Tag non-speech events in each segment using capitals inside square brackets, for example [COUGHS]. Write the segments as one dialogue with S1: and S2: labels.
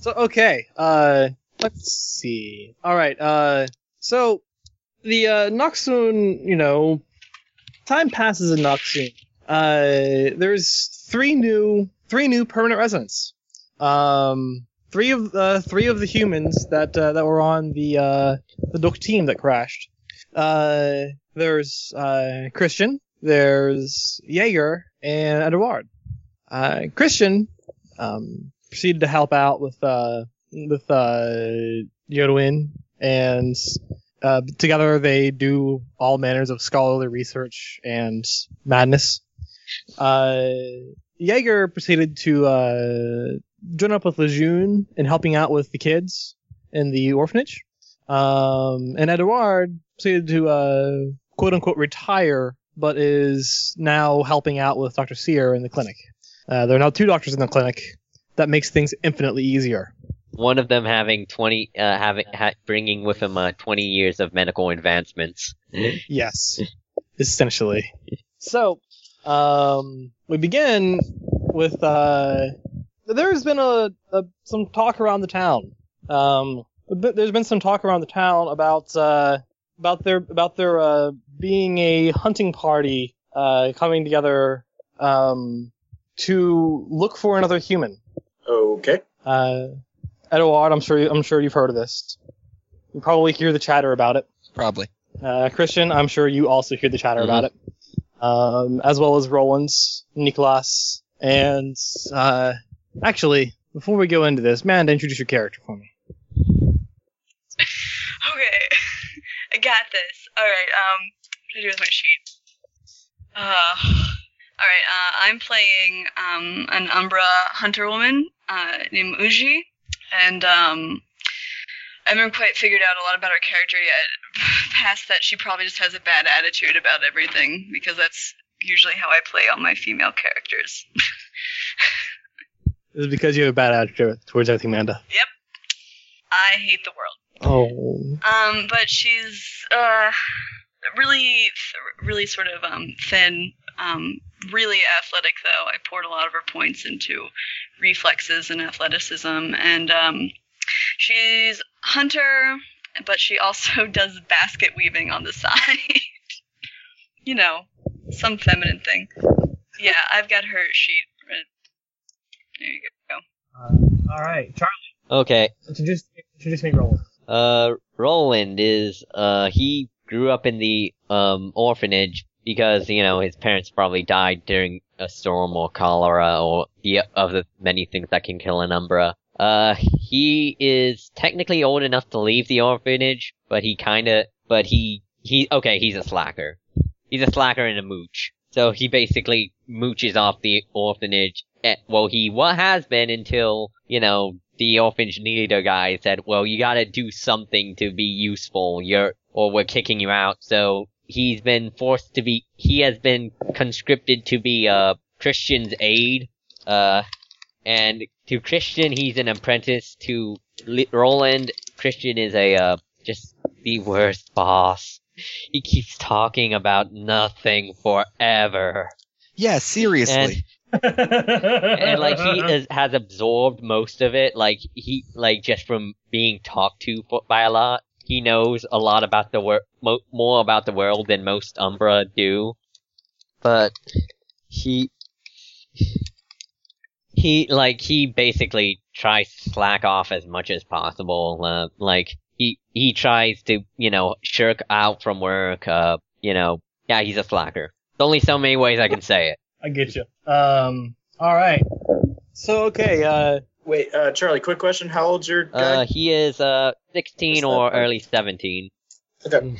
S1: So okay, uh, let's see. All right, uh, so the uh, Noxun, you know, time passes in Noxun. Uh, there's three new three new permanent residents. Um, three of uh, three of the humans that uh, that were on the uh, the Duck team that crashed. Uh, there's uh, Christian, there's Jaeger, and Edward. Uh, Christian um, proceeded to help out with uh, with uh, Yodoin, and uh, together they do all manners of scholarly research and madness. Uh, Jaeger proceeded to uh, join up with Lejeune in helping out with the kids in the orphanage. Um, and Edouard proceeded to uh, quote unquote retire, but is now helping out with Dr. Sear in the clinic. Uh, there are now two doctors in the clinic. That makes things infinitely easier.
S2: One of them having twenty, uh, having ha- bringing with him uh, twenty years of medical advancements.
S1: Yes, essentially. So, um, we begin with uh, there's been a, a some talk around the town. Um, but there's been some talk around the town about uh, about their about there uh, being a hunting party uh, coming together um, to look for another human.
S3: Okay.
S1: Uh, Edouard, I'm sure you, I'm sure you've heard of this. You probably hear the chatter about it.
S4: Probably.
S1: Uh, Christian, I'm sure you also hear the chatter about it, um, as well as Roland's, Nicolas, and uh, actually, before we go into this, man, introduce your character for me.
S5: Okay. [LAUGHS] I got this. Alright, um, what do I do with my sheet? Uh, alright, uh, I'm playing, um, an Umbra hunter woman, uh, named Uji, and, um, I haven't quite figured out a lot about her character yet. [LAUGHS] Past that, she probably just has a bad attitude about everything, because that's usually how I play all my female characters.
S1: This is because you have a bad attitude towards everything, Amanda.
S5: I hate the world.
S1: Oh,
S5: Um, but she's uh, really, really sort of um, thin. Um, really athletic though. I poured a lot of her points into reflexes and athleticism, and um, she's hunter, but she also [LAUGHS] does basket weaving on the side. [LAUGHS] you know, some feminine thing. Yeah, I've got her sheet. There you go.
S1: Uh, all right, Charlie.
S2: Okay,
S1: Introduce, introduce me, Roland.
S2: Uh, Roland is, uh, he grew up in the, um, orphanage because, you know, his parents probably died during a storm or cholera or the of the many things that can kill an Umbra. Uh, he is technically old enough to leave the orphanage, but he kinda, but he, he, okay, he's a slacker. He's a slacker and a mooch. So he basically mooches off the orphanage. eh, Well, he what has been until, you know, the orphanage leader guy said, well, you gotta do something to be useful, you're, or we're kicking you out. So he's been forced to be, he has been conscripted to be, uh, Christian's aide, uh, and to Christian, he's an apprentice to Li- Roland. Christian is a, uh, just the worst boss. He keeps talking about nothing forever
S4: Yeah, seriously.
S2: [LAUGHS] and like
S6: [LAUGHS]
S2: he is, has absorbed most of it like he like just from being talked to for, by a lot he knows a lot about the world mo- more about the world than most umbra do but he he like he basically tries to slack off as much as possible uh, like he he tries to you know shirk out from work uh you know yeah he's a slacker there's only so many ways i can say it
S1: I get you. Um, all right. So okay, uh,
S3: Wait, uh, Charlie, quick question. How old's your guy?
S2: Uh, he is uh 16 or early 17.
S3: Okay.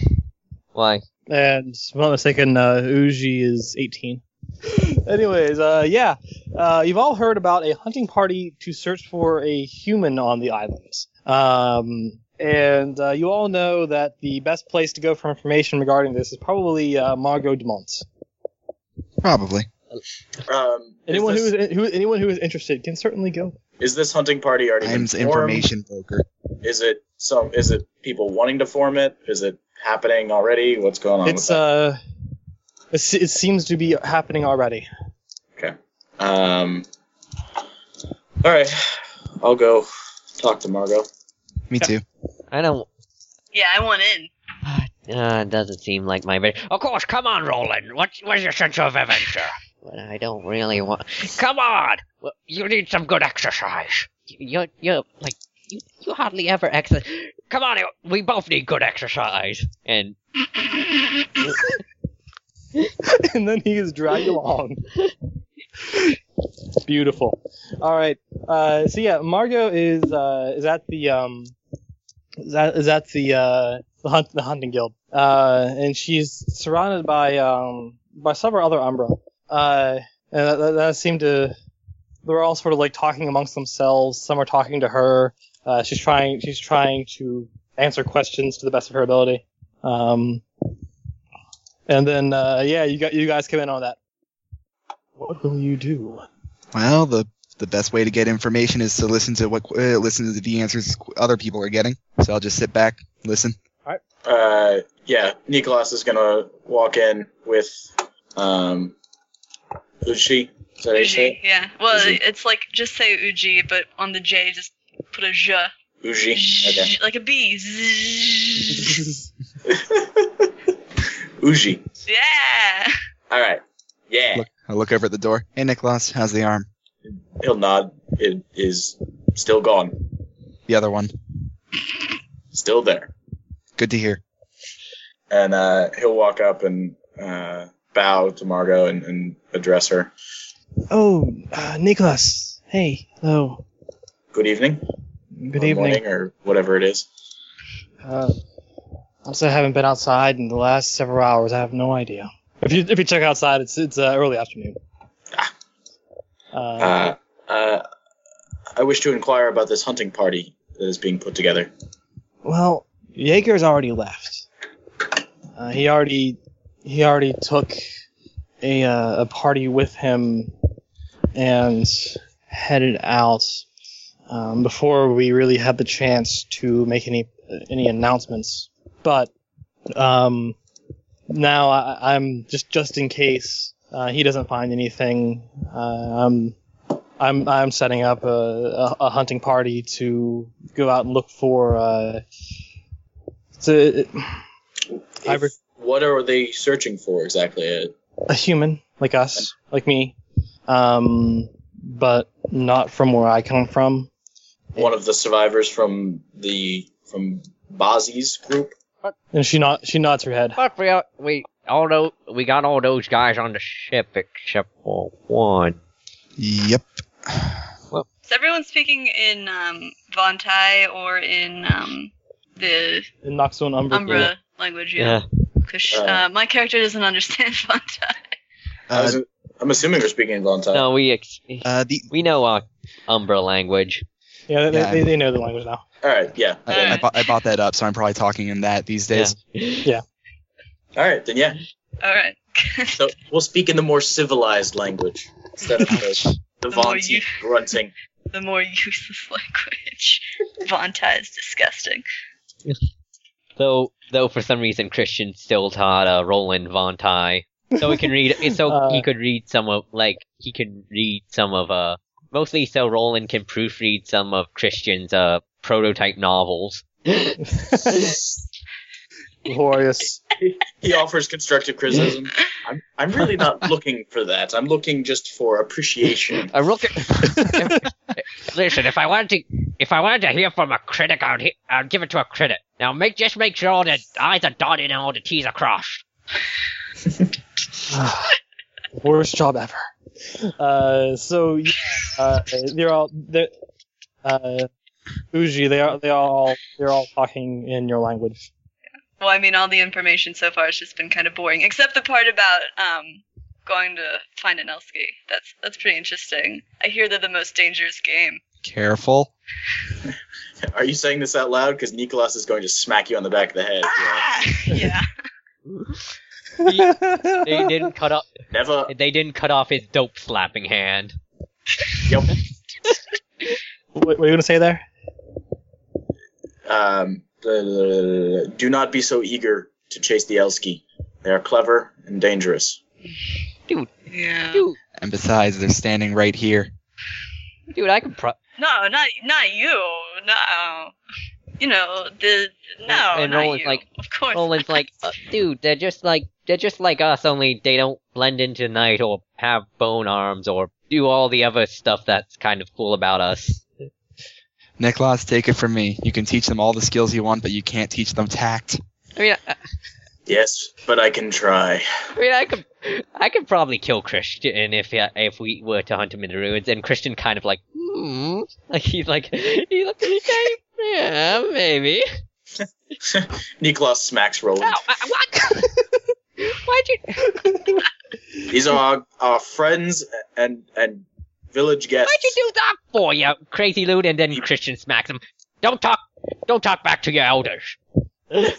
S2: Why?
S1: and if I'm not mistaken, uh, Uji is 18. [LAUGHS] Anyways, uh, yeah, uh, you've all heard about a hunting party to search for a human on the island. Um, and uh, you all know that the best place to go for information regarding this is probably uh, Margot Dumont.
S4: Probably.
S3: um,
S1: Anyone
S3: is
S1: who
S3: this,
S1: is who anyone who is interested can certainly go.
S3: is this hunting party already been
S4: Time's
S3: formed?
S4: information broker.
S3: Is it some? Is it people wanting to form it? Is it happening already? What's going on?
S1: It's
S3: with
S1: uh, it se- it seems to be happening already. uh,
S3: that? Um. All right, I'll go. Talk to Margot.
S4: Me too.
S2: I don't.
S5: Yeah, I want in.
S2: Uh, it doesn't seem like my. ve- Of course, come on, Roland. What's where's your sense of adventure? But I don't really want. Come on. Well, you need some good exercise. You're you're like you, you hardly ever exercise. Come on, we both need good exercise. And
S5: [LAUGHS]
S1: [LAUGHS] and then he is dragged along. [LAUGHS] Beautiful. All right. Uh, so yeah, Margot is uh, is at the um, is at, is at the uh, the, hunt, the hunting guild, uh, and she's surrounded by um, by several other Umbra, uh, and that, that, that seem to they're all sort of like talking amongst themselves. Some are talking to her. Uh, she's trying she's trying to answer questions to the best of her ability. Um, and then uh, yeah, you got you guys come in on that. What will you do?
S4: [LAUGHS] Well, the the best way to get information is to listen to what uh, listen to the answers other people are getting. So I'll just sit back, listen.
S3: Uh, yeah, Nicholas is gonna walk in with um, Uchi. Is that how you say it?
S5: Uji, yeah. Well,
S3: Uji.
S5: it's like just say Uji, but on the J, just put a J.
S3: Uchi. Okay.
S5: Like a B. Zzz.
S3: Uji.
S5: yeah.
S3: All right. Yeah.
S4: Look, I look over at the door. Hey, Nicholas, how's the arm?
S3: He'll nod. It is still gone.
S4: The other one.
S3: Still there.
S4: Good to hear.
S3: and uh, he'll walk up and uh, bow to Margot and, and address her.
S1: [LAUGHS] Oh, uh, Nicholas. Hey, hello.
S3: Good evening.
S1: Good
S3: or
S1: evening.
S3: Morning or whatever it is.
S1: Uh, also, I haven't been outside in the last several hours. I have no idea. If you if you check outside, it's it's uh, early afternoon.
S3: Ah.
S1: Uh,
S3: Uh, uh, I wish to inquire about this hunting party that is being put together.
S1: well, Jaeger's already left. Uh, he already he already took a uh, a party with him and headed out um, before we really had the chance to make any any announcements. But um, now I, I'm just just in case uh, he doesn't find anything. Uh, I'm I'm I'm setting up a, a, a hunting party to go out and look for. Uh, to, I
S3: If-
S1: re-
S3: what are they searching for exactly? Uh,
S1: a human like us, like me, um, but not from where I come from.
S3: one of the survivors from the from Bazi's group.
S1: And she nod, she nods her head.
S2: but we all, we all know we got all those guys on the ship except for one.
S4: Yep.
S5: Is everyone speaking in um, Vontai or in um, the
S1: And Noxon Umbra.
S5: Umbra language? Yeah.
S2: Yeah.
S5: 'Cause,
S3: Uh,
S5: uh, my character doesn't understand [LAUGHS] Vontai.
S3: I
S4: Uh,
S3: was, I'm assuming we're speaking in Valentine.
S2: No, we ex-
S4: uh, the
S2: we know our Umbra language.
S1: Yeah, they,
S4: Yeah.
S1: They, they know the language now.
S3: All right, yeah.
S4: I,
S5: Alright.
S4: I, bought, I bought that up, so I'm probably talking in that these days.
S3: All right, then yeah.
S5: All right. [LAUGHS]
S3: So we'll speak in the more civilized language instead of the, the
S5: The more
S3: Vonti
S5: you-
S3: grunting.
S5: the more useless [LAUGHS] language. Vontai is disgusting.
S2: Though though for some reason Christian still taught uh, Roland Von Ty, so he can read. So [LAUGHS]
S1: Uh.
S2: he could read some of like he could read some of uh mostly so Roland can proofread some of Christian's uh prototype novels.
S1: Glorious.
S3: he offers constructive criticism. I'm, I'm really not looking for that. I'm looking just for appreciation.
S2: I look at. Listen, if I wanted to, if I wanted to hear from a critic, I'd he- I'd give it to a critic. Now make just make sure that I's are dotted and all the T's are crossed.
S1: [SIGHS] Worst job ever. Uh, so yeah, uh, they're all they're, uh, Uji. They are they are all they're all talking in your language.
S5: Well, I mean, all the information so far has just been kind of boring, except the part about um, going to find an Elski. That's that's pretty interesting. I hear they're the most dangerous game.
S4: Careful.
S3: Are you saying this out loud? Because Nicholas is going to smack you on the back of the head. Yeah.
S5: Ah! [LAUGHS] yeah.
S2: They didn't cut off.
S3: Never.
S2: They didn't cut off his dope slapping hand.
S3: Yep.
S1: What, what are you gonna say there?
S3: Um, uh, do not be so eager to chase the Elski. They are clever and dangerous.
S5: Yeah.
S2: Dude,
S4: And besides, they're standing right here.
S2: dude, I could pro-
S5: No, not not you. No, you know the no.
S2: And
S5: not
S2: Roland's
S5: you.
S2: like-
S5: of course.
S2: Roland's
S5: not.
S2: like, uh, dude, they're just like they're just like us, only they don't blend into night or have bone arms or do all the other stuff that's kind of cool about us.
S4: Nicholas, take it from me. You can teach them all the skills you want, but you can't teach them tact.
S2: I mean, I,
S3: Yes, but I can try.
S2: I mean, I could, I could probably kill Christian if uh, if we were to hunt him in the ruins. And Christian kind of like, hmm, [LAUGHS] like he's like, he looks, he kind [LAUGHS] of, yeah, maybe.
S3: Niklas smacks Roland.
S2: Ow, I- I- what? [LAUGHS] Why'd you?
S3: These are our, our friends and and village guests.
S2: Why'd you do that for you crazy loot? And then Christian smacks him. Don't talk. Don't talk back to your [LAUGHS] elders. Why?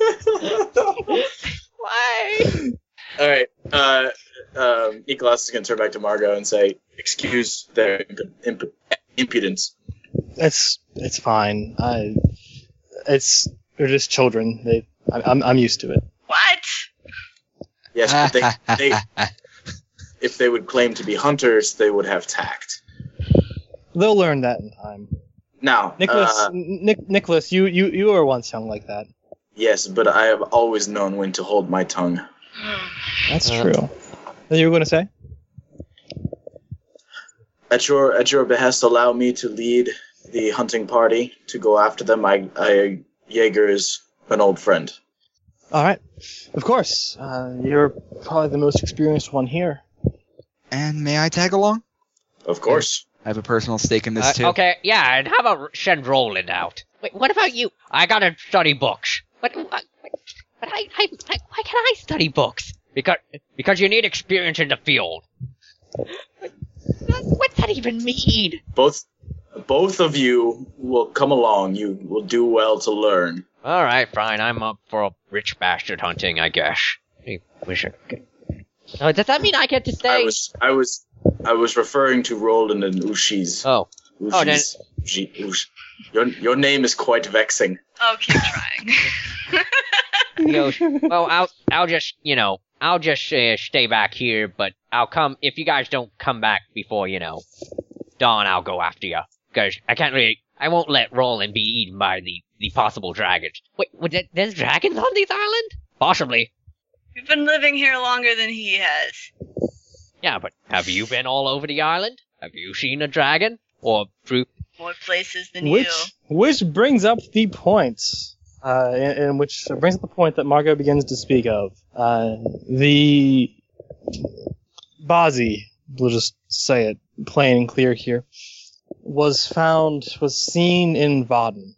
S3: All right. Uh, um, Nicholas is going to turn back to Margot and say, "Excuse their imp- imp- impudence."
S1: It's it's fine. I, it's they're just children. They, I, I'm I'm used to it.
S5: [LAUGHS] what?
S3: Yes, but they,
S4: [LAUGHS]
S3: they, if they would claim to be hunters, they would have tact.
S1: They'll learn that in time.
S3: Now,
S1: Nicholas,
S3: uh,
S1: Nick, Nicholas, you you you were once young like that.
S3: yes, but I have always known when to hold my tongue.
S1: That's
S2: Uh.
S1: true. That you were going to say?
S3: At your at your behest, allow me to lead the hunting party to go after them. I, I Jaeger is an old friend.
S1: All right. Of course. Uh, you're probably the most experienced one here.
S4: and may I tag along?
S3: Of course.
S4: I have a personal stake in this
S2: Uh,
S4: too.
S2: okay, yeah, and how about send Roland out? Wait, what about you? I gotta study books. But, uh, but, but I, I, I, why can I study books? Because because you need experience in the field. What- What's that even mean?
S3: Both both of you will come along. You will do well to learn.
S2: All right, fine. I'm up for a rich bastard hunting, I guess. I wish I could. Oh, does that mean I get to stay?
S3: I was I was I was referring to Roland and Ushi's.
S2: oh, oh, then-
S3: Ushi's Ushi- Ush- your your name is quite vexing.
S5: Oh,
S2: [LAUGHS]
S5: keep trying.
S2: Yo, well, I'll I'll just you know I'll just uh, stay back here, but I'll come if you guys don't come back before you know dawn. I'll go after you because I can't really I won't let Roland be eaten by the the possible dragons. Wait, was there, there's dragons on this island? Possibly.
S5: You've been living here longer than he has.
S2: Yeah, but have you been all over the island? Have you seen a dragon or fruit?
S5: More places than
S1: which
S5: you.
S1: which brings up the point, uh, and, and which brings up the point that Margot begins to speak of. Uh, the Bazi, we'll just say it plain and clear here, was found was seen in Vaden,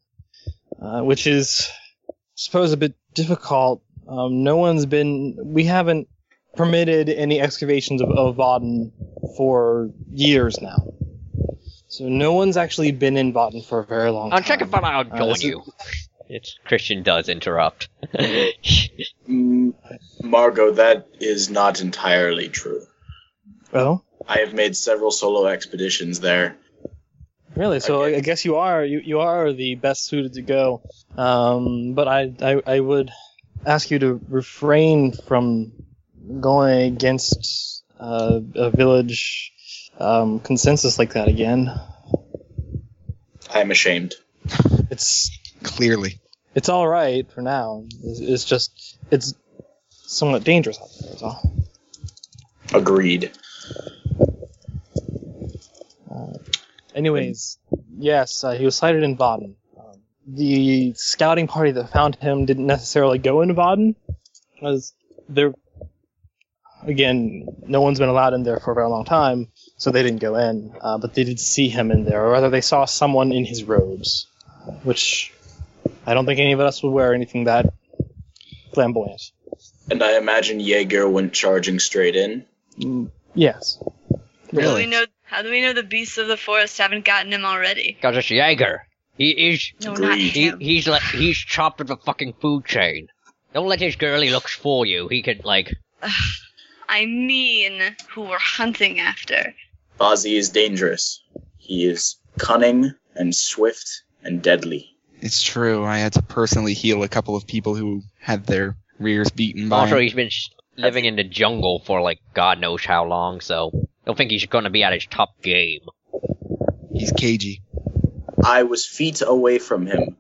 S1: uh, which is, I suppose, a bit difficult. Um, no one's been. We haven't permitted any excavations of, of Vaden for years now. So no one's actually been in Botan for a very long
S2: I'll
S1: time.
S2: check if I'll join
S1: this is-
S2: you. Oh, It's Christian does interrupt. [LAUGHS]
S3: Mm, Margot, that is not entirely true.
S1: Oh,
S3: I have made several solo expeditions there.
S1: really? So I I guess you are you, you are the best suited to go. Um, but I, I I would ask you to refrain from going against uh, a village um, consensus like that again.
S3: I am ashamed.
S1: It's
S4: Clearly.
S1: it's all right for now. It's, it's just it's somewhat dangerous out there. Is all.
S3: Agreed.
S1: Uh, Anyways, yes, uh, he was sighted in Vaden. Um, the scouting party that found him didn't necessarily go into Vaden, because there, again, no one's been allowed in there for a very long time, so they didn't go in. Uh, but they did see him in there, or rather, they saw someone in his robes, which I don't think any of us would wear anything that flamboyant.
S3: And I imagine Jaeger went charging straight in.
S1: Mm, yes.
S5: How do
S4: Really?
S5: we know? How do we know the beasts of the forest haven't gotten him already?
S2: Because it's Jaeger. He is
S5: No, not
S3: Agreed.
S2: He,
S5: him.
S2: he's like he's chopped at the fucking food chain. Don't let his girly looks fool you. He could like
S5: I mean, who we're hunting after?
S3: Bazi is dangerous. He is cunning and swift and deadly.
S4: It's true. I had to personally heal a couple of people who had their rears beaten by
S2: also
S4: him.
S2: he's been sh- living in the jungle for like God knows how long. So don't think he's gonna be at his top game.
S4: He's cagey.
S3: I was feet away from him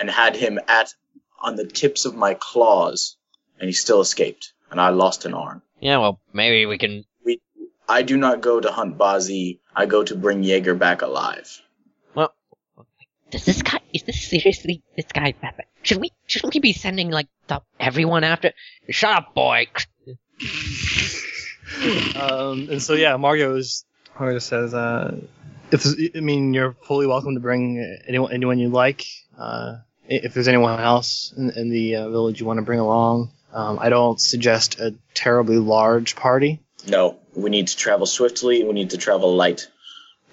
S3: and had him at on the tips of my claws, and he still escaped, and I lost an arm.
S2: Yeah, well, maybe we can.
S3: I do not go to hunt Bazi. I go to bring Jaeger back alive.
S2: Does this guy? Is this seriously this guy? Batman? Should we? Should we be sending like the, everyone after? Shut up, boy.
S1: Um, and so yeah, Margo is Margo says, uh, if I mean you're fully welcome to bring anyone anyone you like. Uh, i- if there's anyone else in, in the uh, village you want to bring along, um, I don't suggest a terribly large party.
S3: No, we need to travel swiftly. We need to travel light.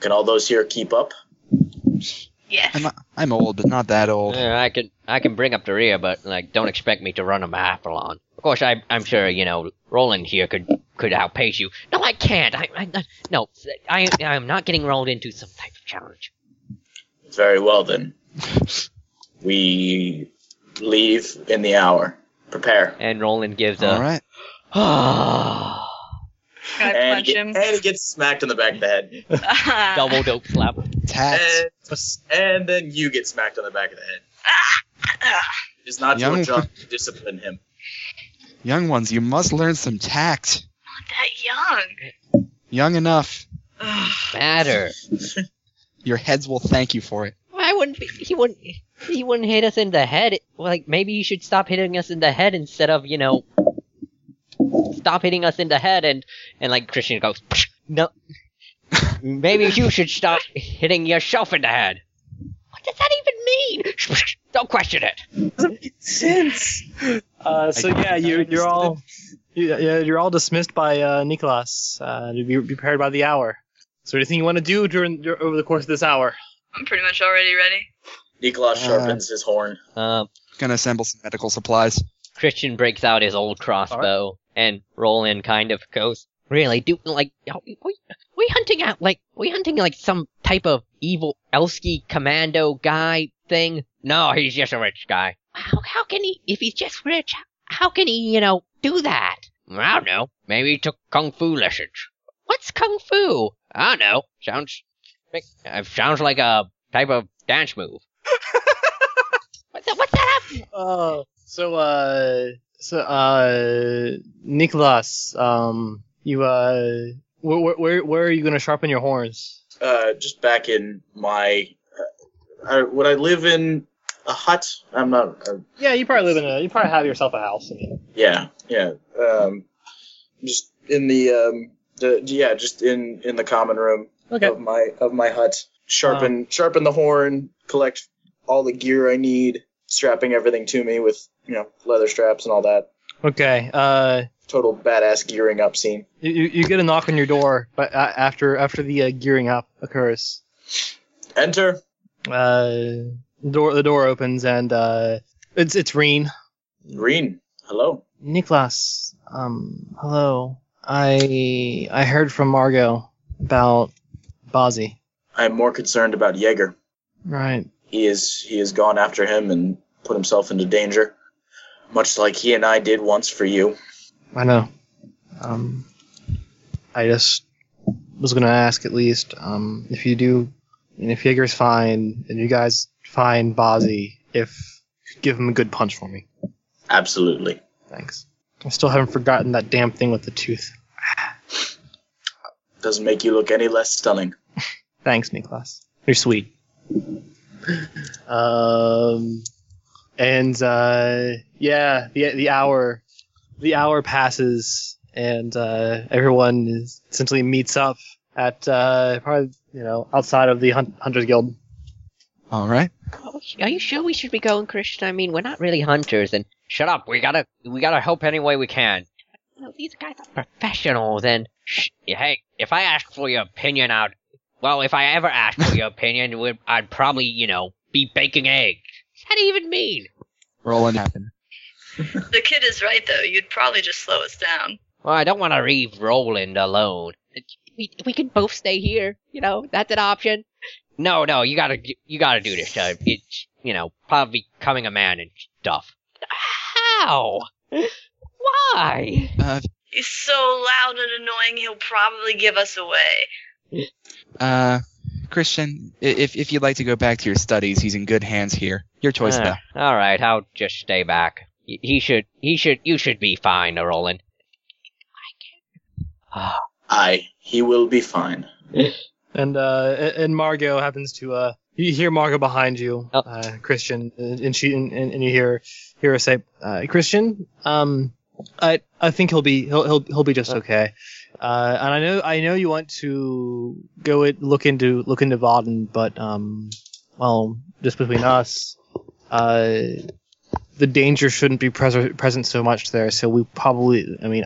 S3: Can all those here keep up?
S5: Yes.
S4: I'm, I'm old, but not that old.
S2: Yeah, I can I can bring up the rear, but like don't expect me to run a marathon. Of course, I I'm sure you know Roland here could could outpace you. No, I can't. I, I I- no, I I am not getting rolled into some type of challenge.
S3: Very well then. We leave in the hour. Prepare.
S2: And Roland gives
S4: All
S2: a
S4: right.
S5: I
S3: and,
S5: punch
S3: he- [LAUGHS]
S5: him.
S3: and he gets smacked in the back of the
S2: [SIGHS]
S3: head.
S5: [LAUGHS]
S2: double dope slap.
S4: Tats.
S3: And, and then you get smacked on the back of the head. It's not your
S4: Young-
S3: job to discipline him.
S4: Young ones, you must learn some tact.
S5: Not that young.
S4: Young enough,
S5: Ugh.
S2: Matter.
S4: your heads will thank you for it.
S2: I wouldn't. Be, he wouldn't. He wouldn't hit us in the head. Like maybe you should stop hitting us in the head instead of you know. Stop hitting us in the head and and like Christian goes. "Psh, [LAUGHS] No. maybe you should stop hitting yourself in the head. What does that even mean? Psh, Don't question it.
S1: Since. [LAUGHS] Uh, so
S4: I-
S1: yeah, you
S4: I
S1: you're all you- yeah, you're all dismissed by uh, Nicholas uh, to be be prepared by the hour. So anything you want to do during, dur over the course of this hour?
S5: I'm pretty much already ready.
S3: Nikolaj
S4: Uh,
S3: sharpens his horn.
S2: Um,
S4: Gonna assemble some medical supplies.
S2: Christian breaks out his old crossbow and Roland kind of goes, "Really? Do like are we we we hunting out like we hunting like some type of evil Elski commando guy thing? No, he's just a rich guy. How how can he if he's just rich? How can he you know do that? I don't know. Maybe he took kung fu lessons. What's kung fu? I don't know. Sounds uh, sounds like a type of dance move. [LAUGHS] what's that? What's that?
S1: Oh, so uh, so uh, Nicholas, um, you uh, where where- where where are you gonna sharpen your horns?
S3: Uh, just back in my. Uh, I, would I live in a hut? I'm not. Uh,
S1: Yeah, you probably live in a you probably have yourself a house. I mean.
S3: yeah, yeah. Um, just in the um, the yeah, just in in the common room of my of my hut. Sharpen sharpen the horn. Collect all the gear I need. Strapping everything to me with you know leather straps and all that.
S1: Okay. Uh,
S3: Total badass gearing up scene.
S1: you, you you get a knock on your door, but uh, after after the uh, gearing up occurs.
S3: Enter.
S1: Uh, door the door opens and uh, it's it's Reen.
S3: Green. Hello.
S1: Niklas, um, hello. I I heard from Margot about Bazi.
S3: I am more concerned about Jaeger.
S1: Right.
S3: he is he has gone after him and put himself into danger, much like he and I did once for you.
S1: I know. Um, I just was gonna ask at least um, if you do, and if Jaeger's fine, and you guys find Bazi, if give him a good punch for me.
S3: Absolutely.
S1: Thanks. I still haven't forgotten that damn thing with the tooth.
S3: Doesn't make you look any less stunning.
S1: Thanks, Niklas. You're sweet. Um, and uh, yeah, the the hour the hour passes, and uh, everyone is, essentially meets up at uh, probably you know outside of the Hun- Hunters Guild.
S4: All right.
S2: Oh, Are you sure we should be going, Christian? I mean, we're not really hunters, and shut up. We gotta, we gotta help any way we can. You know, these guys are professionals, and sh- hey, if I ask for your opinion, I'd, well, if I ever ask for your opinion, we'd, I'd probably, you know, be baking eggs. What's that even mean?
S4: Rolling happen.
S5: The kid is right though. You'd probably just slow us down.
S2: Well, I don't want to leave Roland alone. We we can both stay here. You know, that's an option. No, no, you gotta you gotta do this. Uh, it's you know probably becoming a man and stuff. How? Why?
S4: Uh,
S5: He's so loud and annoying. He'll probably give us away.
S4: uh, Christian, i- if if you'd like to go back to your studies, he's in good hands here. Your choice,
S2: Ah,
S4: though.
S2: all right, I'll just stay back. Y- He should, he should, you should be fine, Roland. Ah,
S3: Aye, he will be fine.
S1: And uh, a- and Margot happens to uh, you hear Margot behind you,
S2: Oh.
S1: uh, Christian, and and she and, and and you hear hear her say, uh, "Christian, um, I I think he'll be he'll he'll, he'll be just okay." Uh, and I know I know you want to go it look into look into Vaden, but um, well, just between us, uh, the danger shouldn't be pres- present so much there. So we probably, I mean,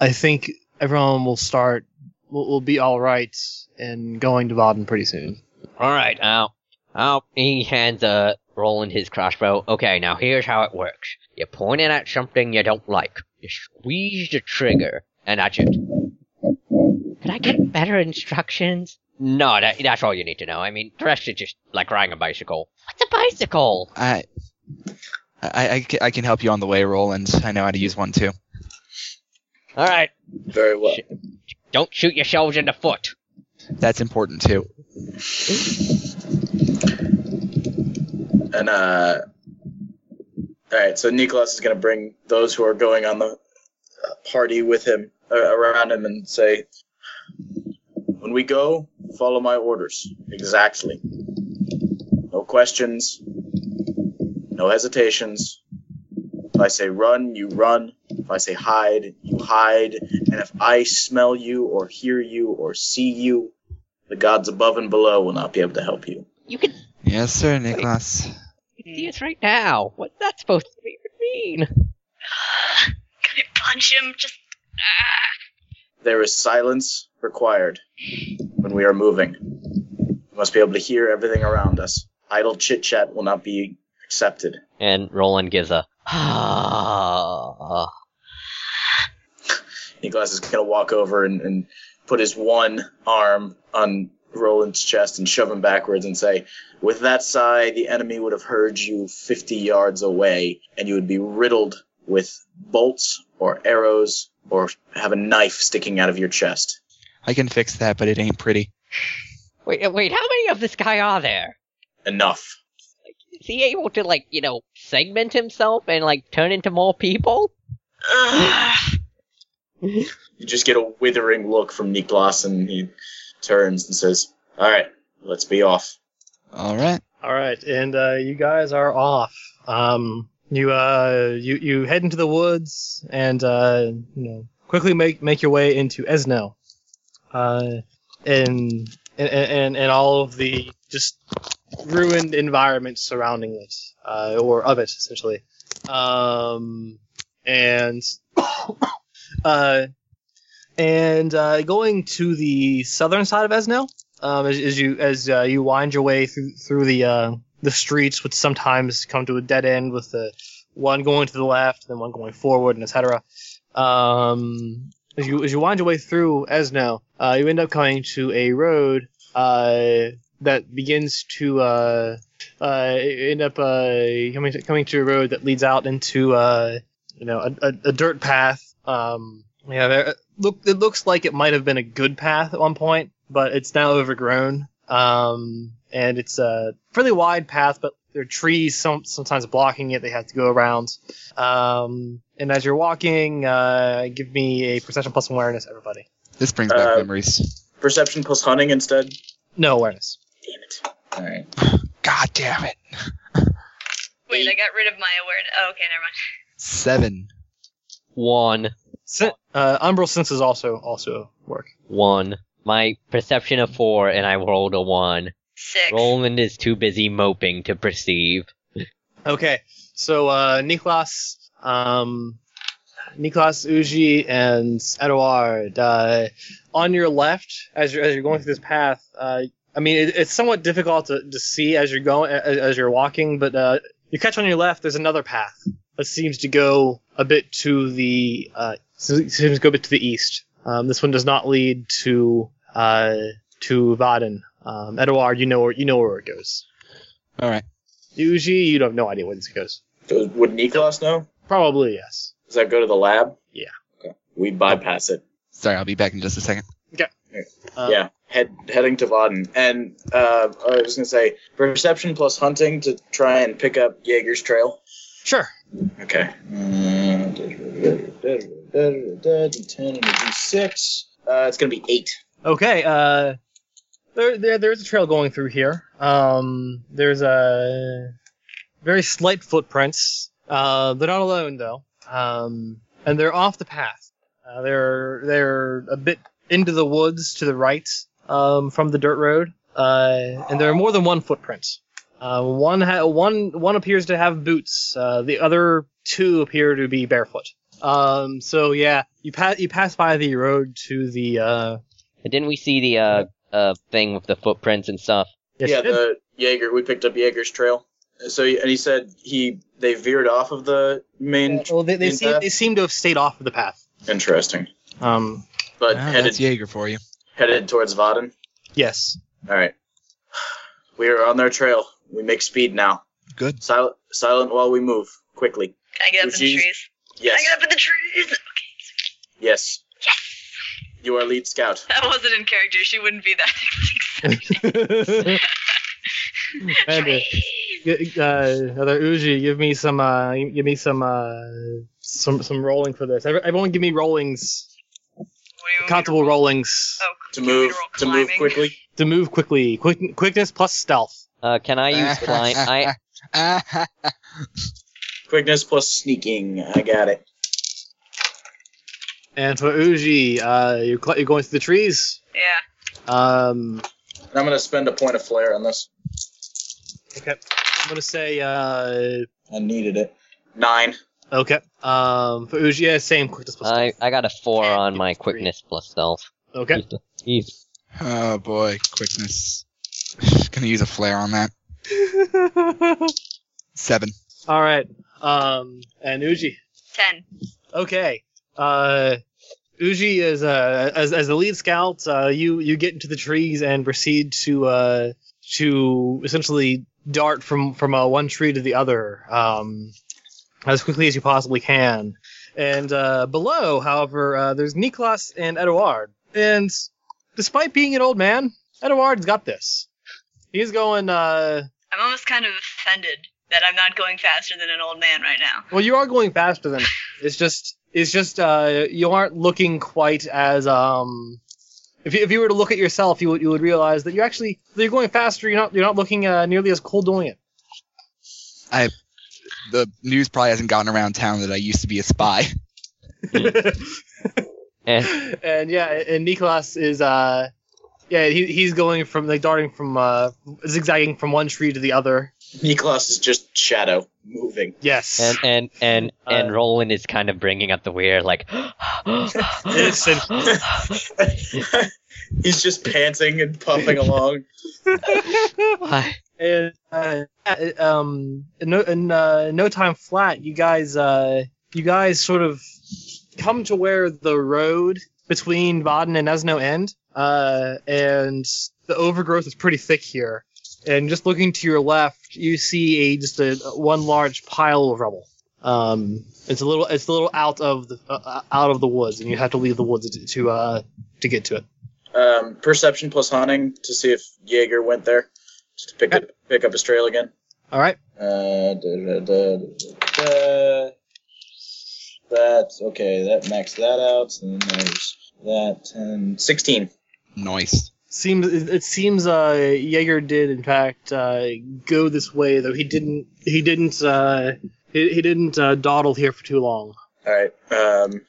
S1: I think everyone will start we'll, we'll be all right and going to Vaden pretty soon.
S2: all right, I'll, I'll. He hands uh Roland his crossbow. Okay, now here's how it works. You point it at something you don't like. You squeeze the trigger, and that's it. Could I get better instructions? No, that, that's all you need to know. I mean, the rest is just like riding a bicycle. What's a bicycle?
S4: I, I, I ca- I can help you on the way, Roland. I know how to use one too.
S2: All right,
S3: Very well.
S2: don't shoot yourselves in the foot.
S4: That's important too.
S3: And uh, all right. So Nicholas is going to bring those who are going on the uh, party with him uh, around him and say, "When we go, follow my orders exactly. No questions, no hesitations. If I say run, you run. If I say hide, you hide. And if I smell you or hear you or see you, the gods above and below will not be able to help you."
S2: You can
S4: Yes, sir, Nicholas.
S2: see us right now. What's that supposed to be- mean?
S5: [SIGHS] Can I punch him? Just. Ah.
S3: There is silence required when we are moving. We must be able to hear everything around us. Idle chit chat will not be accepted.
S2: And Roland gives a ah.
S3: Nicholas is going to walk over and, and put his one arm on Roland's chest and shove him backwards and say, With that sigh, the enemy would have heard you 50 yards away, and you would be riddled with bolts or arrows or have a knife sticking out of your chest.
S4: I can fix that, but it ain't pretty.
S2: [SIGHS] Wait, uh, wait. How many of this guy are there?
S3: Enough.
S2: Is he able to like you know segment himself and like turn into more people?
S3: [LAUGHS]
S5: Ugh.
S3: You just get a withering look from Nick and he turns and says, All right, let's be off.
S4: All right.
S1: All right, and uh, you guys are off. Um, you uh, you you head into the woods and uh, you know quickly make make your way into Esno, uh, and and and and all of the just ruined environment surrounding it, uh, or of it essentially. Um, and [COUGHS] uh, and uh, going to the southern side of Esno, um, as, as you as uh, you wind your way through through the uh, the streets, which sometimes come to a dead end with the one going to the left, then one going forward, and etc. Um, as you as you wind your way through Esno, uh, you end up coming to a road uh, that begins to uh, uh, you end up uh, coming to, coming to a road that leads out into uh, you know a, a, a dirt path. Um, yeah, there, look, it looks like it might have been a good path at one point, but it's now overgrown. Um, and it's a fairly wide path, but there are trees some, sometimes blocking it. They have to go around. Um, and as you're walking, uh, give me a perception plus awareness, everybody.
S4: This brings back
S3: Uh,
S4: memories.
S3: Perception plus hunting instead?
S1: No awareness.
S3: Damn it. All right.
S4: God damn it.
S5: Wait, I got rid of my awareness. Oh, okay, never mind.
S4: Seven.
S2: One,
S1: Sen- uh, umbral senses also also work.
S2: one. My perception of four, and I rolled a one.
S5: Six.
S2: Roland is too busy moping to perceive.
S1: Okay, so uh, Niklas, um, Niklas, Uji, and Edouard, uh, on your left, as you're, as you're going through this path, uh, I mean, it, it's somewhat difficult to, to see as you're going as, as you're walking, but uh, you catch on your left. There's another path that seems to go a bit to the uh, seems to go a bit to the east. Um, this one does not lead to uh, to Vaden. Um, Edouard, you know where you know where it goes.
S4: All right.
S1: Uji, you have no idea where this goes.
S3: So would Nicholas know?
S1: Probably yes.
S3: Does that go to the lab?
S1: Yeah.
S3: Okay. We bypass it.
S4: Sorry, I'll be back in just a second.
S1: Uh,
S3: yeah, head heading to Vaden, and uh, I was gonna say perception plus hunting to try and pick up Jaeger's trail.
S1: Sure.
S3: Okay. Ten and a d6. Uh, it's gonna be eight.
S1: Okay. Uh, there, there, there's a trail going through here. Um, there's a very slight footprints. Uh, they're not alone though. Um, and they're off the path. Uh, they're they're a bit into the woods to the right um, from the dirt road. Uh, and there are more than one footprint. Uh, one ha- one one appears to have boots. Uh, the other two appear to be barefoot. Um, so yeah, you pass you pass by the road to the. Uh,
S2: And didn't we see the uh, uh thing with the footprints and stuff?
S1: yes,
S3: yeah,
S1: you did.
S3: the Jaeger. We picked up Jaeger's trail. So and he said he they veered off of the main.
S1: Uh, well, they, they
S3: main
S1: seem
S3: path?
S1: they seem to have stayed off of the path.
S3: Interesting,
S1: Um,
S3: but
S4: Ah,
S3: headed
S4: that's Jaeger for you.
S3: headed towards Vaden.
S1: [LAUGHS] yes.
S3: All right, we are on their trail. We make speed now.
S4: Good. [LAUGHS]
S3: Silent, silent while we move quickly.
S5: Can I get up
S3: Which
S5: in the
S3: is-
S5: trees? Can I
S3: Yes,
S5: get up in the trees? [LAUGHS]
S3: yes. You are lead scout.
S5: That wasn't in character. She wouldn't be
S1: Uh,
S5: that. [LAUGHS]
S1: and uh, g- uh, other Uji, give me some. Uh, give me some. Uh, some some rolling for this. Every- Everyone, give me rollings.
S5: What do you want me to
S1: Comfortable rollings
S5: Oh,
S3: To
S5: do you want me
S3: move,
S5: roll
S3: to move
S5: climbing?
S3: quickly.
S1: to move quickly. Quick, quickness plus stealth.
S2: Uh, can I [LAUGHS] use climb? I
S4: Oh,
S3: Quickness plus sneaking. I got it.
S1: And for Uji, uh, you're, cl- you're going through the trees.
S5: Yeah.
S1: Um,
S3: And I'm gonna spend a point of flair on this.
S1: okay. I'm gonna say uh,
S3: I needed it. Nine. [LAUGHS]
S1: okay. Um, for Uji, yeah, same quickness plus
S2: I
S1: stealth.
S2: I got a four on my
S1: Three.
S2: quickness plus stealth.
S1: Okay.
S2: Jeez.
S4: oh boy, quickness. [SIGHS] Gonna use a flare
S3: [LAUGHS]
S4: on that. Seven.
S1: All right. Um, and Uji.
S5: Ten.
S1: Okay. Uh, Uji is uh, as as the lead scout. Uh, you you get into the trees and proceed to uh, to essentially dart from from uh, one tree to the other um, as quickly as you possibly can. And uh, below, however, uh, there's Niklas and Eduard. And despite being an old man, Eduard's got this. He's going. Uh,
S5: I'm almost kind of offended that I'm not going faster than an old man right now.
S1: Well, you are going faster than it's just it's just uh you aren't looking quite as um if you, if you were to look at yourself you would you would realize that you're actually that you're going faster you're not you're not looking uh, nearly as Coldonian.
S4: The news probably hasn't gotten around town that I used to be a spy.
S2: Eh.
S1: [LAUGHS] and yeah, and Niklas is uh yeah he, he's going from like darting from uh zigzagging from one tree to the other.
S3: Niklas is just shadow moving.
S1: Yes.
S2: And and and and
S1: Uh,
S2: Roland is kind of bringing up the rear, like. [GASPS]
S1: Listen.
S3: [LAUGHS] He's just panting and puffing along.
S2: Why?
S1: and uh, yeah, um, in no, in uh, no time flat, you guys, uh, you guys sort of come to where the road between Baden and Esno end, uh, and the overgrowth is pretty thick here. And just looking to your left, you see a just a one large pile of rubble. Um, it's a little, it's a little out of the uh, uh, out of the woods, and you have to leave the woods to to, uh, to get to it.
S3: Um, perception plus hunting to see if Jaeger went there. Just to pick up, pick up his trail again.
S1: All right.
S3: Uh, da, da, da, da, da. That's okay. That maxed that out. And then there's that. And 16.
S4: Nice.
S1: seems it it seems uh Jaeger did in fact uh go this way though he didn't he didn't uh he, he didn't uh, dawdle here for too long
S3: All right. Um,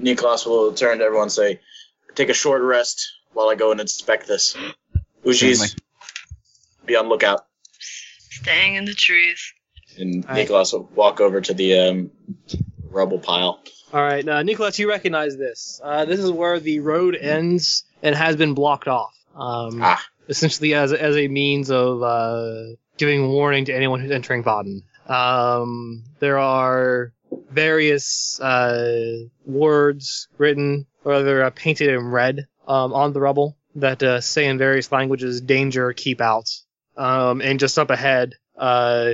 S3: Niklas will turn to everyone and say, "Take a short rest while I go and inspect this." Uji's
S4: Certainly.
S3: be on lookout,
S5: Staying in the trees.
S3: and
S1: All right.
S3: Niklas will walk over to the um, rubble pile.
S1: all right uh, Nicholas you recognize this uh this is where the road ends and has been blocked off um
S3: Ah.
S1: essentially as as a means of uh giving warning to anyone who's entering Baden um there are various uh words written or they're uh, painted in red um, on the rubble that uh, say in various languages danger keep out um, and just up ahead uh,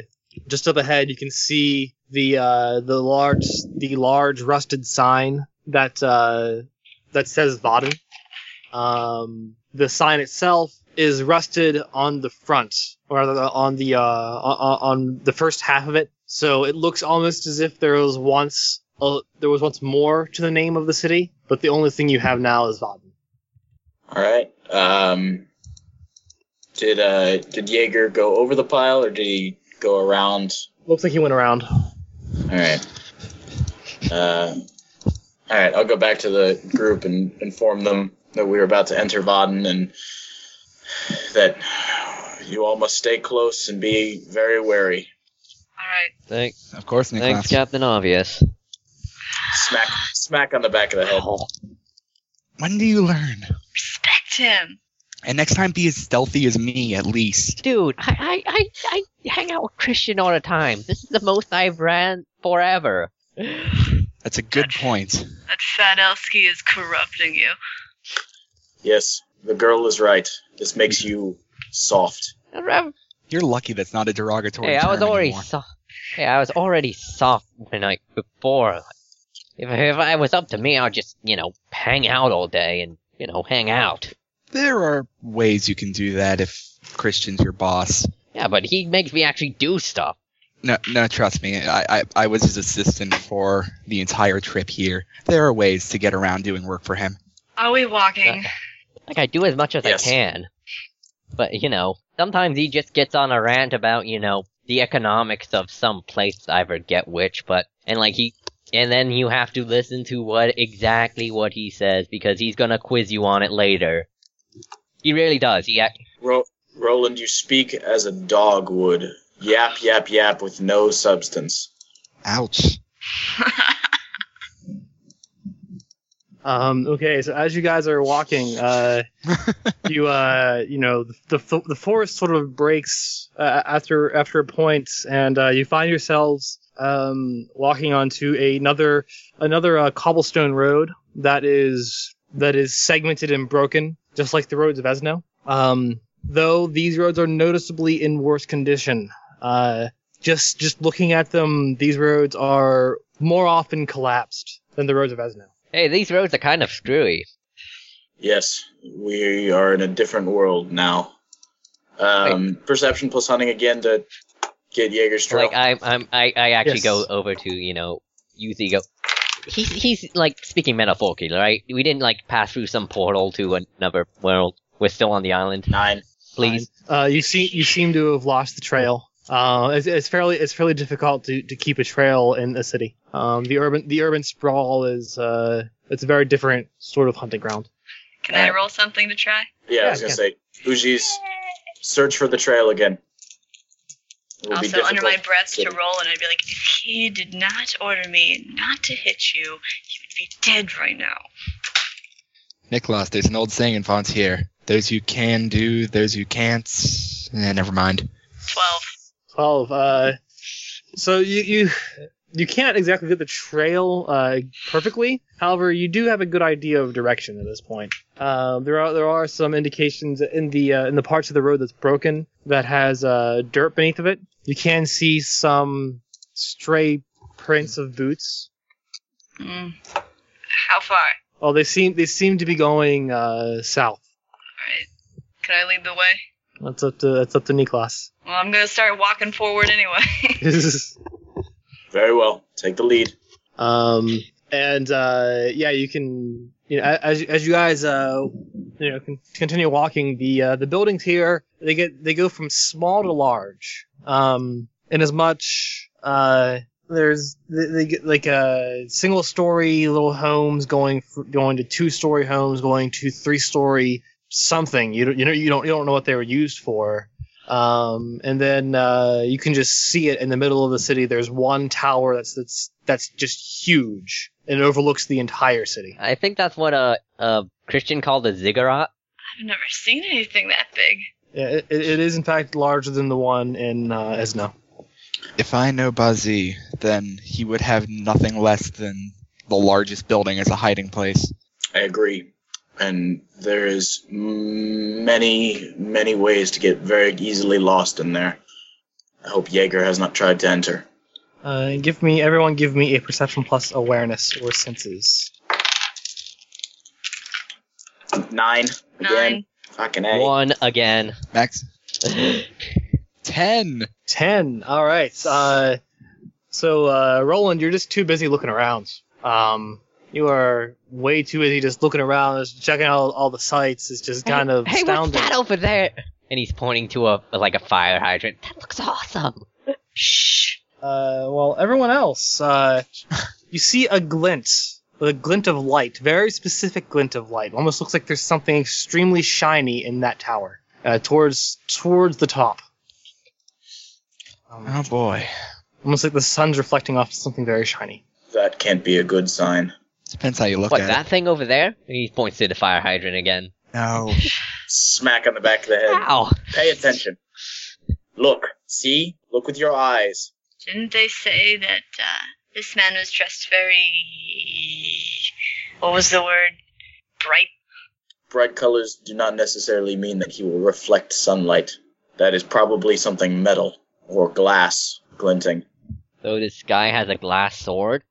S1: just up ahead you can see the uh, the large the large rusted sign that uh, that says Vaden Um, the sign itself is rusted on the front, or on the uh, on, on the first half of it. So it looks almost as if there was once a, there was once more to the name of the city, but the only thing you have now is Vaden.
S3: All right. Um, did uh, did Jaeger go over the pile or did he go around?
S1: Looks like he went around.
S3: All right. Uh, all right. I'll go back to the group and inform them that we are about to enter Vaden and that you all must stay close and be very wary.
S5: All right.
S2: Thank,
S4: Of course, Nick.
S2: thanks, Captain Obvious.
S3: Smack smack on the back of the head.
S2: Oh,
S4: When do you learn?
S5: Respect him.
S4: And next time, be as stealthy as me, at least.
S2: dude, I, I, I, I hang out with Christian all the time. This is the most I've ran forever.
S4: That's a good point.
S5: That fat Elski is corrupting you.
S3: Yes, the girl is right. This makes you soft.
S2: I rev-
S4: You're lucky that's not a derogatory
S2: Hey, I
S4: term
S2: was already
S4: anymore.
S2: soft. Hey, I was already soft when I before. If if I was up to me, I'd just you know hang out all day and you know hang out.
S4: There are ways you can do that if Christian's your boss.
S2: Yeah, but he makes me actually do stuff.
S4: No, no, trust me. I, I, I was his assistant for the entire trip here. There are ways to get around doing work for him.
S5: Are
S3: [LAUGHS]
S5: we walking?
S2: Like I do as much as
S3: Yes.
S2: I can. But you know, sometimes he just gets on a rant about you know the economics of some place. I forget which, but and like he. And then you have to listen to what exactly what he says because he's gonna quiz you on it later. He really does. He act-
S3: Ro- Roland, you speak as a dog would. Yap, yap, yap with no substance.
S4: Ouch.
S1: Um, okay, so as you guys are walking, uh, you uh, you know the, the the forest sort of breaks uh, after after a point, and uh, you find yourselves um, walking onto another another uh, cobblestone road that is that is segmented and broken, just like the roads of Esno. Um, though these roads are noticeably in worse condition. Uh, just just looking at them, these roads are more often collapsed than the roads of Esno.
S2: Hey, these roads are kind of screwy.
S3: Yes, we are in a different world now. Um, perception plus hunting again to get Jaeger's trail.
S2: Like I'm, I'm, I, I actually
S1: Yes.
S2: go over to you know, Yuzi go. He's he's like speaking metaphorically, right? We didn't like pass through some portal to another world. We're still on the island.
S3: Nine.
S2: Please,
S1: Uh, you seem you seem to have lost the trail. Uh, it's, it's fairly it's fairly difficult to, to keep a trail in the city. Um, the urban the urban sprawl is uh, it's a very different sort of hunting ground.
S5: Can I roll something to try?
S3: Yeah, I was
S1: Yeah,
S3: gonna say Uji's search for the trail again. It will be
S5: Also, under my
S3: difficult.
S5: breath to roll, and I'd be like, if he did not order me not to hit you, he would be dead right now.
S4: Nicholas, there's an old saying in Fontier. Those you can do, those you can't. Eh, never mind.
S5: 12.
S1: Twelve. Uh, so you you you can't exactly get the trail uh, perfectly. However, you do have a good idea of direction at this point. Uh, there are there are some indications in the uh, in the parts of the road that's broken that has uh, dirt beneath of it. You can see some stray prints of boots.
S3: Hmm.
S5: Mm. How far? All
S1: Oh, they seem they seem to be going uh, south.
S5: right. Can I lead the way?
S1: That's up to that's up to Niklas. [LAUGHS]
S5: Well, I'm going to start walking forward anyway. [LAUGHS]
S3: Very well. Take the lead.
S1: Um, and uh, yeah, you can you know a- as as you guys uh you know con- continue walking the uh, the buildings here they get they go from small to large um in as much uh there's they, they get like uh single story little homes going fr going to two story homes going to three story something you don't you know you don't you don't know what they were used for um, and then uh, you can just see it in the middle of the city. There's one tower that's that's that's just huge and it overlooks the entire city.
S2: I think that's what a a Christian called a ziggurat.
S5: I've never seen anything that big.
S1: Yeah, it, it it is in fact larger than the one in uh, Esno.
S4: If I know Bazi, then he would have nothing less than the largest building as a hiding place.
S3: I agree. And there is m- many, many ways to get very easily lost in there. I hope Jaeger has not tried to enter.
S1: Uh, give me everyone, give me a perception plus awareness or senses.
S3: Nine. Again.
S5: Nine.
S3: Fucking A.
S2: One again.
S4: [LAUGHS] Max. Ten.
S1: Ten. All right. Uh, so uh, Roland, you're just too busy looking around. Um, you are way too busy just looking around, just checking out all the sites. It's just kind of
S2: hey, what's
S1: astounding.
S2: that over there? And he's pointing to a like a fire hydrant. That looks awesome.
S5: Shh.
S1: Uh, well, everyone else,
S3: [LAUGHS]
S1: uh, you see a glint, a glint of light, very specific glint of light. Almost looks like there's something extremely shiny in that tower, uh, towards towards the top. Um,
S3: Uh-huh.
S4: Oh boy.
S1: almost like the sun's reflecting off something very shiny.
S3: That can't be a good sign.
S4: Depends how you look
S2: What
S4: at
S2: that thing over there? He points to the fire hydrant again.
S4: it.
S2: [LAUGHS]
S4: No.
S3: Smack on the back of the head.
S2: Ow!
S3: Pay attention. Look. See? Look with your eyes.
S5: Didn't they say that uh, this man was dressed very. What was the word? Bright.
S3: Bright colors do not necessarily mean that he will reflect sunlight. That is probably something metal or glass glinting.
S2: So this guy has a glass sword.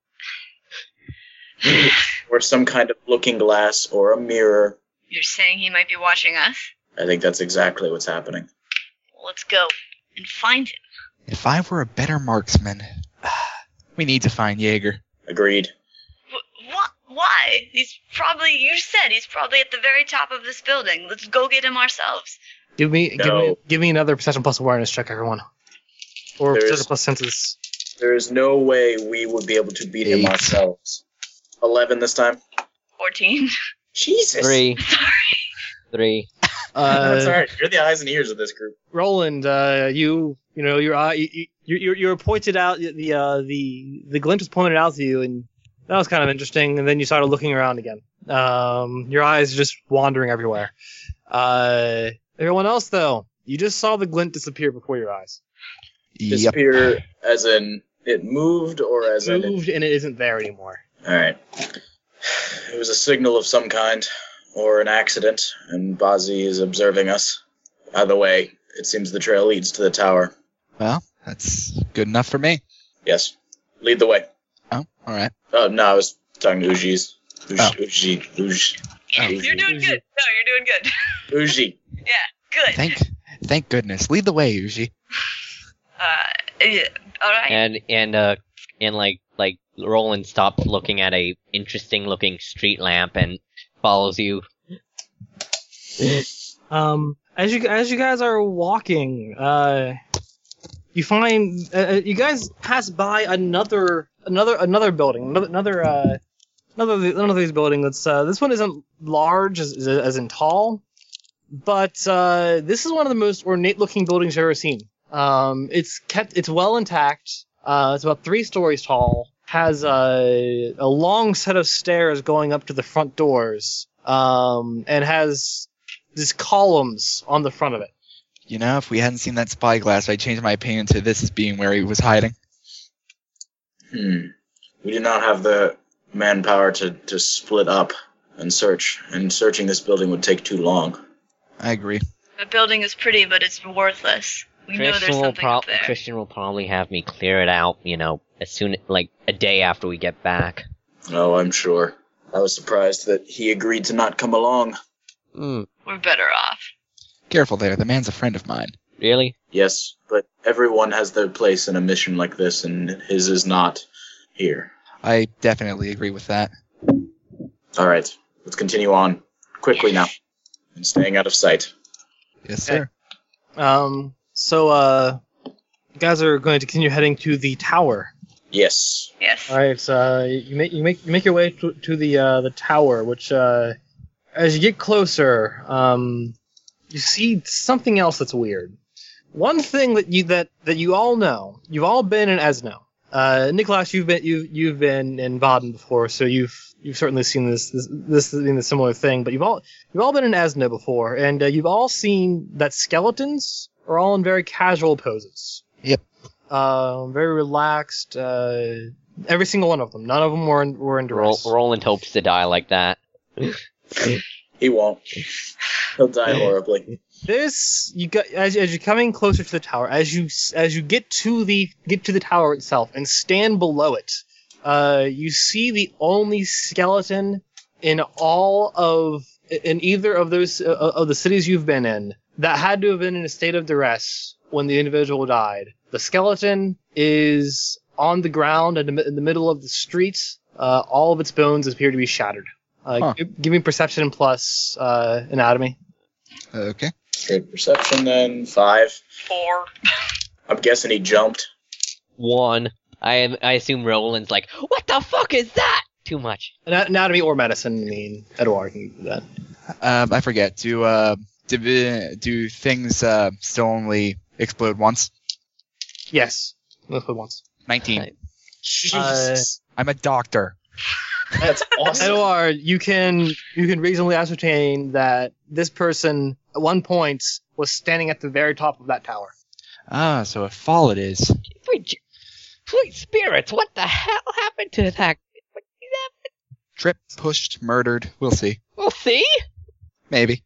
S3: Or some kind of looking glass or a mirror.
S5: You're saying he might be watching us?
S3: I think that's exactly what's happening.
S5: Well, let's go and find him.
S4: If I were a better marksman, [SIGHS] we need to find Jaeger.
S3: Agreed.
S5: Wh- What? Why? He's probably. You said he's probably at the very top of this building. Let's go get him ourselves.
S1: Give me, give me,
S3: No.
S1: give me another perception plus awareness check, everyone. Or
S3: There is-
S1: perception plus senses.
S3: There is no way we would be able to beat him
S4: Eight.
S3: ourselves. Eleven this time.
S5: 14.
S3: Jesus. [LAUGHS]
S2: Three,
S5: Sorry.
S2: three.
S3: That's all
S1: Uh,
S3: right. You're the eyes and ears of this group.
S1: Roland, uh, you, you know, your eye, you, you, you, you were pointed out. The, uh, the, the glint was pointed out to you, and that was kind of interesting. And then you started looking around again. Um, your eyes are just wandering everywhere. Uh, everyone else, though, you just saw the glint disappear before your eyes.
S4: Yep.
S3: Disappear as in it moved or as in it
S1: Moved, and it isn't there anymore.
S3: Alright. It was a signal of some kind, or an accident, and Bazi is observing us. Either way, it seems the trail leads to the tower.
S4: Well, that's good enough for me.
S3: Yes. Lead the way.
S4: Oh, all right.
S3: Oh no, I was talking to Uji's. Uji
S4: Oh.
S3: Uji Uji
S5: [LAUGHS] Yeah, you're doing good. No, you're doing good. [LAUGHS]
S3: Uji.
S5: Good.
S4: Thank, thank goodness. Lead the way, Uji.
S5: Uh, yeah, all right.
S2: And and uh and like like Roland stops looking at a interesting looking street lamp and follows you.
S1: Um, as you as you guys are walking, uh, you find uh, uh, you guys pass by another another another building, another another uh, another another these building. That's uh, this one isn't large as, as as in tall, but uh, this is one of the most ornate looking buildings I've ever seen. Um, it's kept it's well intact. Uh, it's about three stories tall. Has a a long set of stairs going up to the front doors. Um, and has these columns on the front of it.
S4: You know, if we hadn't seen that spyglass, I'd change my opinion to this as being where he was hiding.
S3: Hmm. We do not have the manpower to, to split up and search, and searching this building would take too long.
S4: I agree.
S5: The building is pretty, but it's worthless. We know there's
S2: Christian will
S5: something
S2: pro-
S5: up there.
S2: Christian will probably have me clear it out. You know, as soon like a day after we get back.
S3: Oh, I'm sure. I was surprised that he agreed to not come along.
S2: Hmm.
S5: We're better off.
S4: Careful there. The man's a friend of mine.
S2: Really?
S3: Yes, but everyone has their place in a mission like this, and his is not here.
S4: I definitely agree with that.
S3: All right, let's continue on quickly now, and staying out of sight.
S4: Yes,
S1: Okay.
S4: sir.
S1: Um, so, uh, you guys are going to continue heading to the tower.
S3: Yes.
S5: Yes.
S1: All right, so uh, you make you make you make your way to, to the uh, the tower, which uh, as you get closer, um, you see something else that's weird. One thing that you that that you all know, you've all been in Esno. Uh, Nicholas, you've been you you've been in Baden before, so you've you've certainly seen this this this being a similar thing. But you've all you've all been in Esno before, and uh, you've all seen that skeletons are all in very casual poses.
S4: Yep.
S1: Uh, very relaxed. Uh, Every single one of them. None of them were in, were in
S2: Ro-
S1: duress.
S2: Roland hopes to die like that.
S3: He won't. He'll die horribly.
S1: This you got as, as you're coming closer to the tower, as you s- as you get to the get to the tower itself and stand below it, uh, you see the only skeleton in all of in either of those uh, of the cities you've been in that had to have been in a state of duress when the individual died. The skeleton is on the ground in the, in the middle of the street. Uh, all of its bones appear to be shattered. Uh,
S4: Huh.
S1: gi- Give me perception plus uh, anatomy.
S4: Okay.
S3: Straight perception then. Five.
S5: Four.
S3: I'm guessing he jumped.
S2: One. I am. I assume Roland's like, what the fuck is that? Too much.
S1: Ana- Anatomy or medicine, I mean, Edouard can do that.
S4: Um, I forget. Do uh, do, do things uh, still only explode once?
S1: Yes. Let's put once.
S4: Nineteen.
S1: Uh,
S3: Jesus.
S4: I'm a doctor.
S3: [LAUGHS] That's awesome.
S1: Edward, you can you can reasonably ascertain that this person at one point was standing at the very top of that tower.
S4: Ah, so a fall it is.
S2: Sweet, sweet spirits, what the hell happened to that? What is that?
S4: Trip, pushed, murdered. We'll see.
S2: We'll see.
S4: Maybe.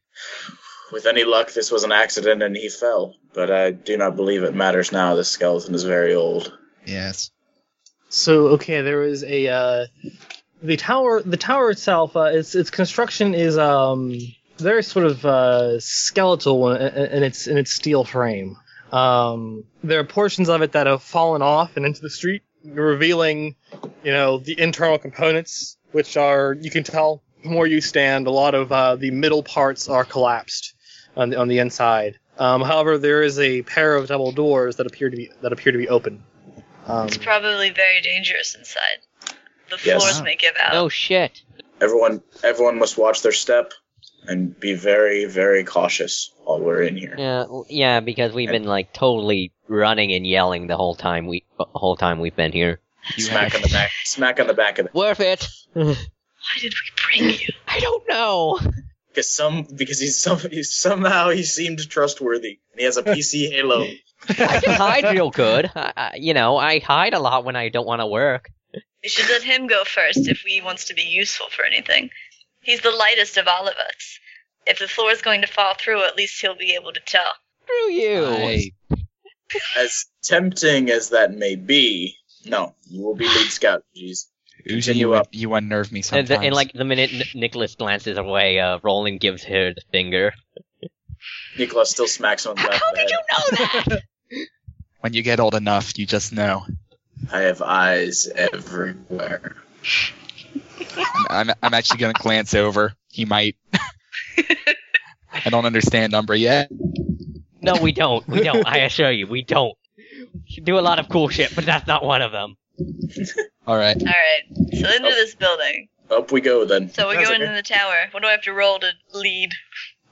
S3: With any luck, this was an accident and he fell. But I do not believe it matters now. This skeleton is very old.
S4: Yes.
S1: So okay, there is a uh, the tower. The tower itself, uh, its its construction is um very sort of uh, skeletal in, in in its in its steel frame. Um, there are portions of it that have fallen off and into the street, revealing, you know, the internal components, which are you can tell from where you stand. A lot of uh, the middle parts are collapsed on the, on the inside. Um, however, there is a pair of double doors that appear to be that appear to be open. Um,
S5: It's probably very dangerous inside. The
S3: Yes.
S5: floors may give out.
S2: Oh shit.
S3: Everyone, everyone must watch their step and be very, very cautious while we're in here.
S2: Yeah, l- yeah, because we've been like totally running and yelling the whole time we uh, whole time we've been here.
S3: Smack on the back. Smack on the back of the.
S2: Worth it.
S5: Why did we bring you?
S2: I don't know.
S3: Because some, because he's some, he's somehow he seemed trustworthy. And he has a PC Halo.
S2: I can hide real
S5: [LAUGHS]
S2: good. I, I, you know, I hide a lot when I don't want to work.
S5: We should let him go first if he wants to be useful for anything. He's the lightest of all of us. If the floor is going to fall through, at least he'll be able to tell.
S2: Screw you.
S4: I-
S3: As tempting as that may be, no, you will be lead scout. Jeez.
S4: Usually
S3: Continue
S4: you,
S3: up.
S4: you unnerve me
S2: And,
S4: sometimes.
S2: the, and like the minute N- Nicholas glances away, uh, Roland gives her the finger.
S3: Nicholas still smacks him on the
S2: How
S3: back of the
S2: did
S3: head.
S2: you know that?
S4: when you get old enough, you just know.
S3: I have eyes everywhere.
S4: I'm, I'm actually gonna glance over. He might. [LAUGHS] I don't understand number yet.
S2: No, we don't. We don't. [LAUGHS] I assure you, we don't. We do a lot of cool shit, but that's not one of them.
S4: All right.
S5: All right, so into
S3: Oh.
S5: this building.
S3: Up we go then.
S5: So we're
S3: That's
S5: going
S3: okay.
S5: to the tower. What do I have to roll to lead?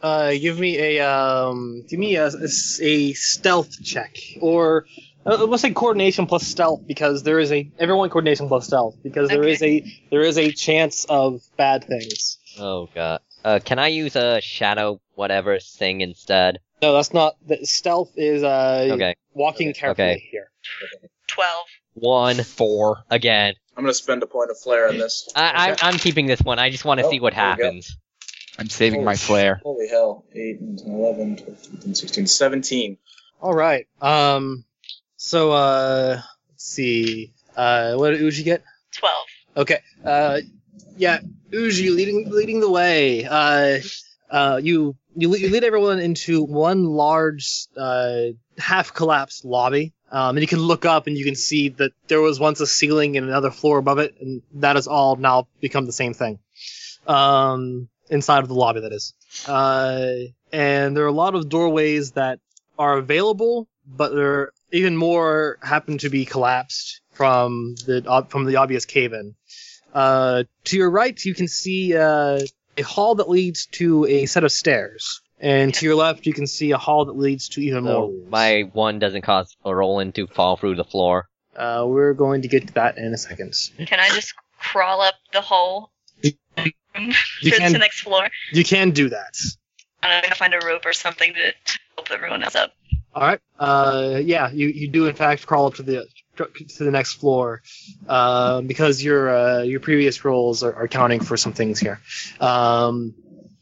S1: Uh, give me a um, give me a, a s- a stealth check, or uh, let's say coordination plus stealth, because there is a everyone coordination plus stealth, because there
S5: Okay.
S1: is a there is a chance of bad things.
S2: Oh god. Uh, can I use a shadow whatever thing instead?
S1: No, that's not. That stealth is uh,
S2: Okay.
S1: walking
S2: Okay.
S1: carefully
S2: Okay.
S1: here.
S5: Twelve.
S2: One
S4: Four.
S2: again.
S3: I'm gonna spend a point of flair on this.
S2: I,
S3: Okay.
S2: I, I'm keeping this one. I just want to
S3: Oh,
S2: see what
S3: there we go.
S2: happens.
S4: I'm saving my
S2: Oh,
S3: Holy
S4: flare.
S3: Holy hell. 8 and 11, 12, 13, 16, 17.
S1: All right. Um. So uh, let's see. Uh, what did Uji get?
S5: Twelve.
S1: Okay. Uh, yeah, Uji leading leading the way. Uh, uh, you you, le- you lead everyone into one large uh, half collapsed lobby. Um, and you can look up and you can see that there was once a ceiling and another floor above it, and that has all now become the same thing. Um, inside of the lobby, that is. Uh, and there are a lot of doorways that are available, but there even more happen to be collapsed from the ob- from the obvious cave-in. Uh, to your right, you can see uh, a hall that leads to a set of stairs, and to your left, you can see a hall that leads to even more
S2: So
S1: rooms.
S2: Oh, my one doesn't cause Roland to fall through the floor.
S1: Uh, we're going to get to that in a second.
S5: Can I just crawl up the hole [LAUGHS]
S1: You
S5: to the
S1: can
S5: next floor?
S1: you can do that.
S5: I'm gonna find a rope or something to help everyone else up. [SIGHS]
S1: All right. Uh, yeah, you, you do in fact crawl up to the to the next floor uh, because your uh, your previous rolls are, are counting for some things here. Um,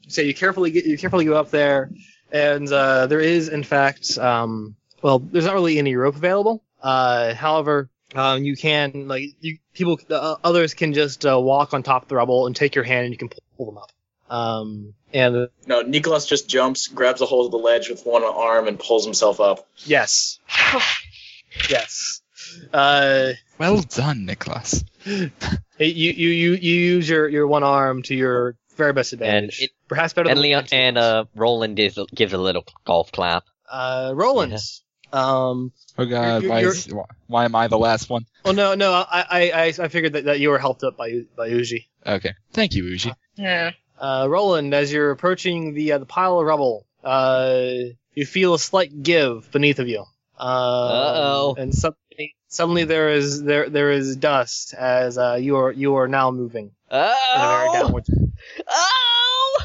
S1: so you carefully get you carefully go up there, and uh, there is in fact um, well, there's not really any rope available. Uh, however, um, you can like you people uh, others can just uh, walk on top of the rubble and take your hand and you can pull them up. Um, and
S3: No, Nicholas just jumps, grabs a hold of the ledge with one arm, and pulls himself up.
S1: yes, yes. Uh,
S4: Well done, Nicholas.
S1: It- you, you you you use your, your one arm to your very best advantage,
S2: it-
S1: perhaps better
S2: And
S1: than
S2: Leon and uh, Roland is, gives a little golf clap.
S1: uh, Roland's. Um,
S4: Oh God,
S1: You're-
S4: why,
S1: you're-
S4: is, why- why am I the last one?
S1: oh no no I I, I, I figured that, that you were helped up by U- by Uji.
S4: Okay, thank you, Uji.
S5: Yeah.
S1: Uh, Roland, as you're approaching the uh, the pile of rubble, uh, you feel a slight give beneath of you. Uh
S2: Uh-oh.
S1: And suddenly, suddenly there is there there is dust as uh, you are you are now moving in a very
S2: Oh!
S1: downward.
S2: Oh!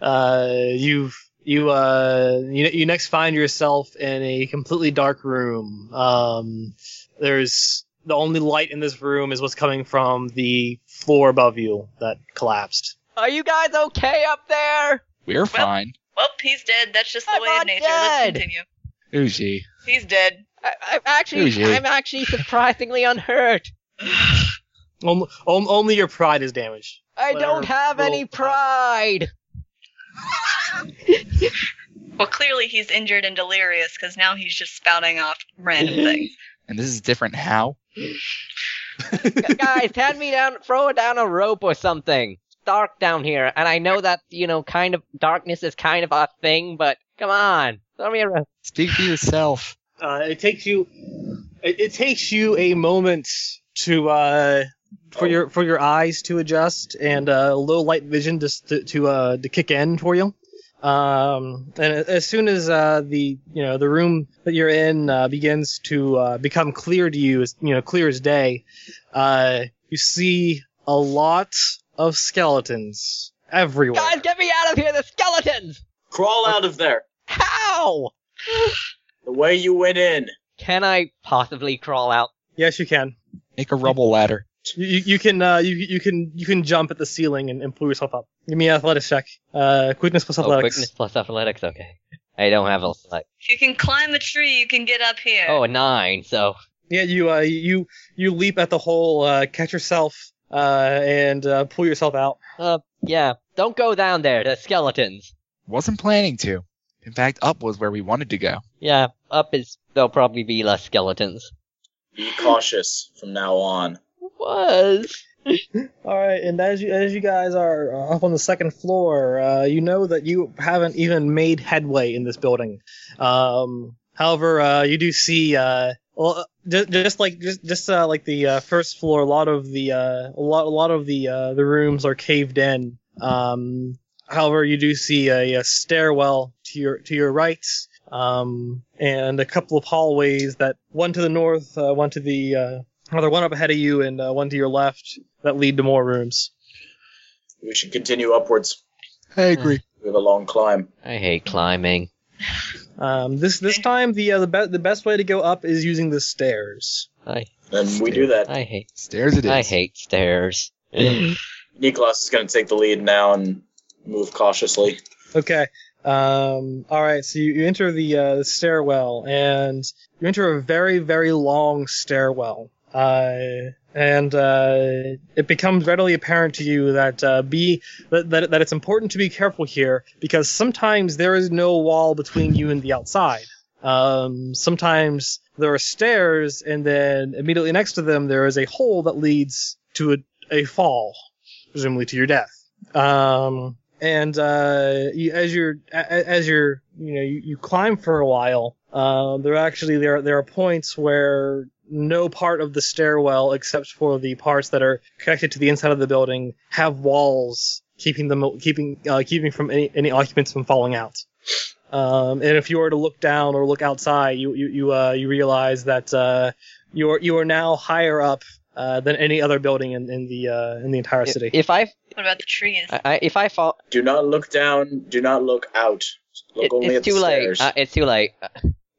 S1: Uh, you you uh you you next find yourself in a completely dark room. Um, there's the only light in this room is what's coming from the floor above you that collapsed.
S2: Are you guys okay up there?
S4: We're fine.
S5: Well, he's dead. That's just the
S2: I'm
S5: way
S2: not
S5: of nature. Let's
S2: dead.
S5: continue.
S4: Uji.
S5: He's dead.
S2: I, I'm actually,
S4: Usually.
S2: I'm actually surprisingly unhurt.
S1: Only, on- only your pride is damaged.
S2: I
S1: Whatever.
S2: don't have any
S1: Roll.
S2: pride.
S5: Well, clearly he's injured and delirious because now he's just spouting off
S2: [LAUGHS]
S5: random things.
S4: And this is different how?
S2: Gu- Guys, hand me down, throw it down a rope or something. It's dark down here, and I know that you know, kind of darkness is kind of a thing, but come on, throw me a rope.
S4: Speak for yourself.
S1: Uh, it takes you, it, it takes you a moment to uh, for
S3: Oh.
S1: your for your eyes to adjust and uh, low light vision just to to, uh, to kick in for you. Um, and a- as soon as uh, the you know the room that you're in uh, begins to uh, become clear to you, as- you know clear as day, uh, you see a lot of skeletons everywhere.
S2: Guys, get me out of here! The skeletons.
S3: Crawl out of there.
S2: How?
S3: The way you went in.
S2: Can I possibly crawl out?
S1: Yes, you can.
S4: Make a rubble ladder.
S1: You, you, you can uh, you you can you can jump at the ceiling and, and pull yourself up. Give me an athletics check. Uh, quickness plus
S2: Oh,
S1: athletics.
S2: quickness plus athletics. Okay, I don't have a like.
S5: If you can climb a tree, you can get up here.
S2: Oh, a nine. So
S1: Yeah, you uh, you you leap at the hole, uh, catch yourself, uh, and uh, pull yourself out.
S2: Uh, yeah. Don't go down there. The skeletons.
S4: Wasn't planning to. In fact, up was where we wanted to go.
S2: Yeah, up is there'll probably be less skeletons.
S3: Be cautious from now on.
S2: Was
S1: All right, and as you as you guys are uh, up on the second floor, uh, you know that you haven't even made headway in this building. Um, however, uh, you do see uh, well, just, just like just just uh, like the uh, first floor, a lot of the uh, a lot a lot of the uh, the rooms are caved in. Um, however, you do see a, a stairwell to your to your right, um, and a couple of hallways that one to the north, uh, one to the uh, another one up ahead of you, and uh, one to your left that lead to more rooms.
S3: We should continue upwards.
S4: I
S2: agree.
S3: We have a long climb.
S2: I hate climbing.
S1: Um, this this time the uh, the, be- the best way to go up is using the stairs.
S2: I
S3: And we do that.
S2: I hate
S4: Stairs it is.
S2: I hate
S3: [LAUGHS]
S2: stairs.
S3: Niklas is going to take the lead now and move cautiously.
S1: Okay. Um, all right. So you, you enter the uh, stairwell, and you enter a very very long stairwell. Uh, and uh, it becomes readily apparent to you that uh, be that, that that it's important to be careful here because sometimes there is no wall between you and the outside. Um, sometimes there are stairs, and then immediately next to them there is a hole that leads to a, a fall, presumably to your death. Um, and uh, you, as you're a- a- as you're you know you, you climb for a while um, there actually there there are points where no part of the stairwell except for the parts that are connected to the inside of the building have walls keeping them keeping uh, keeping from any, any occupants from falling out um, and if you were to look down or look outside you you you, uh, you realize that uh, you are you are now higher up uh, than any other building in, in the uh, in the entire city
S2: If I,
S5: What about the trees?
S2: I I- if I fall,
S3: Do not look down. Do not look out. Look
S2: it-
S3: only at
S2: it's
S3: the
S2: too late.
S3: stairs.
S2: Uh, it's too late. Uh,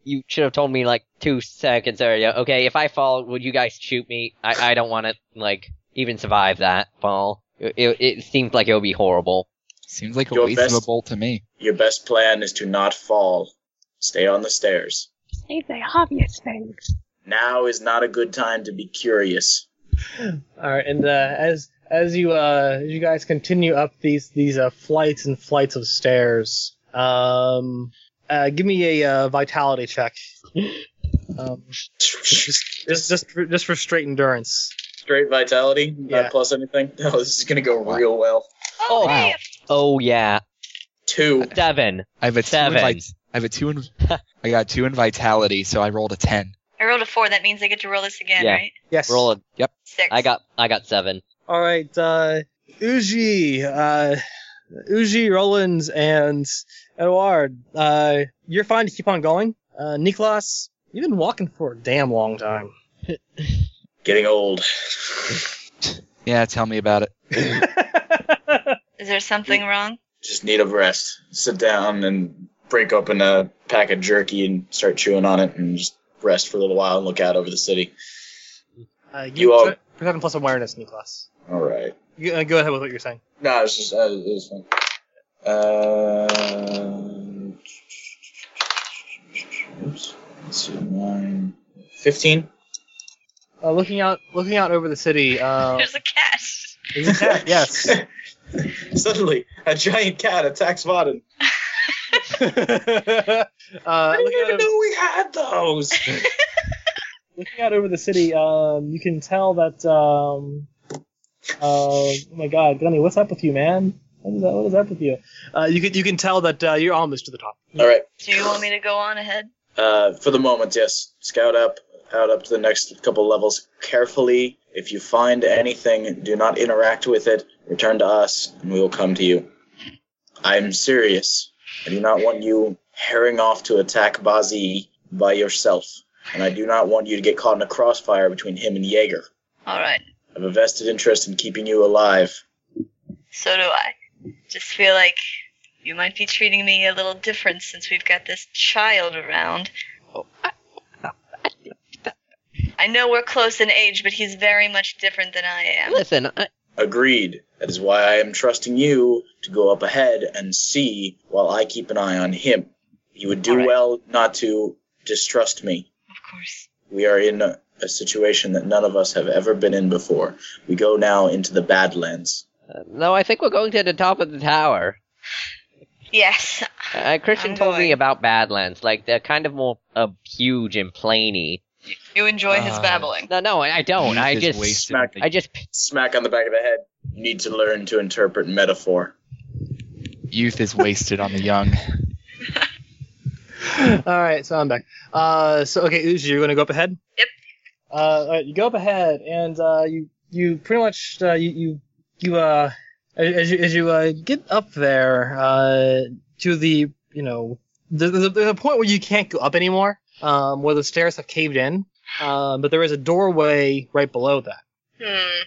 S2: You should have told me like two seconds earlier. Okay, if I fall, would you guys shoot me? I I don't want to like even survive that fall. It it, it seems like it would be horrible.
S4: Seems like a
S3: Your
S4: waste of
S3: best-
S4: a bolt to me.
S3: Your best plan is to not fall. Stay on the stairs.
S7: Say the obvious things.
S3: Now is not a good time to be curious.
S1: All right, and uh, as as you uh, as you guys continue up these these uh, flights and flights of stairs, um, uh, give me a uh, vitality
S2: [LAUGHS]
S1: check. Um, just, just for, just for straight endurance.
S3: Straight vitality,
S1: Yeah.
S3: not plus anything. [LAUGHS] No, this is gonna go real well.
S2: Oh,
S5: hey,
S4: wow.
S5: it's
S2: Oh yeah,
S3: Two.
S2: seven.
S4: I have a
S2: Seven.
S4: two. In vit- I have
S2: [LAUGHS]
S4: a two. In, I got two in vitality, so I rolled a ten.
S7: I rolled a four. That means I get to roll this again,
S2: Yeah.
S7: right?
S1: Yes.
S2: Roll it.
S7: Six.
S2: I got I got seven.
S1: All right, uh, Uji, uh, Uji, Rollins, and Eduard, uh, you're fine to keep on going. Uh, Niklas, you've been walking for a damn long time.
S3: Getting old.
S4: Yeah, tell me about it.
S7: Is there something wrong?
S3: Just need a rest. Sit down and break open a pack of jerky and start chewing on it and just rest for a little while and look out over the city.
S1: uh, give
S3: You
S1: me
S3: all-
S1: per- perception plus awareness, Niklas.
S3: All right.
S1: You, uh, go ahead with what you're saying.
S3: No, it's just uh, it was fun. Uh, oops. Let's see, nine, fifteen.
S1: Uh, looking out, looking out over the city.
S2: Oh.
S3: [LAUGHS]
S1: Uh,
S7: There's a
S5: [LAUGHS]
S7: cat.
S1: there's a cat, [LAUGHS] yes. Uh,
S3: Suddenly, a giant cat attacks Vaden.
S1: uh,
S3: I didn't
S1: looking, out
S3: even
S1: over,
S3: know we had those.
S1: looking out over the city, um, you can tell that. Um, uh, oh my God, Gunny, what's up with you, man? What is, that, what is up with you? Uh, you can you can tell that uh, you're almost to the top.
S3: [LAUGHS] All right.
S7: Do you want me to go on ahead?
S3: Uh, for the moment, yes. Scout up, out up to the next couple levels carefully. If you find anything, do not interact with it. Return to us, and we will come to you. I'm serious. I do not want you herring off to attack Bazi by yourself, and I do not want you to get caught in a crossfire between him and Jaeger.
S7: All right.
S3: I have a vested interest in keeping you alive.
S7: So do I. Just feel like you might be treating me a little different since we've got this child around. I know we're close in age, but he's very much different than I am.
S2: Listen, I,
S3: Agreed. That is why I am trusting you to go up ahead and see while I keep an eye on him. You would do
S7: All right.
S3: well not to distrust me.
S7: Of course.
S3: We are in a, a situation that none of us have ever been in before. We go now into the Badlands.
S2: uh, no, I think we're going to the top of the tower.
S7: Yes.
S2: Uh, Christian
S7: I'm
S2: told
S7: going.
S2: me about Badlands. Like they're kind of more uh, huge and plainy.
S7: You enjoy his
S4: Uh,
S7: babbling.
S2: No, no, I, I don't.
S4: Youth
S2: Oh, I
S4: is
S2: just
S4: wasted.
S3: smacked-
S2: I just
S3: Smack on the back of the head. You need to learn to interpret metaphor.
S4: Youth is wasted on the young.
S1: All right, so I'm back. Uh, so okay, Uzi, you're gonna go up ahead.
S5: Yep.
S1: Uh, all right, you go up ahead, and uh, you you pretty much uh, you you you uh as as you as you uh, get up there uh to the you know the, the the point where you can't go up anymore, um, where the stairs have caved in, um, but there is a doorway right below that.
S5: Hmm.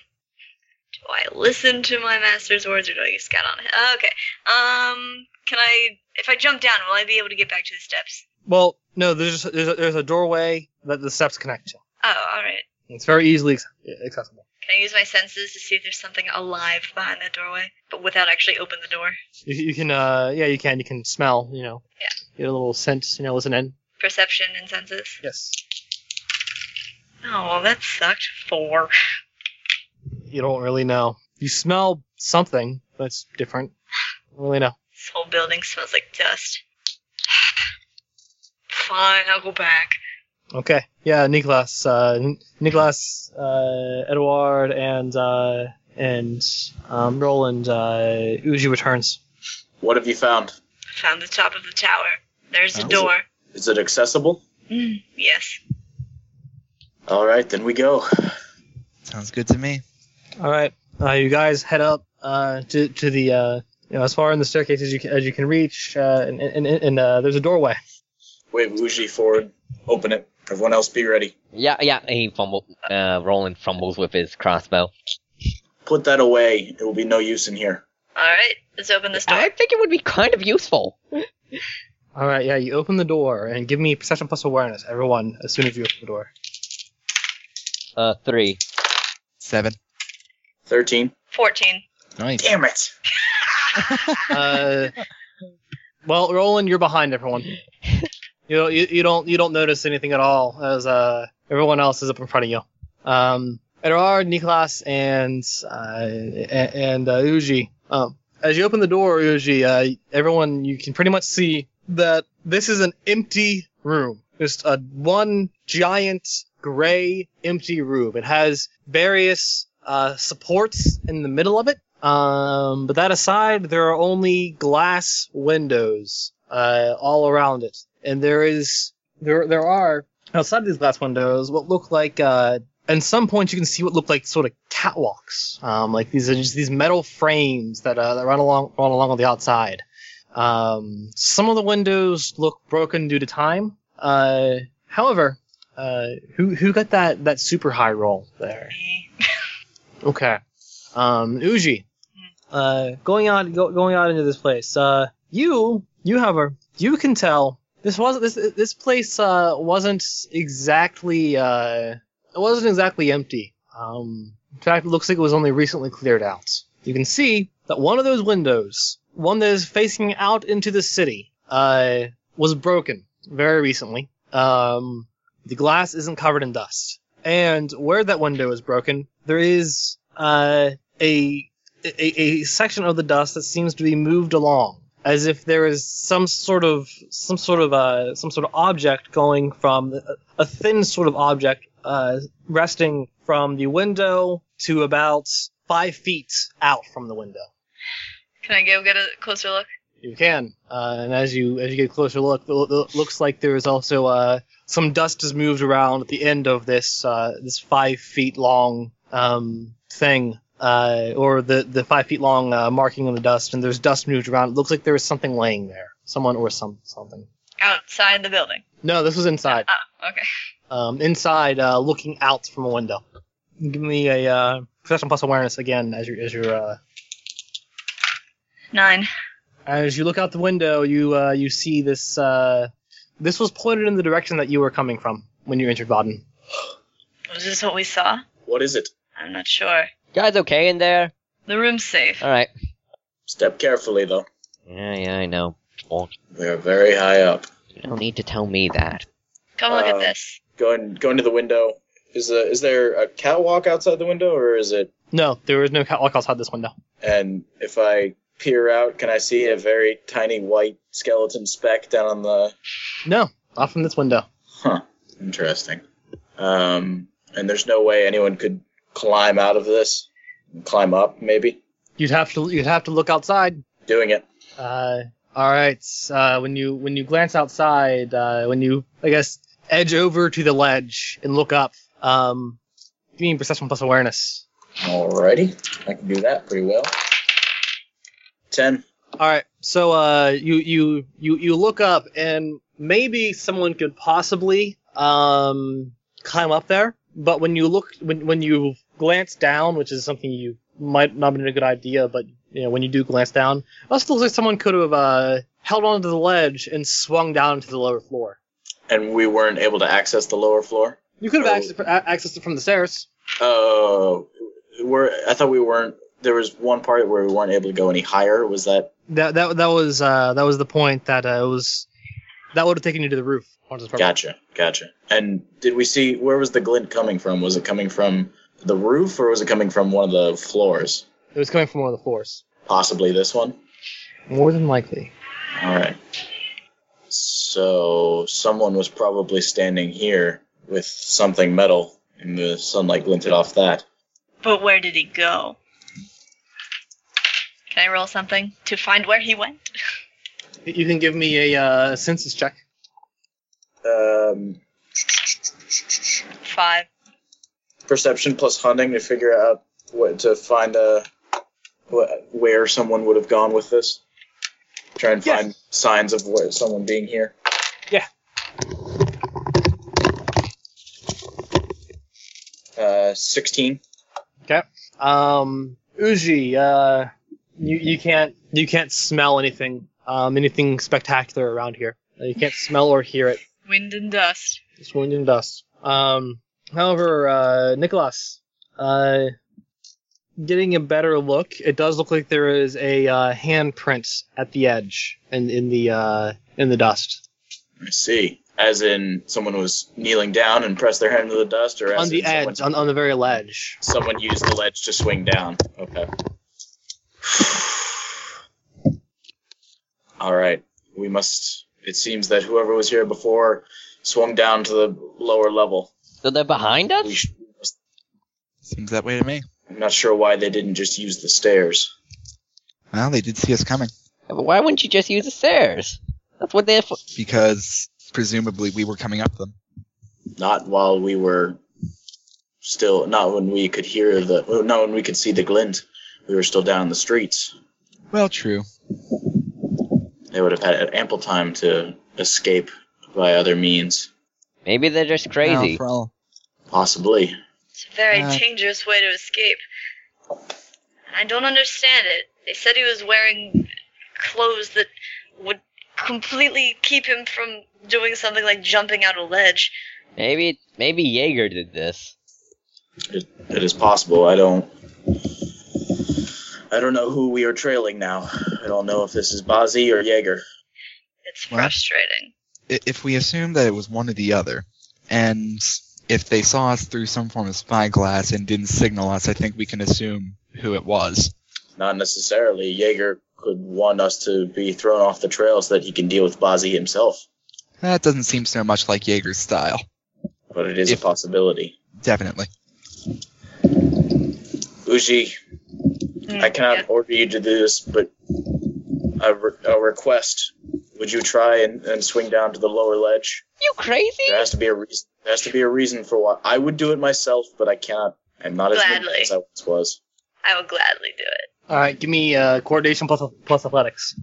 S5: Do I listen to my master's words or do I scout on it? Okay. Um. Can I? If I jump down, will I be able to get back to the steps?
S1: Well, no, there's there's a, there's a doorway that the steps connect to.
S5: Oh, all right.
S1: It's very easily acce- accessible.
S5: Can I use my senses to see if there's something alive behind that doorway, but without actually open the door?
S1: You, you can, uh, yeah, you can. You can smell, you know.
S5: Yeah.
S1: Get a little scent, you know, listen in.
S5: Perception and senses.
S1: Yes.
S5: Oh, well, that sucked. Four.
S1: You don't really know. You smell something that's different. Don't really know.
S5: This whole building smells like dust. [SIGHS] Fine, I'll go back.
S1: Okay. Yeah, Niklas, uh, N- Niklas, uh, Edward, and uh, and um, Roland, uh, Uji returns.
S3: What have you found?
S5: Found the top of the tower. There's
S3: Oh,
S5: a
S3: is it-
S5: door.
S3: Is it accessible?
S5: Mm, yes.
S3: All right, then we go.
S4: Sounds good to me.
S1: All right, uh, you guys head up uh, to to the uh, you know as far in the staircase as you can, as you can reach, uh, and and, and- and uh, there's a doorway.
S3: Wave Uji forward. Open it. Everyone else be ready.
S2: yeah yeah. He fumble. Uh, Roland fumbles with his crossbow.
S3: Put that away. It will be no use in here.
S5: All right, let's open this door.
S2: I think it would be kind of useful.
S1: All right, yeah, you open the door and give me perception plus awareness, everyone, as soon as you open the door.
S2: Uh, three.
S4: Seven.
S3: 13.
S7: 14.
S4: Nice.
S3: Damn it.
S1: Uh, [LAUGHS] well, Roland, you're behind everyone. You, don't- you you don't you don't notice anything at all as uh everyone else is up in front of you. Um, Erard, Niklas, and uh, a- and uh, Uji. Um, as you open the door, Uji, uh, everyone, you can pretty much see that this is an empty room. Just a one giant gray empty room. It has various uh, supports in the middle of it. Um, but that aside, there are only glass windows uh, all around it, and there is there there are outside these glass windows what look like uh, and some points you can see what look like sort of catwalks. Um, like these are just these metal frames that, uh, that run along run along on the outside. Um, some of the windows look broken due to time. Uh, however, uh, who who got that that super high roll there? Okay. Um, Uji, uh, going out go, going out into this place. Uh, you you have a you can tell this wasn't this this place uh wasn't exactly uh it wasn't exactly empty. Um, in fact, it looks like it was only recently cleared out. You can see that one of those windows, one that is facing out into the city, uh, was broken very recently. Um, the glass isn't covered in dust, and where that window is broken, there is uh, a, a a section of the dust that seems to be moved along, as if there is some sort of some sort of uh, some sort of object going from a, a thin sort of object uh, resting from the window to about five feet out from the window.
S5: Can I go get a closer look?
S1: You can, uh, and as you as you get a closer look, it lo- it looks like there is also uh, some dust is moved around at the end of this uh, this five feet long um, thing, uh, or the the five feet long uh, marking on the dust, and there's dust moved around. It looks like there is something laying there, someone or some something.
S7: Outside the building.
S1: No, this was inside.
S5: Oh,
S7: okay.
S1: Um, inside, uh, looking out from a window. Give me a uh, perception plus awareness again as you as you uh,
S7: Nine.
S1: As you look out the window, you uh, you see this. Uh, this was pointed in the direction that you were coming from when you entered Baden.
S7: Was this what we saw?
S3: What is it?
S7: I'm not sure.
S2: Guys, okay in there?
S7: The room's safe.
S2: All right.
S3: Step carefully, though.
S2: Yeah, yeah, I know.
S3: We are very high up.
S2: You don't need to tell me that.
S7: Come look at
S3: Uh,
S7: this.
S3: Going going to the window. Is a, is there a catwalk outside the window, or is it?
S1: No, there is no catwalk outside this window.
S3: And if I peer out, can I see a very tiny white skeleton speck down on the?
S1: No, not from this window.
S3: Huh. Interesting. Um. And there's no way anyone could climb out of this. Climb up, maybe.
S1: You'd have to you'd have to look outside.
S3: Doing it.
S1: Uh, all right. Uh, when you when you glance outside, uh, when you I guess edge over to the ledge and look up, um, give me perception plus awareness.
S3: Alrighty. I can do that pretty well. Ten.
S1: All right. So uh, you you you you look up, and maybe someone could possibly um climb up there. But when you look when when you glance down, which is something you might not have been a good idea, but you know when you do glance down, it also looks like someone could have uh, held onto the ledge and swung down to the lower floor.
S3: And we weren't able to access the lower floor.
S1: You could have
S3: Oh.
S1: accessed, a- accessed it from the stairs.
S3: Oh, we're. I thought we weren't. There was one part where we weren't able to go any higher. Was that?
S1: That that that was uh, that was the point that uh, it was that would have taken you to the roof. onto the property.
S3: Gotcha, gotcha. And did we see where was the glint coming from? Was it coming from the roof or was it coming from one of the floors?
S1: It was coming from one of the floors.
S3: Possibly this one.
S1: More than likely.
S3: All right. So someone was probably standing here with something metal, and the sunlight glinted off that.
S7: But where did he go? Can I roll something to find where he went?
S1: You can give me a uh, census check.
S3: Um,
S7: Five.
S3: perception plus hunting to figure out what to find uh wh- where someone would have gone with this. Try and
S1: Yeah.
S3: find signs of where someone being here.
S1: Yeah.
S3: Uh, sixteen.
S1: Um, Uji, uh, you you can't you can't smell anything um, anything spectacular around here. Uh, You can't smell or hear it.
S5: Wind and dust.
S1: It's wind and dust. Um, however, uh, Nicholas, uh, getting a better look, it does look like there is a uh, handprint at the edge and in the uh, in the dust.
S3: I see. as in someone was kneeling down and pressed their hand to the dust, or as
S1: on the
S3: in someone-
S1: edge, on, on the very ledge.
S3: someone used the ledge to swing down. Okay. [SIGHS] All right. We must. It seems that whoever was here before swung down to the lower level.
S2: So they're behind
S3: We
S2: us?
S3: sh-
S4: Seems that way to me.
S3: I'm not sure why they didn't just use the stairs.
S4: Well, they did see us coming
S2: But why wouldn't you just use the stairs? That's what they're for.
S4: because presumably we were coming up them.
S3: Not while we were still. Not when we could hear the. well, Not when we could see the glint. We were still down the streets.
S4: Well, true.
S3: They would have had ample time to escape by other means.
S2: Maybe they're just crazy.
S4: Now, for all-
S3: Possibly.
S7: It's a very
S4: Uh,
S7: dangerous way to escape. And I don't understand it. They said he was wearing clothes that would completely keep him from doing something like jumping out a ledge.
S2: Maybe maybe Jaeger did this.
S3: It, it is possible. I don't. I don't know who we are trailing now. I don't know if this is Bazi or Jaeger.
S7: It's
S4: Well-
S7: frustrating.
S4: i- if we assume that it was one or the other, and if they saw us through some form of spyglass and didn't signal us, I think we can assume who it was.
S3: Not necessarily. Jaeger could want us to be thrown off the trail so that he can deal with Bazi himself.
S4: That doesn't seem so much like Jaeger's style.
S3: But it is
S4: If-
S3: a possibility.
S4: Definitely.
S3: Uji,
S7: Mm,
S3: I cannot
S7: yeah.
S3: order you to do this, but a, re- a request. Would you try and, and swing down to the lower ledge?
S2: You crazy?
S3: There has to be a reason. There has to be a reason for why. I would do it myself, but I cannot. I'm not as good
S7: Gladly.
S3: as I once was.
S7: I will gladly do it.
S1: All right, give me uh, coordination plus plus athletics.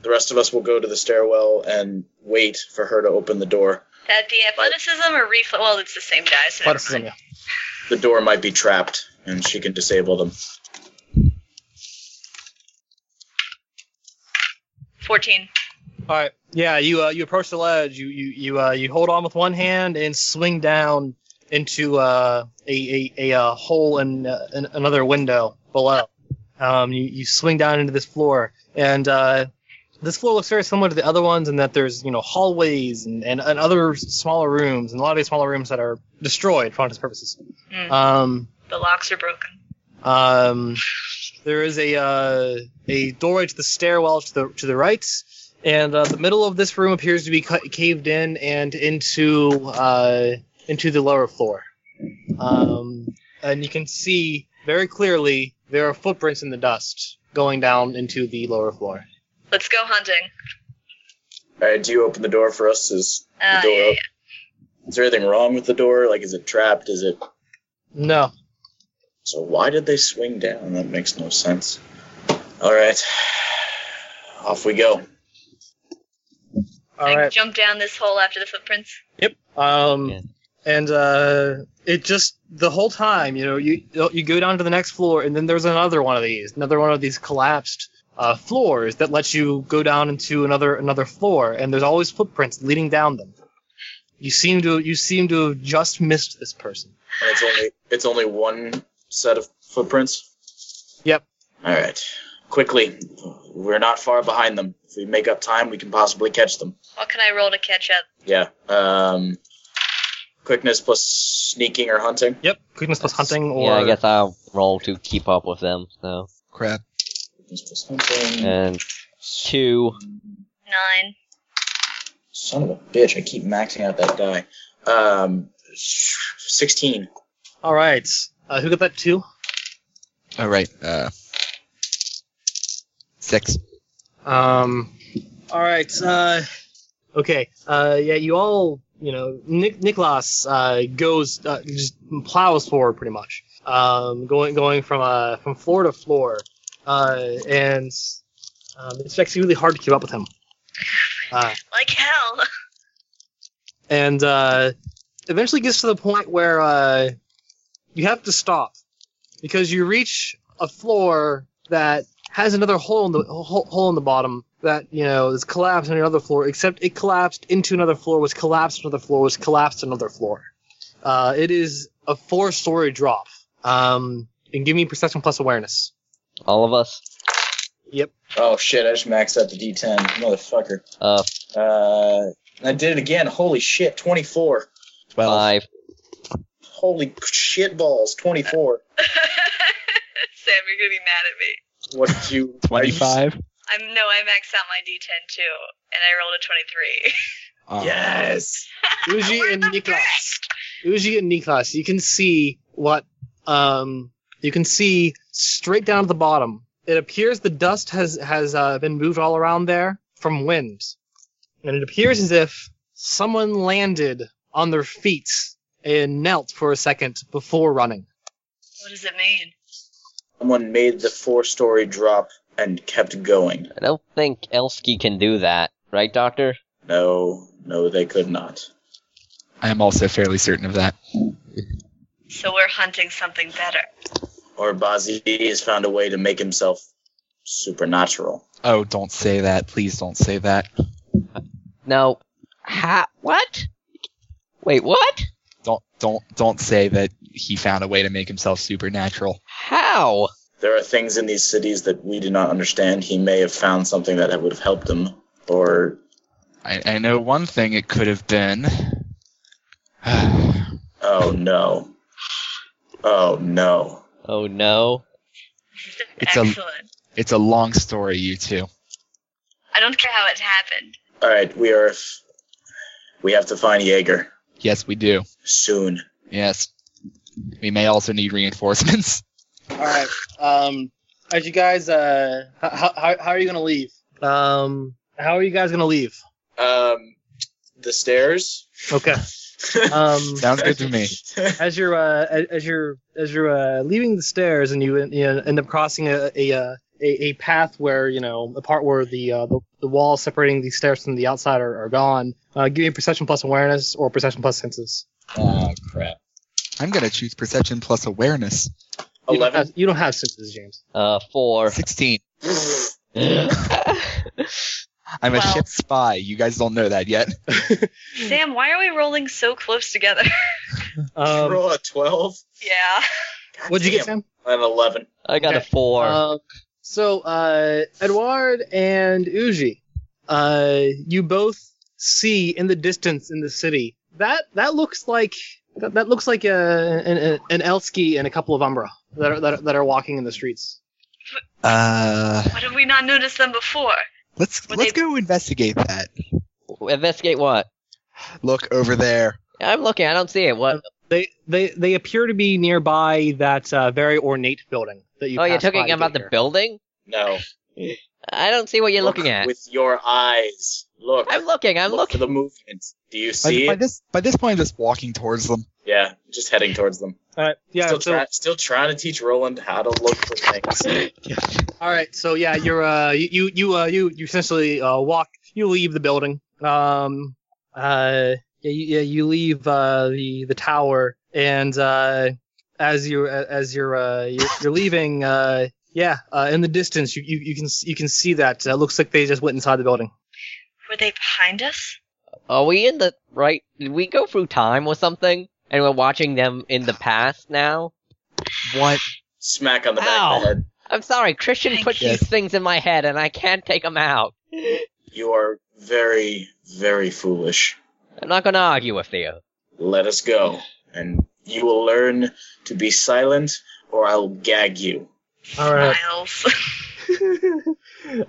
S3: The rest of us will go to the stairwell and wait for her to open the door.
S7: That'd be athleticism or reflex. Well, it's the same die. So never
S1: Athleticism,
S7: mind.
S1: yeah.
S3: The door might be trapped, and she can disable them.
S7: 14.
S1: All right, yeah. You uh, you approach the ledge. You you you uh, you hold on with one hand and swing down into uh, a a, a uh, hole in, uh, in another window below. Um, you you swing down into this floor, and uh, this floor looks very similar to the other ones in that there's you know hallways and, and, and other smaller rooms, and a lot of these smaller rooms that are destroyed for all intents and purposes.
S7: Mm.
S1: Um,
S7: The locks are broken.
S1: Um, there is a uh, a doorway to the stairwell to the to the right, and uh, the middle of this room appears to be cu- caved in and into uh, into the lower floor. Um, and you can see very clearly there are footprints in the dust going down into the lower floor.
S7: Let's go hunting.
S3: All right, do you open the door for us? Is
S7: Uh,
S3: the door
S7: yeah,
S3: op- Is there anything wrong with the door? Like, is it trapped? Is it?
S1: No,
S3: So why did they swing down? That makes no sense. All right, off we go.
S1: all
S7: I can
S1: right.
S7: jump down this hole after the footprints.
S1: Um,
S2: Yeah.
S1: and uh, it just the whole time, you know, you you go down to the next floor, and then there's another one of these, another one of these collapsed uh, floors that lets you go down into another another floor, and there's always footprints leading down them. You seem to you seem to have just missed this person.
S3: And it's only it's only one set of footprints.
S1: Yep.
S3: All right, quickly. We're not far behind them. If we make up time, we can possibly catch them.
S7: What can I roll to catch up?
S3: Yeah. Um, quickness plus sneaking or hunting.
S1: Yep, quickness plus hunting or
S2: Yeah, I guess I'll roll to keep up with them. So
S4: Crap.
S3: Quickness plus hunting.
S2: and two.
S7: Nine.
S3: Son of a bitch! I keep maxing out that die. Um, sixteen.
S1: all right. Uh, who got that two?
S4: All right. Uh, six.
S1: Um, all right. Uh, okay. Uh, yeah, you all, you know, Nick Niklas uh, goes uh, just plows forward pretty much, um, going going from uh, from floor to floor, uh, and um, it's actually really hard to keep up with him. Uh,
S7: Like hell.
S1: and uh, eventually gets to the point where uh, you have to stop because you reach a floor that has another hole in the hole, hole in the bottom that you know is collapsed on another floor. Except it collapsed into another floor, was collapsed another floor, was collapsed another floor. Uh, it is a four-story drop. Um, and give me perception plus awareness.
S2: All of us.
S1: Yep.
S3: Oh shit! I just maxed out the D10, motherfucker.
S2: Uh,
S3: Uh, And I did it again. Holy shit, 24.
S4: Twelve.
S2: Five.
S3: Holy shit balls, 24.
S5: [LAUGHS] Sam, you're gonna be mad at me.
S3: What did you. are you-
S4: Twenty-five.
S5: I'm no, I maxed out my D10 too, and I rolled a 23.
S4: Uh,
S3: Yes!
S5: We're
S1: Uji and
S5: the
S1: Niklas. Uji and Niklas, you can see what um you can see straight down to the bottom. It appears the dust has has uh, been moved all around there from wind. And it appears as if someone landed on their feet and knelt for a second before running.
S5: [LAUGHS] What does it mean?
S3: Someone made the four story drop and kept going.
S2: I don't think Elski can do that, right, Doctor?
S3: No, no, they could not.
S4: I am also fairly certain of that.
S5: So we're hunting something better.
S3: Or Bazi has found a way to make himself supernatural.
S4: Oh, don't say that. Please don't say that.
S2: No. Ha. What? Wait, what?
S4: Don't don't don't say that he found a way to make himself supernatural.
S2: How?
S3: There are things in these cities that we do not understand. He may have found something that would have helped him, or
S4: I, I know one thing it could have been. [SIGHS]
S3: oh no, oh no.
S2: Oh no.
S5: This is
S4: It's a-
S1: um,
S5: Excellent.
S4: it's a long story, you two.
S5: I I don't care how it happened.
S3: All right, we are. We have to find Jaeger
S4: Yes, we do.
S3: soon.
S4: Yes. We may also need reinforcements. [LAUGHS]
S6: All right. Um, as you guys, uh, how, how, how are you gonna leave?
S1: Um how are you guys gonna leave?
S3: Um,
S1: [LAUGHS]
S3: the stairs.
S1: Okay. Um
S4: Sounds good to
S8: [LAUGHS]
S4: me.
S1: as you're uh, a- as you're as you're uh, leaving the stairs and you, you know, end up crossing a a, uh, a a path where you know a part where the uh, the, the wall separating the stairs from the outside are, are gone. Uh, give me a perception plus awareness or perception plus senses.
S6: Oh crap.
S4: I'm gonna choose perception plus awareness.
S1: You don't,
S3: Eleven.
S1: have, you don't have senses, James.
S2: Uh, four.
S4: Sixteen.
S2: I
S4: I'm a
S5: Wow.
S4: ship spy. You guys don't know that yet.
S5: Sam, why are we rolling so close together? [LAUGHS]
S1: Um,
S3: Roll a twelve.
S5: yeah.
S3: God
S1: what'd you get,
S3: damn.
S1: Sam?
S3: An eleven.
S2: got a four.
S1: Um, so, uh, Edward and Uji, uh, you both see in the distance in the city that that looks like that, that looks like a, an, an- an Elski and a couple of Umbra that are, that are that are walking in the streets.
S4: Uh,
S5: Why did we not notice them before?
S4: let's
S5: Well,
S4: let's
S5: they-
S4: go investigate that.
S2: Investigate what?
S4: Look over there.
S2: I'm looking. I don't see it. What?
S1: They they they appear to be nearby that uh, very ornate building that you.
S2: oh, you're
S1: passed by
S2: talking
S1: to
S2: about
S1: get
S2: the
S1: here.
S2: building?
S3: No.
S2: I don't see what you're
S3: Look
S2: looking at.
S3: with your eyes. Look.
S2: I'm looking. I'm
S3: look
S2: looking.
S3: for the movement. Do you
S4: By,
S3: see
S4: by
S3: it?
S4: this by this point, I'm just walking towards them.
S3: Yeah, just heading towards them.
S1: All right. Uh, Yeah.
S3: still,
S1: so-
S3: try- still trying to teach Roland how to look for things.
S1: All right, so yeah, you're uh, you you uh, you you essentially uh, walk, you leave the building. Um, uh, yeah, you, yeah, you leave uh, the the tower, and uh, as you as you're uh, you're, you're leaving, uh, yeah, uh, in the distance, you, you, you can you can see that. Uh, looks like they just went inside the building.
S5: Were they behind us?
S2: Are we in the right? Did we go through time or something? And we're watching them in the past now.
S4: What?
S3: Smack on the back
S2: Ow.
S3: of the head.
S2: I'm sorry, Christian
S5: Thank
S2: put
S4: you.
S2: these things in my head, and I can't take them out.
S3: You are very, very foolish.
S2: I'm not gonna argue with you.
S3: Let us go, and you will learn to be silent, or I will gag you.
S1: All
S5: [LAUGHS]
S1: right,
S5: Miles.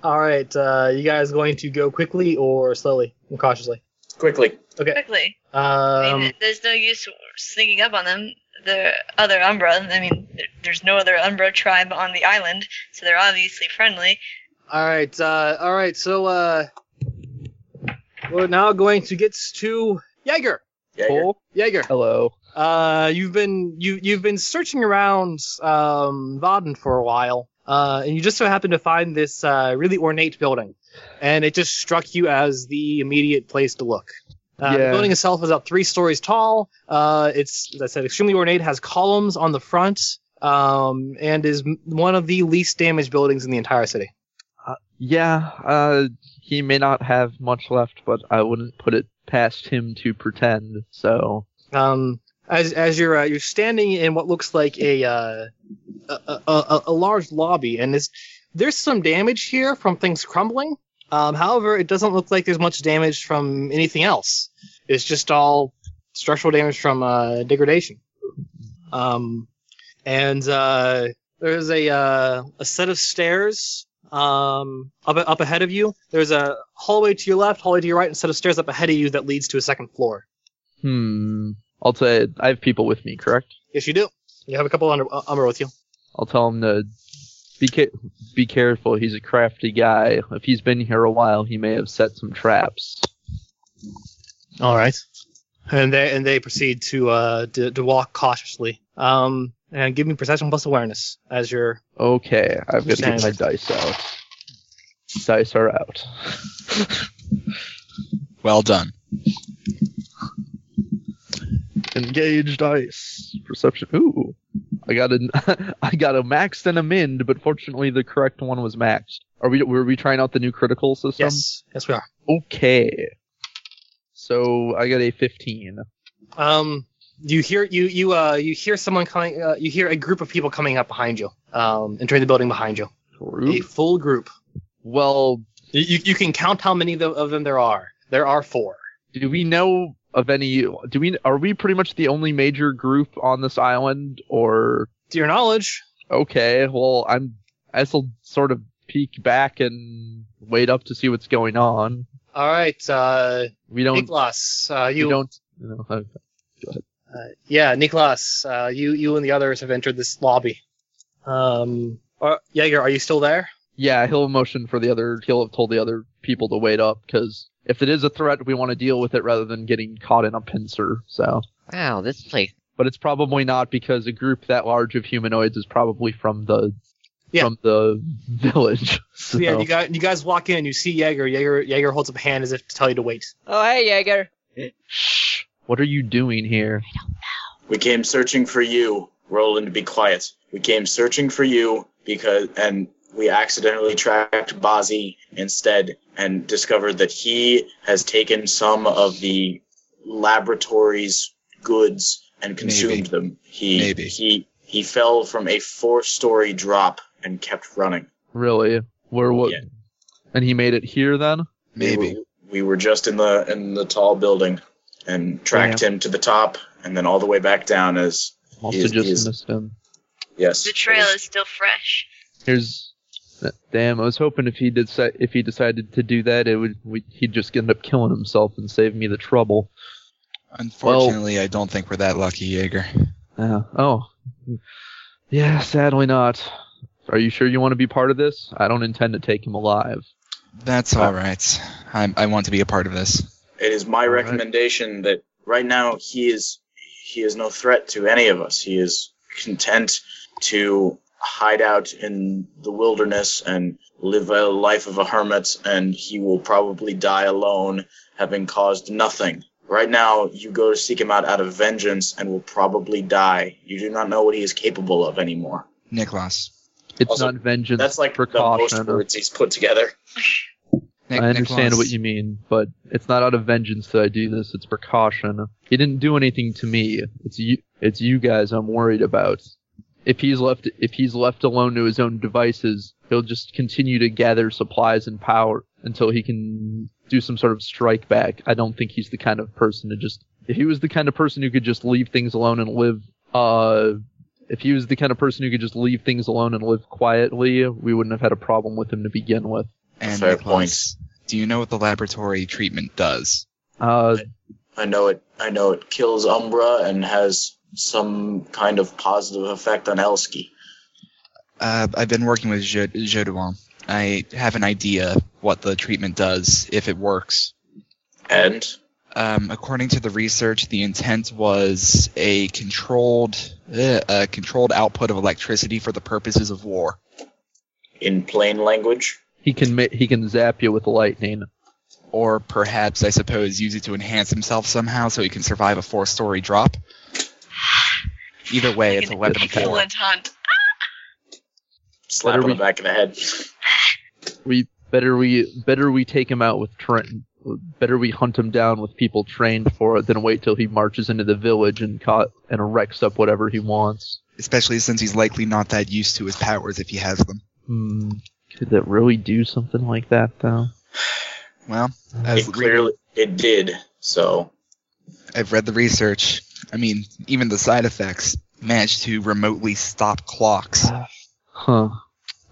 S1: all right, uh, you guys going to go quickly or slowly and cautiously?
S3: Quickly.
S1: Okay.
S5: Quickly. I mean,
S1: Um,
S5: there's no use sneaking up on them. The other Umbra, I mean, there- there's no other Umbra tribe on the island, so they're obviously friendly.
S1: All right, uh, all right. So uh, we're now going to get to Jaeger.
S3: Yeah, you're-
S1: Cole Jaeger.
S2: Hello.
S1: Uh, you've been you you've been searching around um Vaden for a while, uh, and you just so happened to find this uh, really ornate building, and it just struck you as the immediate place to look. Uh, The
S4: Yeah.
S1: building itself is up three stories tall. Uh, it's as I said, extremely ornate. Has columns on the front, um, and is m- one of the least damaged buildings in the entire city.
S8: Yeah, uh, he may not have much left, but I wouldn't put it past him to pretend. So
S1: um, as as you're uh, you're standing in what looks like a, uh, a, a a a large lobby, and is there's some damage here from things crumbling, Um, however, it doesn't look like there's much damage from anything else. It's just all structural damage from uh, degradation. Um, and uh, there's a uh, a set of stairs um, up up ahead of you. There's a hallway to your left, hallway to your right, and a set of stairs up ahead of you that leads to a second floor.
S8: Hmm. I'll say I have people with me, correct?
S1: Yes, you do. You have a couple under, uh, umber with you.
S8: I'll tell him to be ca- be careful. He's a crafty guy. If he's been here a while, he may have set some traps.
S1: All right. And they and they proceed to uh to, to walk cautiously. Um, and give me perception plus awareness as your
S8: Okay, I've got to get
S1: Sanity.
S8: my dice out. Dice are out. [LAUGHS]
S4: Well done.
S8: Engage dice. Perception. Ooh, I got a [LAUGHS] I got a maxed and a mind, but fortunately the correct one was maxed. Are we were we trying out the new critical system?
S1: yes. Yes, we are.
S8: Okay. So I got a 15.
S1: Um, you hear you you uh you hear someone coming. Uh, you hear a group of people coming up behind you. Um, entering the building behind you. A
S8: Group.
S1: full group.
S8: Well,
S1: You you, you can count how many tho- of them there are. There are four.
S8: do we know of any? Do we? Are we pretty much the only major group on this island, or?
S1: To your knowledge,
S8: Okay, well, I'm. I will sort of peek back and wait up to see what's going on.
S1: all right. Uh,
S8: We don't.
S1: Niklas, uh,
S8: You
S1: you
S8: don't. You know, uh,
S1: Uh, yeah, Niklas, uh, you you and the others have entered this lobby. Um, are, Jaeger, are you still there?
S8: yeah, he'll motion for the other. He'll have told the other people to wait up because if it is a threat, we want to deal with it rather than getting caught in a pincer. So,
S2: Wow, this place.
S8: but it's probably not because a group that large of humanoids is probably from the
S1: Yeah.
S8: from the
S1: [LAUGHS]
S8: village. [LAUGHS] So,
S1: Yeah, you guys, you guys walk in, you see Jaeger. Jaeger, Jaeger holds up a hand as if to tell you to wait.
S2: Oh, hey, Jaeger.
S8: what are you doing here?
S3: We came searching for you, Roland. Be quiet. We came searching for you because, and we accidentally tracked Bazi instead, and discovered that he has taken some of the laboratory's goods and consumed
S4: Maybe.
S3: them. He
S4: Maybe.
S3: he he fell from a four-story drop and kept running.
S8: Really? Where what?
S3: Yeah.
S8: And he made it here then.
S4: Maybe.
S3: We were, we were just in the in the tall building, and tracked him to the top, and then all the way back down. As
S8: Must
S3: He's-
S8: have just
S3: he's-
S8: missed him.
S3: yes,
S7: The trail is still fresh.
S8: Here's damn. I was hoping if he did se- if he decided to do that, it would we, he'd just end up killing himself and save me the trouble.
S4: Unfortunately, I don't think we're that lucky, Jaeger.
S8: Uh, oh, yeah. Sadly not. Are you sure you want to be part of this? I don't intend to take him alive.
S4: That's all right. I'm, I want to be a part of this.
S3: It is my
S8: All right.
S3: recommendation that right now he is he is no threat to any of us. He is content to hide out in the wilderness and live a life of a hermit and he will probably die alone having caused nothing. Right now you go to seek him out out of vengeance and will probably die. You do not know what he is capable of anymore.
S4: Nicholas.
S8: It's
S3: Also,
S8: not vengeance.
S3: That's like the
S8: precaution.
S3: most words he's put together.
S4: Nic-
S8: I understand
S4: Nicholas.
S8: what you mean, but it's not out of vengeance that I do this. It's precaution. He didn't do anything to me. It's you. It's you guys I'm worried about. If he's left, if he's left alone to his own devices, he'll just continue to gather supplies and power until he can do some sort of strike back. I don't think he's the kind of person to just. If he was the kind of person who could just leave things alone and live, uh, if he was the kind of person who could just leave things alone and live quietly, we wouldn't have had a problem with him to begin with.
S4: And
S3: Fair
S4: Nicholas, do you know what the laboratory treatment does?
S8: Uh,
S3: I know it. I know it kills Umbra and has some kind of positive effect on Elski.
S4: Uh, I've been working with Jo- Joduan. I have an idea what the treatment does if it works.
S3: And
S4: um, according to the research, the intent was a controlled uh, a controlled output of electricity for the purposes of war.
S3: in plain language,
S8: He can ma- he can zap you with lightning.
S4: Or perhaps, I suppose, use it to enhance himself somehow so he can survive a four-story drop. Either way, it's a weapon of war.
S5: Excellent hunt.
S3: slap
S8: Better
S3: on the
S8: be-
S3: back of the head.
S8: We better we better we take him out with train. Better we hunt him down with people trained for it than wait till he marches into the village and caught and wrecks up whatever he wants.
S4: Especially since he's likely not that used to his powers if he has them.
S8: Hmm. Could that really do something like that though?
S4: Well, as
S3: It clearly it did. So
S4: I've read the research. I mean, even the side effects managed to remotely stop clocks.
S8: Huh.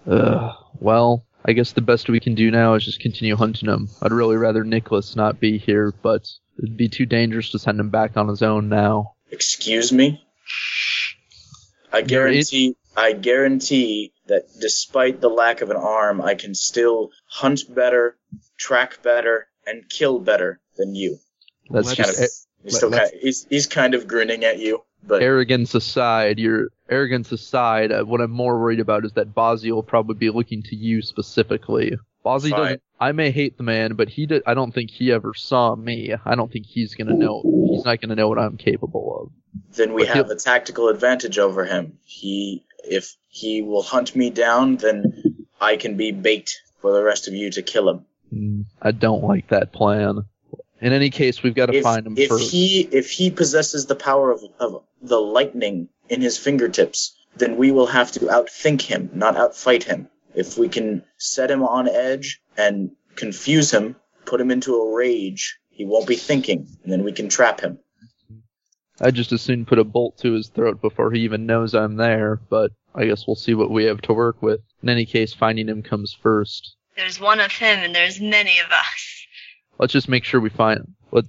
S8: Ugh. Well, I guess the best we can do now is just continue hunting him. I'd really rather Nicholas not be here, but it'd be too dangerous to send him back on his own now.
S3: excuse me. I guarantee. I guarantee that despite the lack of an arm, I can still hunt better, track better, and kill better than you.
S8: That's
S4: e, Let
S8: just
S3: us-
S8: a-
S3: He's still
S4: Let's-
S3: kind he's, he's kind of grinning at you, but
S8: arrogance aside, your arrogance aside, uh, what I'm more worried about is that Bozzy will probably be looking to you specifically. Bozzy
S3: Fine.
S8: doesn't. I may hate the man, but he. Did, I don't think he ever saw me. I don't think he's gonna know. He's not gonna know what I'm capable
S3: then we
S8: But
S3: have a tactical advantage over him. He if he will hunt me down, then I can be bait for the rest of you to kill him.
S8: of. Mm, I don't like that plan. In any case, we've got to
S3: If,
S8: find him
S3: if
S8: first.
S3: he if he possesses the power of, of the lightning in his fingertips, then we will have to outthink him, not outfight him. If we can set him on edge and confuse him, put him into a rage, he won't be thinking, and then we can trap him.
S8: I just as soon put a bolt to his throat before he even knows I'm there. But I guess we'll see what we have to work with. In any case, finding him comes first.
S7: There's one of him and there's many of us.
S8: let's just make sure we find let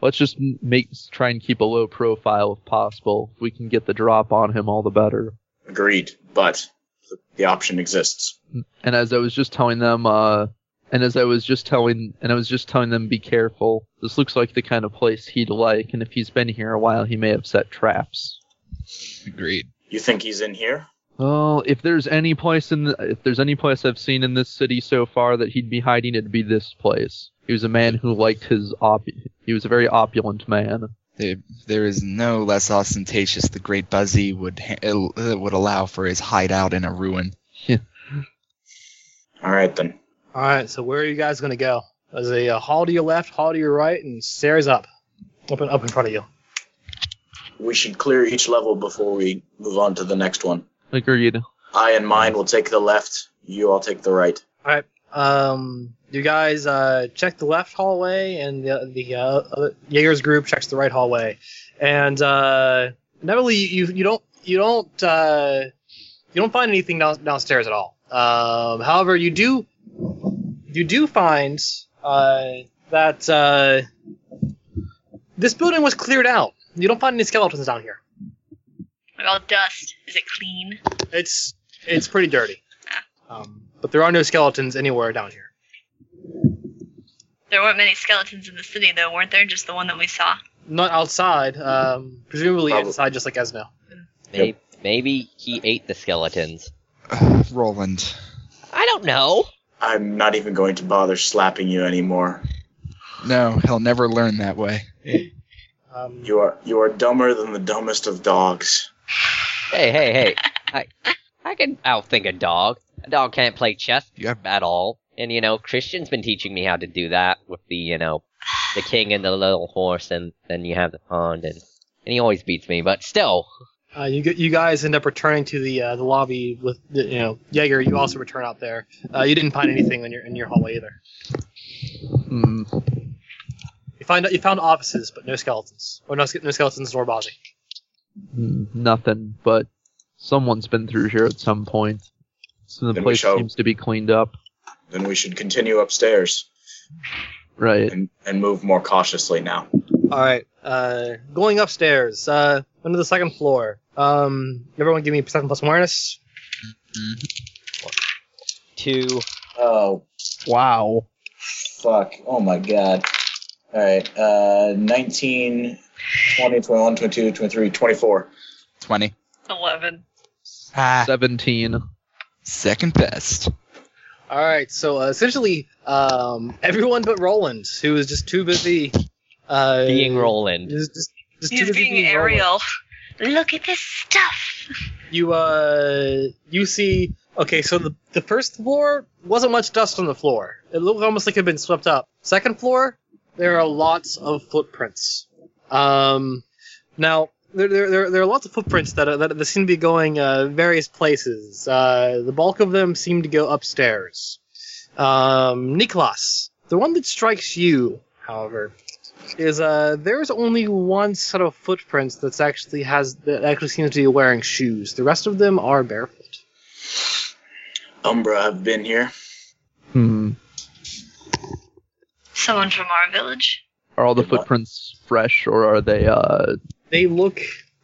S8: let's just m- make try and keep a low profile if possible. If we can get the drop on him, all the better.
S3: Agreed, but the option exists.
S8: And as I was just telling them, uh, and as I was just telling, and I was just telling them, be careful. This looks like the kind of place he'd like, and if he's been here a while, he may have set traps.
S4: Agreed.
S3: You think he's in here?
S8: Well, if there's any place in the, if there's any place I've seen in this city so far that he'd be hiding, it'd be this place. He was a man who liked his op. He was a very opulent man.
S4: There, there is no less ostentatious the great Buzzy would ha- uh, would allow for his hideout in a ruin. [SIGHS]
S3: All right then.
S1: All right, so where are you guys gonna go? There's a uh, hall to your left, hall to your right, and stairs up, up and up in front of you.
S3: We should clear each level before we move on to the next one.
S8: Agreed.
S3: I and mine will take the left. You all take the right.
S1: Um, you guys uh, check the left hallway, and the the uh, other- Jaeger's group checks the right hallway. And uh, inevitably, you you don't you don't uh, you don't find anything down, downstairs at all. Um, however, you do you do find uh, that uh, this building was cleared out. You don't find any skeletons down here.
S7: What about dust? Is it clean?
S1: It's it's pretty dirty. Um, but there are no skeletons anywhere down here.
S7: There weren't many skeletons in the city, though, weren't there? Just the one that we saw.
S1: Not outside, um, presumably
S3: Probably.
S1: inside, just like Esno.
S2: Maybe, maybe he ate the skeletons.
S4: Ugh, Roland,
S2: I don't know.
S3: I'm not even going to bother slapping you anymore.
S4: no, he'll never learn that way.
S1: Um,
S3: You are you are dumber than the dumbest of dogs.
S2: Hey, hey, hey. I, I can outthink a dog. A dog can't play chess
S4: You have
S2: at all. And, you know, Christian's been teaching me how to do that with the, you know, the king and the little horse, and then you have the pond, and, and he always beats me, but still.
S1: uh, you gu- you guys end up returning to the uh, the lobby with the, you know Jaeger. You also return out there. Uh, you didn't find anything in your in your hallway either.
S8: Hmm.
S1: You find you found offices, but no skeletons, or no, ske- no skeletons nor Bozzy.
S8: Mm, nothing, but someone's been through here at some point. So the
S3: Then we
S8: place
S3: shall-
S8: seems to be cleaned up.
S3: Then we should continue upstairs
S8: Right.
S3: and, and move more cautiously now.
S1: All right, uh, going upstairs uh, under the second floor. Um, everyone, give me perception plus awareness.
S2: Two.
S3: Oh
S8: Wow.
S3: fuck. Oh my god. Alright, uh 19, 20, 21, 22, 23, 24.
S4: Twenty.
S5: Eleven.
S4: Ah,
S8: Seventeen.
S4: second best.
S1: All right, so uh, essentially, um, everyone but Roland, who is just too busy uh,
S2: Being Roland.
S1: Just, just, just too
S5: He's
S1: busy
S5: being
S1: Roland.
S5: aerial.
S7: Look at this stuff.
S1: you uh you see okay so the, the first floor wasn't much dust on the floor it looked almost like it had been swept up second floor there are lots of footprints um now there there, there, there are lots of footprints that, are, that that seem to be going uh, various places uh, the bulk of them seem to go upstairs um Niklas The one that strikes you, however, is uh there's only one set of footprints that's actually has that actually seems to be wearing shoes. The rest of them are barefoot.
S3: Umbra have been here.
S8: Hmm.
S7: Someone from our village.
S8: Are all the footprints fresh or are they uh
S1: They look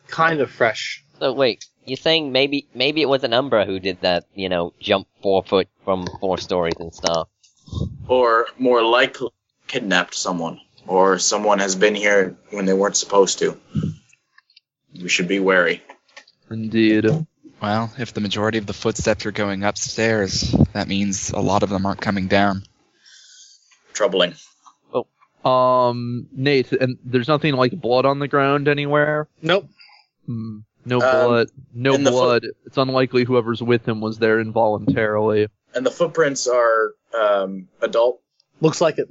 S1: kind of fresh.
S2: So wait, you're saying maybe maybe it was an Umbra who did that? You know, jump four foot from four stories and stuff.
S3: Or more likely kidnapped someone. Or someone has been here when they weren't supposed to. We should be wary.
S8: indeed
S4: Well, if the majority of the footsteps are going upstairs, that means a lot of them aren't coming down.
S3: Troubling.
S8: um Nate and there's nothing like blood on the ground anywhere?
S1: Nope.
S8: Hmm. No
S3: Um,
S8: blood. No
S3: in the fo-
S8: blood. it's unlikely whoever's with him was there involuntarily.
S3: And the footprints are um, adult.
S1: Looks like it.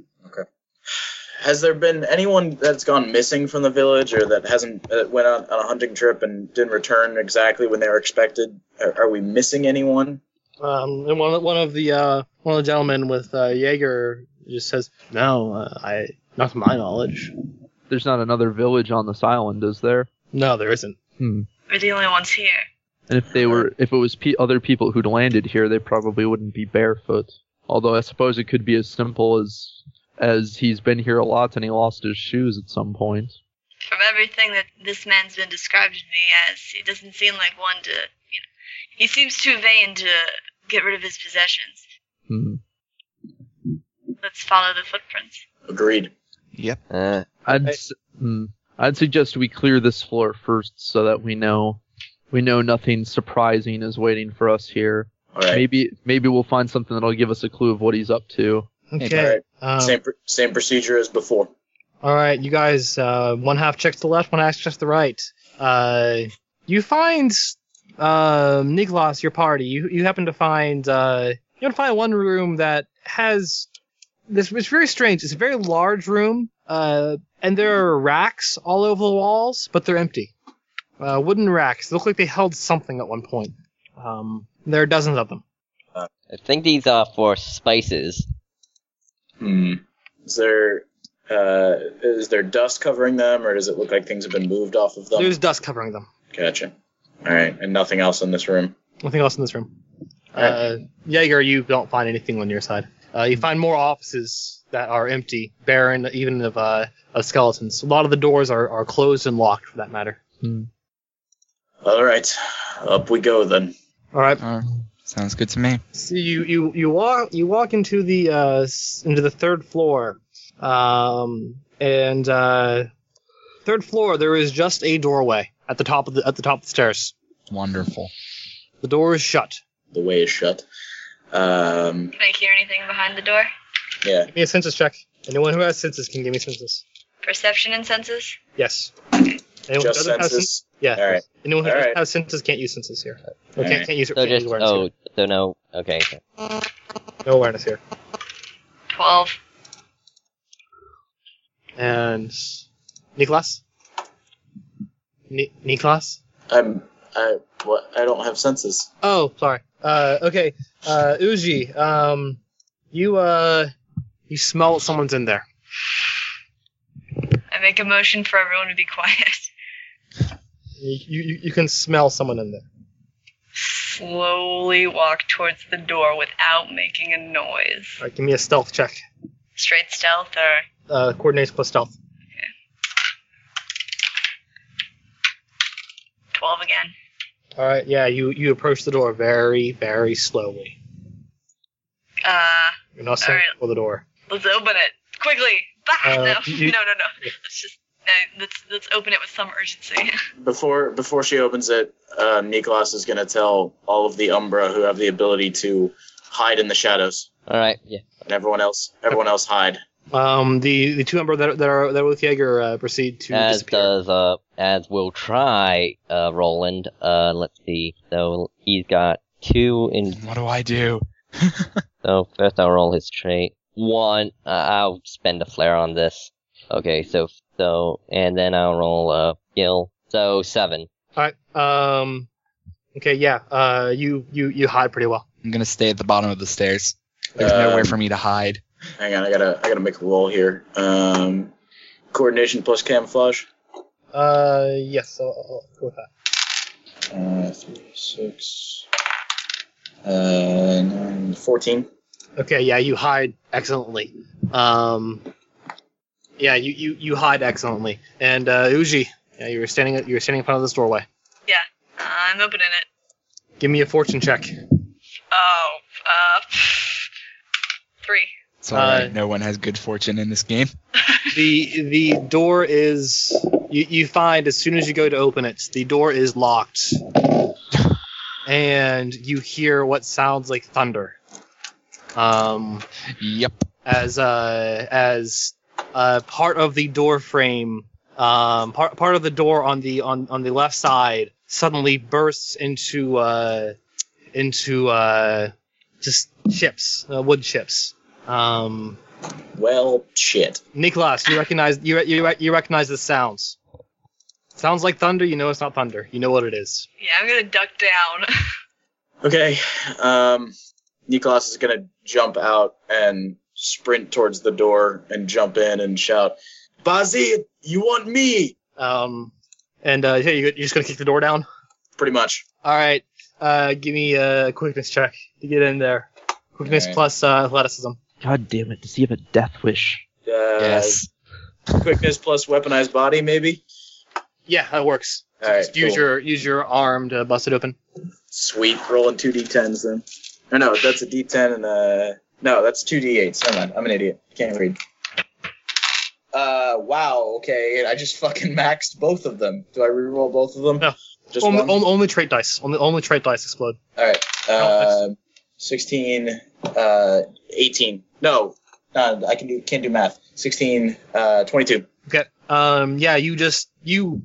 S3: Has there been anyone that's gone missing from the village or that hasn't uh, went on, on a hunting trip and didn't return exactly when they were expected? Are, are we missing anyone?
S1: Um, and one, one of the uh, one of the gentlemen with uh, Jaeger just says, "No, uh, I not to my knowledge.
S8: There's not another village on this island, is there?
S1: No, there isn't.
S8: Hmm.
S5: We're the only ones here.
S8: And if they were, if it was pe- other people who'd landed here, they probably wouldn't be barefoot. Although I suppose it could be as simple as as he's been here a lot and he lost his shoes at some point.
S7: From everything that this man's been described to me as, he doesn't seem like one to. You know, he seems too vain to get rid of his possessions.
S8: Hmm.
S7: Let's follow the footprints.
S3: Agreed.
S4: Yep.
S2: Uh,
S8: I'd
S1: I-
S8: s- hmm. I'd suggest we clear this floor first so that we know we know nothing surprising is waiting for us here.
S3: All right.
S8: Maybe maybe we'll find something that'll give us a clue of what he's up to.
S1: Okay. um,
S3: Same pr- same procedure as before.
S1: All right, you guys. Uh, one half checks to the left, one half checks to the right. Uh, you find um, Niklas, your party. You you happen to find uh, you happen to find one room that has this. It's very strange. It's a very large room, uh, and there are racks all over the walls, but they're empty. Uh, wooden racks. They look like they held something at one point. Um, there are dozens of them.
S2: I think these are for spices.
S3: Hmm. Is there uh, is there dust covering them, or does it look like things have been moved off of them?
S1: There's dust covering them.
S3: Gotcha. All right, and nothing else in this room.
S1: Nothing else in this room.
S3: All right.
S1: Uh, Jaeger, you don't find anything on your side. Uh, you find more offices that are empty, barren, even of, uh, of skeletons. A lot of the doors are, are closed and locked, for that matter.
S3: All right, up we go then.
S1: All right.
S4: Uh, sounds good to me.
S1: So you, you, you walk you walk into the uh, s- into the third floor, um, and uh, third floor there is just a doorway at the top of the at the top of the stairs.
S4: Wonderful.
S1: The door is shut.
S3: The way is shut. Um,
S7: Can I hear anything behind the door?
S3: yeah,
S1: Give me a census check. Anyone who has census can give me census.
S7: Perception and senses?
S1: Yes. Anyone who
S3: just
S1: doesn't have cens-
S3: census.
S1: Yeah.
S3: All right.
S1: Anyone who
S3: All
S1: doesn't
S3: right.
S1: have senses can't use senses here.
S3: All
S1: Or can't,
S3: right.
S1: can't use
S2: So
S1: can't use
S2: just
S1: awareness
S2: oh,
S1: here.
S2: so no. Okay.
S1: No awareness here.
S7: 12.
S1: And Niklas? Ni- Niklas?
S3: I'm I what I don't have senses.
S1: Oh, sorry. Uh, okay. Uh, Uji, um, you uh, you smell someone's in there.
S7: I make a motion for everyone to be [LAUGHS] quiet.
S1: You, you you can smell someone in there.
S5: Slowly walk towards the door without making a noise.
S1: All right, give me a stealth check.
S7: Straight stealth or
S1: Uh, coordinates plus stealth.
S7: 12 again.
S1: All right. Yeah. You you approach the door very very slowly.
S5: Uh,
S1: You're not standing
S5: All right.
S1: before the door.
S5: let's open it quickly. Bah!
S1: Uh,
S5: no,
S7: [LAUGHS]
S1: you-
S5: no, no, no. Let's just no, let's let's open it with some urgency.
S3: Before before she opens it, uh, Niklas is gonna tell all of the Umbra who have the ability to hide in the shadows,
S2: All right. Yeah.
S3: and everyone else everyone else hide.
S1: Um, the the two number that are- that are that are with Jaeger uh, proceed to
S2: as
S1: disappear.
S2: does uh as will try uh Roland. Uh let's see. So he's got two in
S4: What do I do?
S2: so first I'll roll his trait. One uh, I'll spend a flare on this. Okay, so so and then I'll roll uh skill. So seven.
S1: All right. Um. Okay. Yeah. Uh. You you you hide pretty well.
S4: I'm gonna stay at the bottom of the stairs. There's nowhere
S3: Um,
S4: for me to hide.
S3: Hang on, I gotta I gotta make a roll here. Um, coordination plus camouflage.
S1: Uh, yes, I'll, I'll go with that.
S3: Uh, three, six, uh, nine, 14.
S1: Okay, yeah, you hide excellently. Um, yeah, you, you, you hide excellently. And uh, Uji, yeah, you were standing you were standing in front of this doorway.
S5: Uh, I'm opening it.
S1: Give me a fortune check.
S5: Oh, uh, three.
S4: It's alright.
S1: Uh,
S4: no one has good fortune in this game.
S1: The the door is you, you find as soon as you go to open it, the door is locked, and you hear what sounds like thunder. Um,
S4: Yep.
S1: as uh as uh part of the door frame um part part of the door on the on on the left side suddenly bursts into uh into uh just chips uh, wood chips um
S3: Well, shit.
S1: Nicholas you recognize you re- you, re- you recognize the sounds sounds like thunder you know it's not thunder you know what it is
S5: Yeah, I'm gonna duck down. [LAUGHS]
S3: Okay. Um, Niklas is gonna jump out and sprint towards the door and jump in and shout, "Bazit, you want me?"
S1: um and uh hey you, you're just gonna kick the door down
S3: Pretty much.
S1: all right uh give me a quickness check to get in there quickness
S3: All right.
S1: plus uh, athleticism
S8: God damn it! Does he have a death wish?
S3: Uh,
S1: [LAUGHS]
S4: yes.
S3: Quickness plus weaponized body, maybe.
S1: Yeah, that works. So
S3: All right,
S1: just use
S3: cool.
S1: your use your arm to bust it open.
S3: Sweet. Rolling two d10s then. Or no, that's a d10 and uh no, that's two d8s. Never mind. I'm an idiot. Can't read. Uh, wow. Okay, I just fucking maxed both of them. Do I reroll both of them?
S1: No.
S3: Just
S1: Only,
S3: one.
S1: on- only trait dice. Only only trait dice explode.
S3: All right.
S1: No,
S3: Uh, 16, uh, 18. No, no, I can do can't do math. 16, uh, 22.
S1: Okay. Um. Yeah. You just you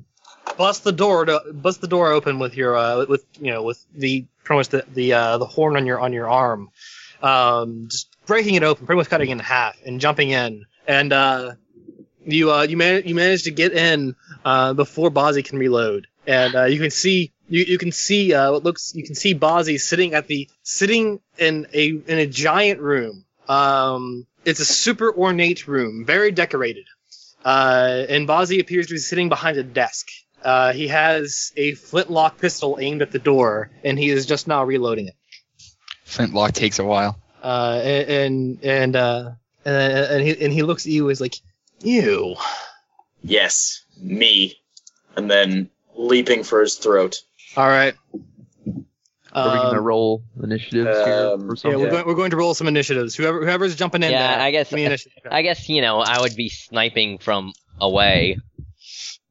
S1: bust the door to bust the door open with your uh with you know with the pretty much the the uh, the horn on your on your arm, um just breaking it open, pretty much cutting it in half and jumping in and uh you uh you man you manage to get in uh before Bozzy can reload and uh, you can see. You, you can see uh, what looks you can see Bozzy sitting at the sitting in a in a giant room. Um, it's a super ornate room, very decorated. Uh, and Bozzy appears to be sitting behind a desk. Uh, he has a flintlock pistol aimed at the door, and he is just now reloading it.
S4: Flintlock takes a while.
S1: Uh, and and and, uh, and and he and he looks at you as like, "You."
S3: Yes, me. And then leaping for his throat.
S1: All right.
S8: Are we
S1: Um,
S8: gonna roll initiatives
S3: um,
S8: here or
S1: yeah,
S8: something?
S1: we're going, we're going to roll some initiatives. Whoever whoever's jumping in,
S2: Yeah,
S1: there,
S2: I guess-
S1: give me initiative.
S2: I guess you know I would be sniping from away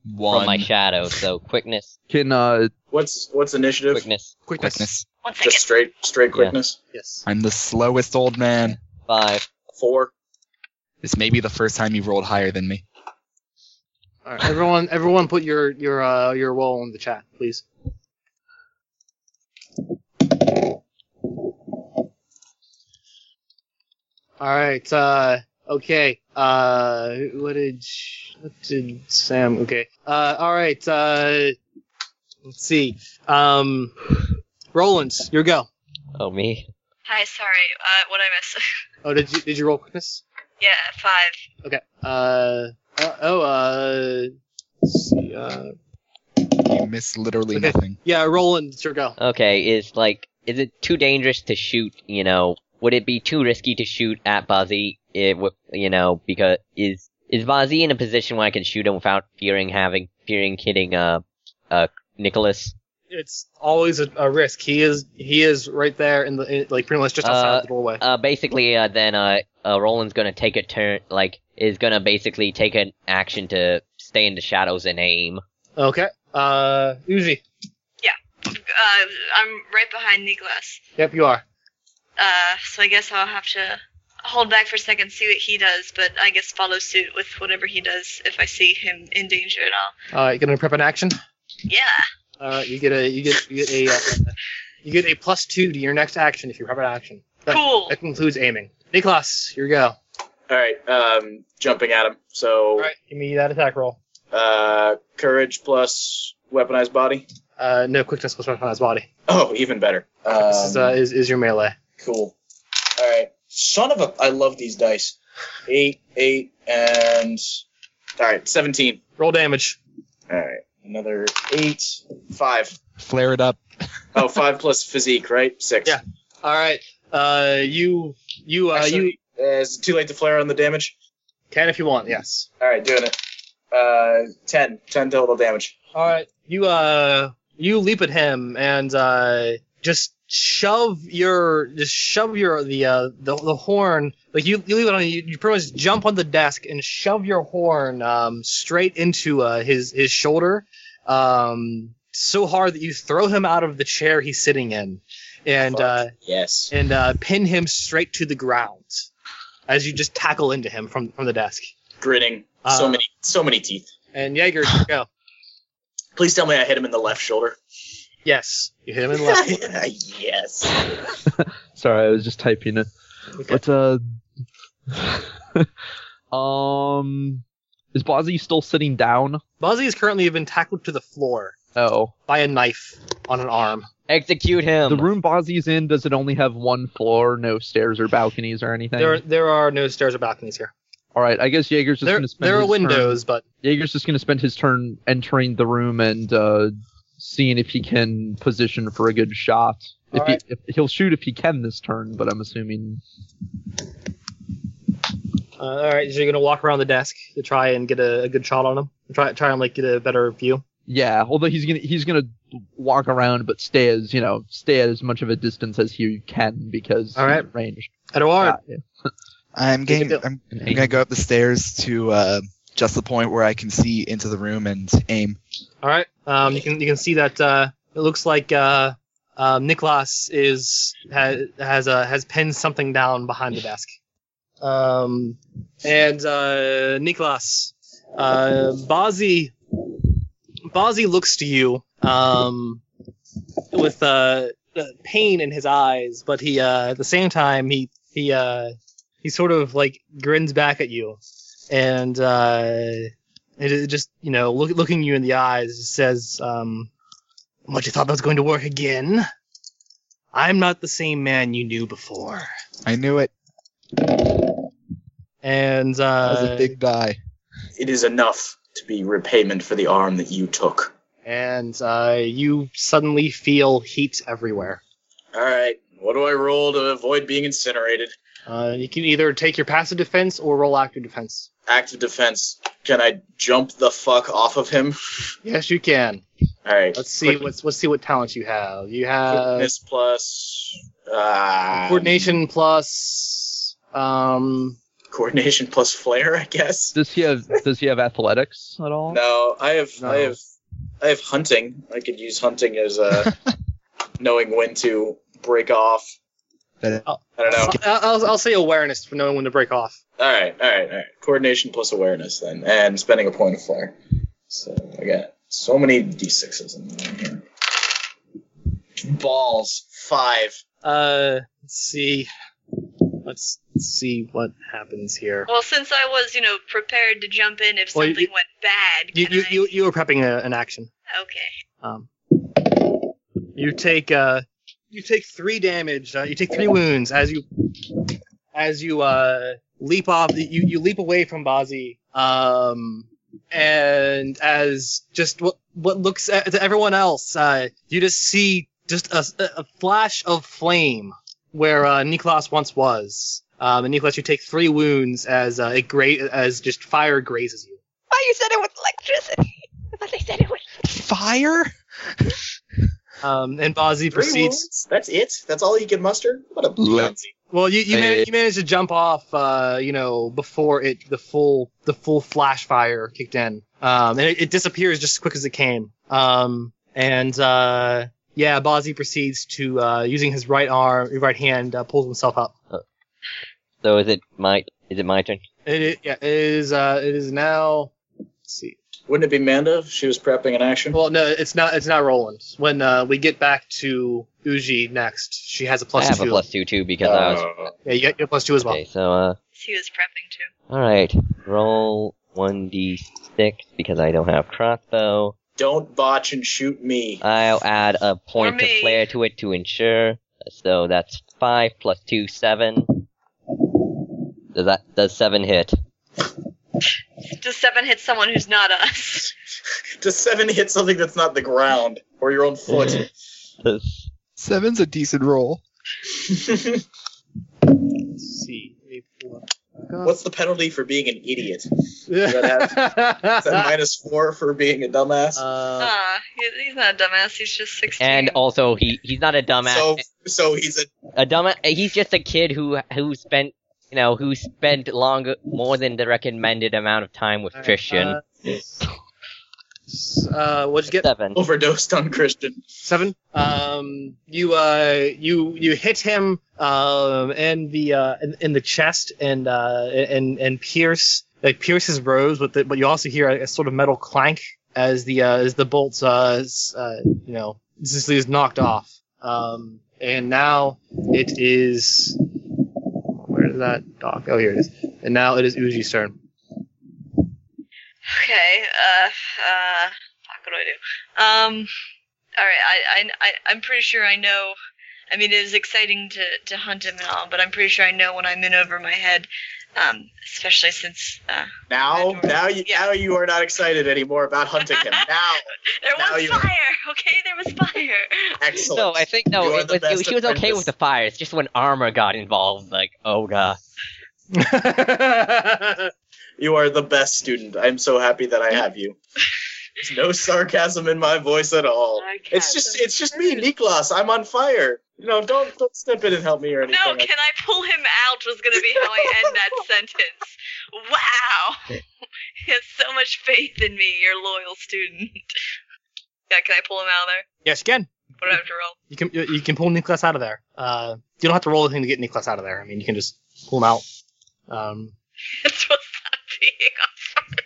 S4: One.
S2: from my shadow. So quickness,
S8: Can uh,
S3: What's what's initiative?
S2: quickness,
S1: Quickness.
S4: Quickness.
S7: One second.
S3: Just straight straight
S2: Yeah.
S3: quickness.
S1: Yes.
S4: I'm the slowest old man.
S2: five.
S3: Four.
S4: This may be the first time you've rolled higher than me.
S1: All right. Everyone, everyone, put your your uh, your roll in the chat, please. All right. Uh, okay. Uh, what did what did Sam? Okay. Uh, all right. Uh, let's see. Um, Roland, your go.
S2: Oh me.
S5: Hi, sorry. Uh, what I miss? [LAUGHS]
S1: Oh, did you did you roll quickness?
S5: yeah, five.
S1: Okay. Uh, uh oh. Uh, let's see. Uh,
S4: You miss literally
S1: Okay.
S4: nothing.
S1: yeah, Roland, it's your go.
S2: Okay, is like, is it too dangerous to shoot? You know, would it be too risky to shoot at Bozzy? It would, you know, because is is Bozzy in a position where I can shoot him without fearing having fearing hitting uh uh Nicholas?
S1: it's always a, a risk. He is he is right there in the in, like pretty much just outside
S2: Uh,
S1: the doorway.
S2: Uh, basically, uh, then uh, uh, Roland's gonna take a turn, like is gonna basically take an action to stay in the shadows and aim.
S1: Okay. Uh, Uzi.
S5: Uh, I'm right behind Nicholas.
S1: Yep, you are.
S5: Uh, so I guess I'll have to hold back for a second, see what he does, but I guess follow suit with whatever he does if I see him in danger at all.
S1: Uh, you gonna prep an action?
S5: Yeah.
S1: All right, you get a you get you get a uh, you get a plus two to your next action if you prep an action. That,
S5: Cool.
S1: That includes aiming. Niklas, here you go.
S3: All right. Um, jumping at him. So
S1: All right, give me that attack roll.
S3: uh, courage plus weaponized body.
S1: Uh, no quickness plus weapon on his body.
S3: Oh, even better. Um,
S1: uh, this is uh, is, is your melee.
S3: Cool. All right. Son of a! I love these dice. Eight, eight, and all right, seventeen.
S1: Roll damage.
S3: All right, another eight, five.
S4: Flare it up.
S3: Oh, five plus physique, right? Six.
S1: Yeah. All right. Uh, you you uh
S3: Actually,
S1: you
S3: Uh, is it too late to flare on the damage?
S1: can if you want. Yes.
S3: All right, doing it. Uh, ten. Ten total damage.
S1: All right. You uh you leap at him and uh just shove your just shove your the uh the, the horn like you, you leave it on you, you pretty much jump on the desk and shove your horn um straight into uh his his shoulder um so hard that you throw him out of the chair he's sitting in and
S3: Fuck.
S1: uh
S3: Yes.
S1: and uh pin him straight to the ground as you just tackle into him from from the desk
S3: Grinning. so
S1: Uh,
S3: many, so many teeth.
S1: and Jaeger you go
S3: Please tell me I hit him in the left shoulder.
S1: yes you hit him in the left
S3: [LAUGHS] yes.
S8: Sorry, I was just typing it.
S1: Okay.
S8: But uh, [LAUGHS] um, is Bozzy still sitting down?
S1: Buzzy is currently been tackled to the floor
S8: Oh,
S1: by a knife on an arm.
S2: Execute him.
S8: the room Bozzy's in does it only have one floor, no stairs or balconies or anything?
S1: There, there are no stairs or balconies here.
S8: All right, I guess Jaeger's just
S1: There,
S8: gonna spend
S1: there are
S8: his
S1: windows, but
S8: Turn, Jaeger's just gonna spend his turn entering the room and uh, seeing if he can position for a good shot. If
S6: All
S8: he
S6: right.
S8: if, he'll shoot if he can this turn, but I'm assuming
S1: uh, all right. So you're gonna walk around the desk to try and get a, a good shot on him. Try, try and like get a better view.
S8: Yeah, although he's gonna he's gonna walk around, but stay as you know, stay at as much of a distance as he can because
S1: All right.
S8: he's ranged.
S1: Edward,
S8: Yeah.
S4: I'm
S1: Take a
S4: getting.
S1: bill.
S4: I'm, I'm gonna go up the stairs to uh, just the point where I can see into the room and aim.
S1: all right. Um, you can you can see that uh, it looks like uh, um, Niklas is has has uh, has pinned something down behind the desk. Um, and uh, Niklas, uh, Bozzy, Bozzy looks to you um, with uh, uh, pain in his eyes, but he uh, at the same time he he uh, he sort of like grins back at you, and uh, it, it just you know look, looking you in the eyes it says, um, "What you thought that was going to work again? I'm not the same man you knew before."
S4: I knew it.
S1: And
S4: That was
S1: uh,
S4: a big die.
S3: It is enough to be repayment for the arm that you took.
S1: and uh, you suddenly feel heat everywhere.
S3: All right. What do I roll to avoid being incinerated?
S1: Uh, you can either take your passive defense or roll active defense.
S3: Active defense. Can I jump the fuck off of him?
S1: Yes, you can.
S3: All right.
S1: Let's see what's let's see what talents you have. You have
S3: Quickness plus. Uh,
S1: Uh, coordination plus um
S3: Coordination plus flair, I guess.
S8: Does he have does he have athletics at all?
S3: No, I have.
S1: No.
S3: I have. I have hunting. I could use hunting
S1: [LAUGHS]
S3: as uh, knowing when to break off.
S4: That-
S3: I don't know.
S1: I'll, I'll, I'll say awareness for knowing when to break off.
S3: All right, all right, all right. Coordination plus awareness then, and spending a point of flair. So I got so many d6s in here. Balls five.
S1: Uh let's see. Let's see what happens here.
S5: Well, since I was, you know, prepared to jump in if
S1: Well, you-
S5: something went bad.
S1: You
S5: can
S1: you
S5: I-
S1: you, you were prepping a, an action.
S5: Okay.
S1: Um, you take uh, you take three damage. Uh, you take three wounds as you as you uh, leap off. You you leap away from Bazi. Um, and as just what what looks at, to everyone else, uh, you just see just a, a flash of flame where uh, Niklas once was. Um, and Niklas, you take three wounds as uh, it gra- as just fire grazes you.
S7: Why you said it with electricity? But they said it with.
S4: Fire.
S1: Um, and Bazi
S3: Three
S1: proceeds.
S3: wounds? That's it. That's all you can muster. What a
S4: Let-
S3: pansy.
S1: Well, you you, man-
S4: Hey.
S1: you managed to jump off, uh, you know, before it the full the full flash fire kicked in, um, and it, it disappears just as quick as it came. Um, and uh, yeah, Bozzy proceeds to uh, using his right arm, right hand, uh, pulls himself up.
S2: So is it my is it my turn?
S1: It, it yeah, it is uh, it is now. Let's see.
S3: Wouldn't it be Manda if she was prepping an action?
S1: Well, no, it's not. It's not Roland. When uh, we get back to Uji next, she has a plus
S2: I have
S1: two.
S2: a plus two too because I was
S3: Uh,
S1: Yeah, you get your plus two as well.
S2: okay. So uh,
S5: He was prepping too.
S2: all right, roll one d six because I don't have crossbow.
S3: don't botch and shoot me.
S1: Uh,
S2: I'll add a point
S5: me.
S2: of flair to it to ensure. So that's five plus two seven. Does that does seven hit?
S7: Does seven hit someone who's not
S5: [LAUGHS]
S7: us?
S3: Does seven hit something that's not the ground or your
S1: [LAUGHS]
S3: own foot? [LAUGHS]
S2: Does-
S4: Seven's a decent roll.
S1: Let's see. A four.
S3: What's the penalty for being an idiot?
S1: Yeah. [LAUGHS]
S3: Is that [LAUGHS] minus four for being a dumbass?
S1: uh,
S5: Ah, he- he's not a dumbass. He's just 16.
S2: and also he he's not a dumbass.
S3: so, so he's a
S2: a dumbass. He's just a kid who who spent you know who spent longer more than the recommended amount of time with Christian.
S1: Uh, s- uh, what'd you get?
S2: seven.
S3: overdosed on Christian.
S1: Seven. Um, you uh, you you hit him um in the uh in, in the chest and uh and and pierce like pierce his robes, but the, but you also hear a, a sort of metal clank as the uh, as the bolts uh, s- uh you know just is knocked off. Um, and now it is where did that dog? Oh, here it is. And now it is Uji's turn. [LAUGHS]
S5: Okay. Uh, uh, fuck, what do I do? Um, all right. I, I, I, I'm pretty sure I know. I mean, it was exciting to, to hunt him and all, but I'm pretty sure I know when I'm in over my head. Um, especially since uh,
S3: Now,
S5: Adorable.
S3: now you,
S5: Yeah.
S3: now you are not excited anymore about hunting him. Now,
S5: there
S3: Now
S5: was
S3: you-
S5: fire. Okay, there was fire.
S3: excellent.
S2: No, I think
S3: You
S2: no.
S3: are
S2: It
S3: the
S2: was,
S3: best
S2: it, she was okay
S3: apprentice.
S2: with the fire. It's just when armor got involved, like oh god.
S3: You are the best student. I'm so happy that I have you. There's no sarcasm in my voice at all. It's just it's just me, Niklas. I'm on fire. You know, don't don't step in and help me or anything.
S5: No, can I pull him out? Was gonna be how I end that sentence. Wow, he has so much faith in me, your loyal student. Yeah, can I pull him out of there?
S1: yes, you can.
S5: What do I have to roll? [LAUGHS]
S1: You can you- you can pull Nicholas out of there. Uh, you don't have to roll anything to get Nicholas out of there. I mean, you can just pull him out. Um,
S5: This was not being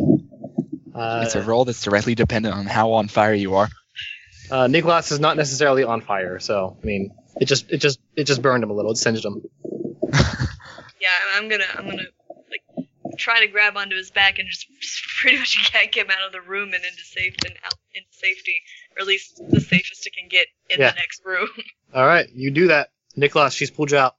S4: It's a
S1: uh,
S4: roll that's directly dependent on how on fire you are.
S1: uh, Nicholas is not necessarily on fire, so I mean, it just it just it just burned him a little. It singed him.
S5: Yeah, I'm- I'm gonna, I'm gonna like try to grab onto his back and just, just pretty much yank him out of the room and into safe and out into safety, or at least the safest it can get in
S1: Yeah.
S5: the next room. [LAUGHS]
S1: All right, you do that, Nicholas. She's pulled you out.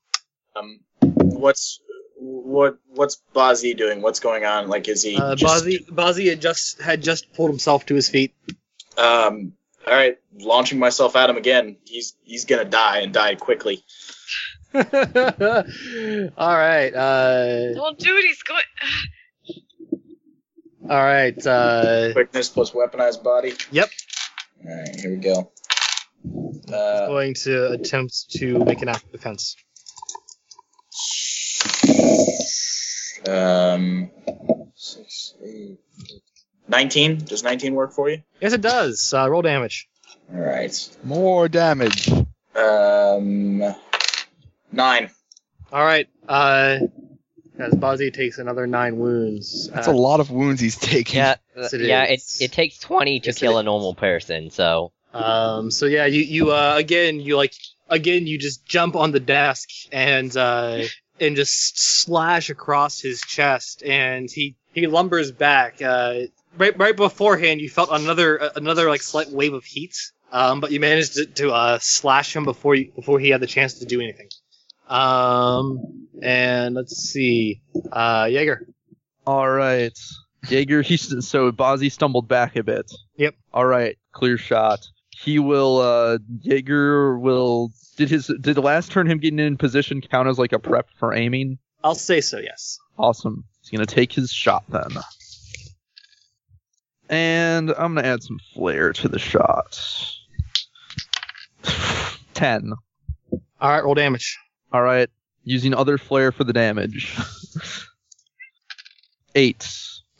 S3: Um, what's what what's Bazzi doing? What's going on? Like, is he
S1: Uh,
S3: just
S1: Bazzi Bazzi had just had just pulled himself to his feet. [LAUGHS]
S3: um? All right, launching myself at him again. He's he's gonna die and die quickly.
S1: All right, uh,
S5: Well, dude, he's going.
S1: all right. Uh,
S3: Quickness plus weaponized body.
S1: Yep.
S3: All right, here we go. Uh,
S1: going to attempt to make an act of defense.
S3: um, six, eight, nineteen. Does nineteen work for you?
S1: Yes, it does. Uh, roll damage.
S3: All right.
S4: More damage.
S3: Um, nine.
S1: All right. Uh, as Bazzi takes another nine wounds.
S4: That's
S1: uh,
S4: a lot of wounds he's taking.
S2: Yeah,
S1: Yes, it
S2: yeah. It,
S1: is.
S2: it takes twenty to
S1: Yes, it
S2: kill a normal person. So
S1: Um, so yeah, you you uh, again you like again you just jump on the desk and uh, and just slash across his chest and he he lumbers back. Uh, right right beforehand, you felt another uh, another like slight wave of heat. Um, but you managed to, to uh, slash him before you, before he had the chance to do anything. Um, and let's see, uh, Jaeger.
S8: All right. Jaeger, he st- so Bozzy stumbled back a bit.
S1: Yep.
S8: All right, clear shot. He will uh Jaeger will did his did the last turn him getting in position count as like a prep for aiming?
S1: I'll say so. Yes.
S8: Awesome. He's gonna take his shot then. And I'm gonna add some flair to the shot. [SIGHS] Ten.
S1: All right, roll damage.
S8: All right. Using other flair for the damage. [LAUGHS] Eight.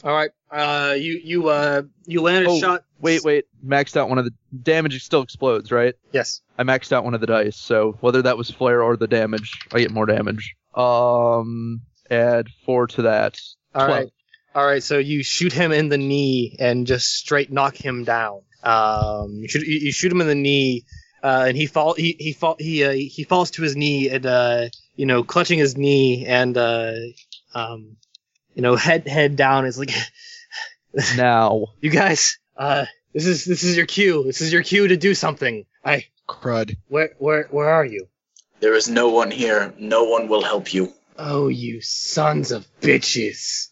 S1: All right. Uh, you you uh you land a
S8: Oh,
S1: shot.
S8: Wait, wait. Maxed out one of the damage. Still explodes, right?
S1: Yes.
S8: I maxed out one of the dice, so whether that was flare or the damage, I get more damage. Um, add four to [LAUGHS] that.
S1: All
S8: Twelve.
S1: right. All right. So you shoot him in the knee and just straight knock him down. Um, you shoot, you, you shoot him in the knee, uh, and he fall he he fall he uh, he falls to his knee and uh you know clutching his knee and uh um you know head head down. It's like [LAUGHS]
S8: Now,
S1: you guys uh this is this is your cue. This is your cue to do something. I
S4: Crud.
S1: where where where are you?
S3: There is no one here. No one will help you.
S1: Oh, you sons of bitches!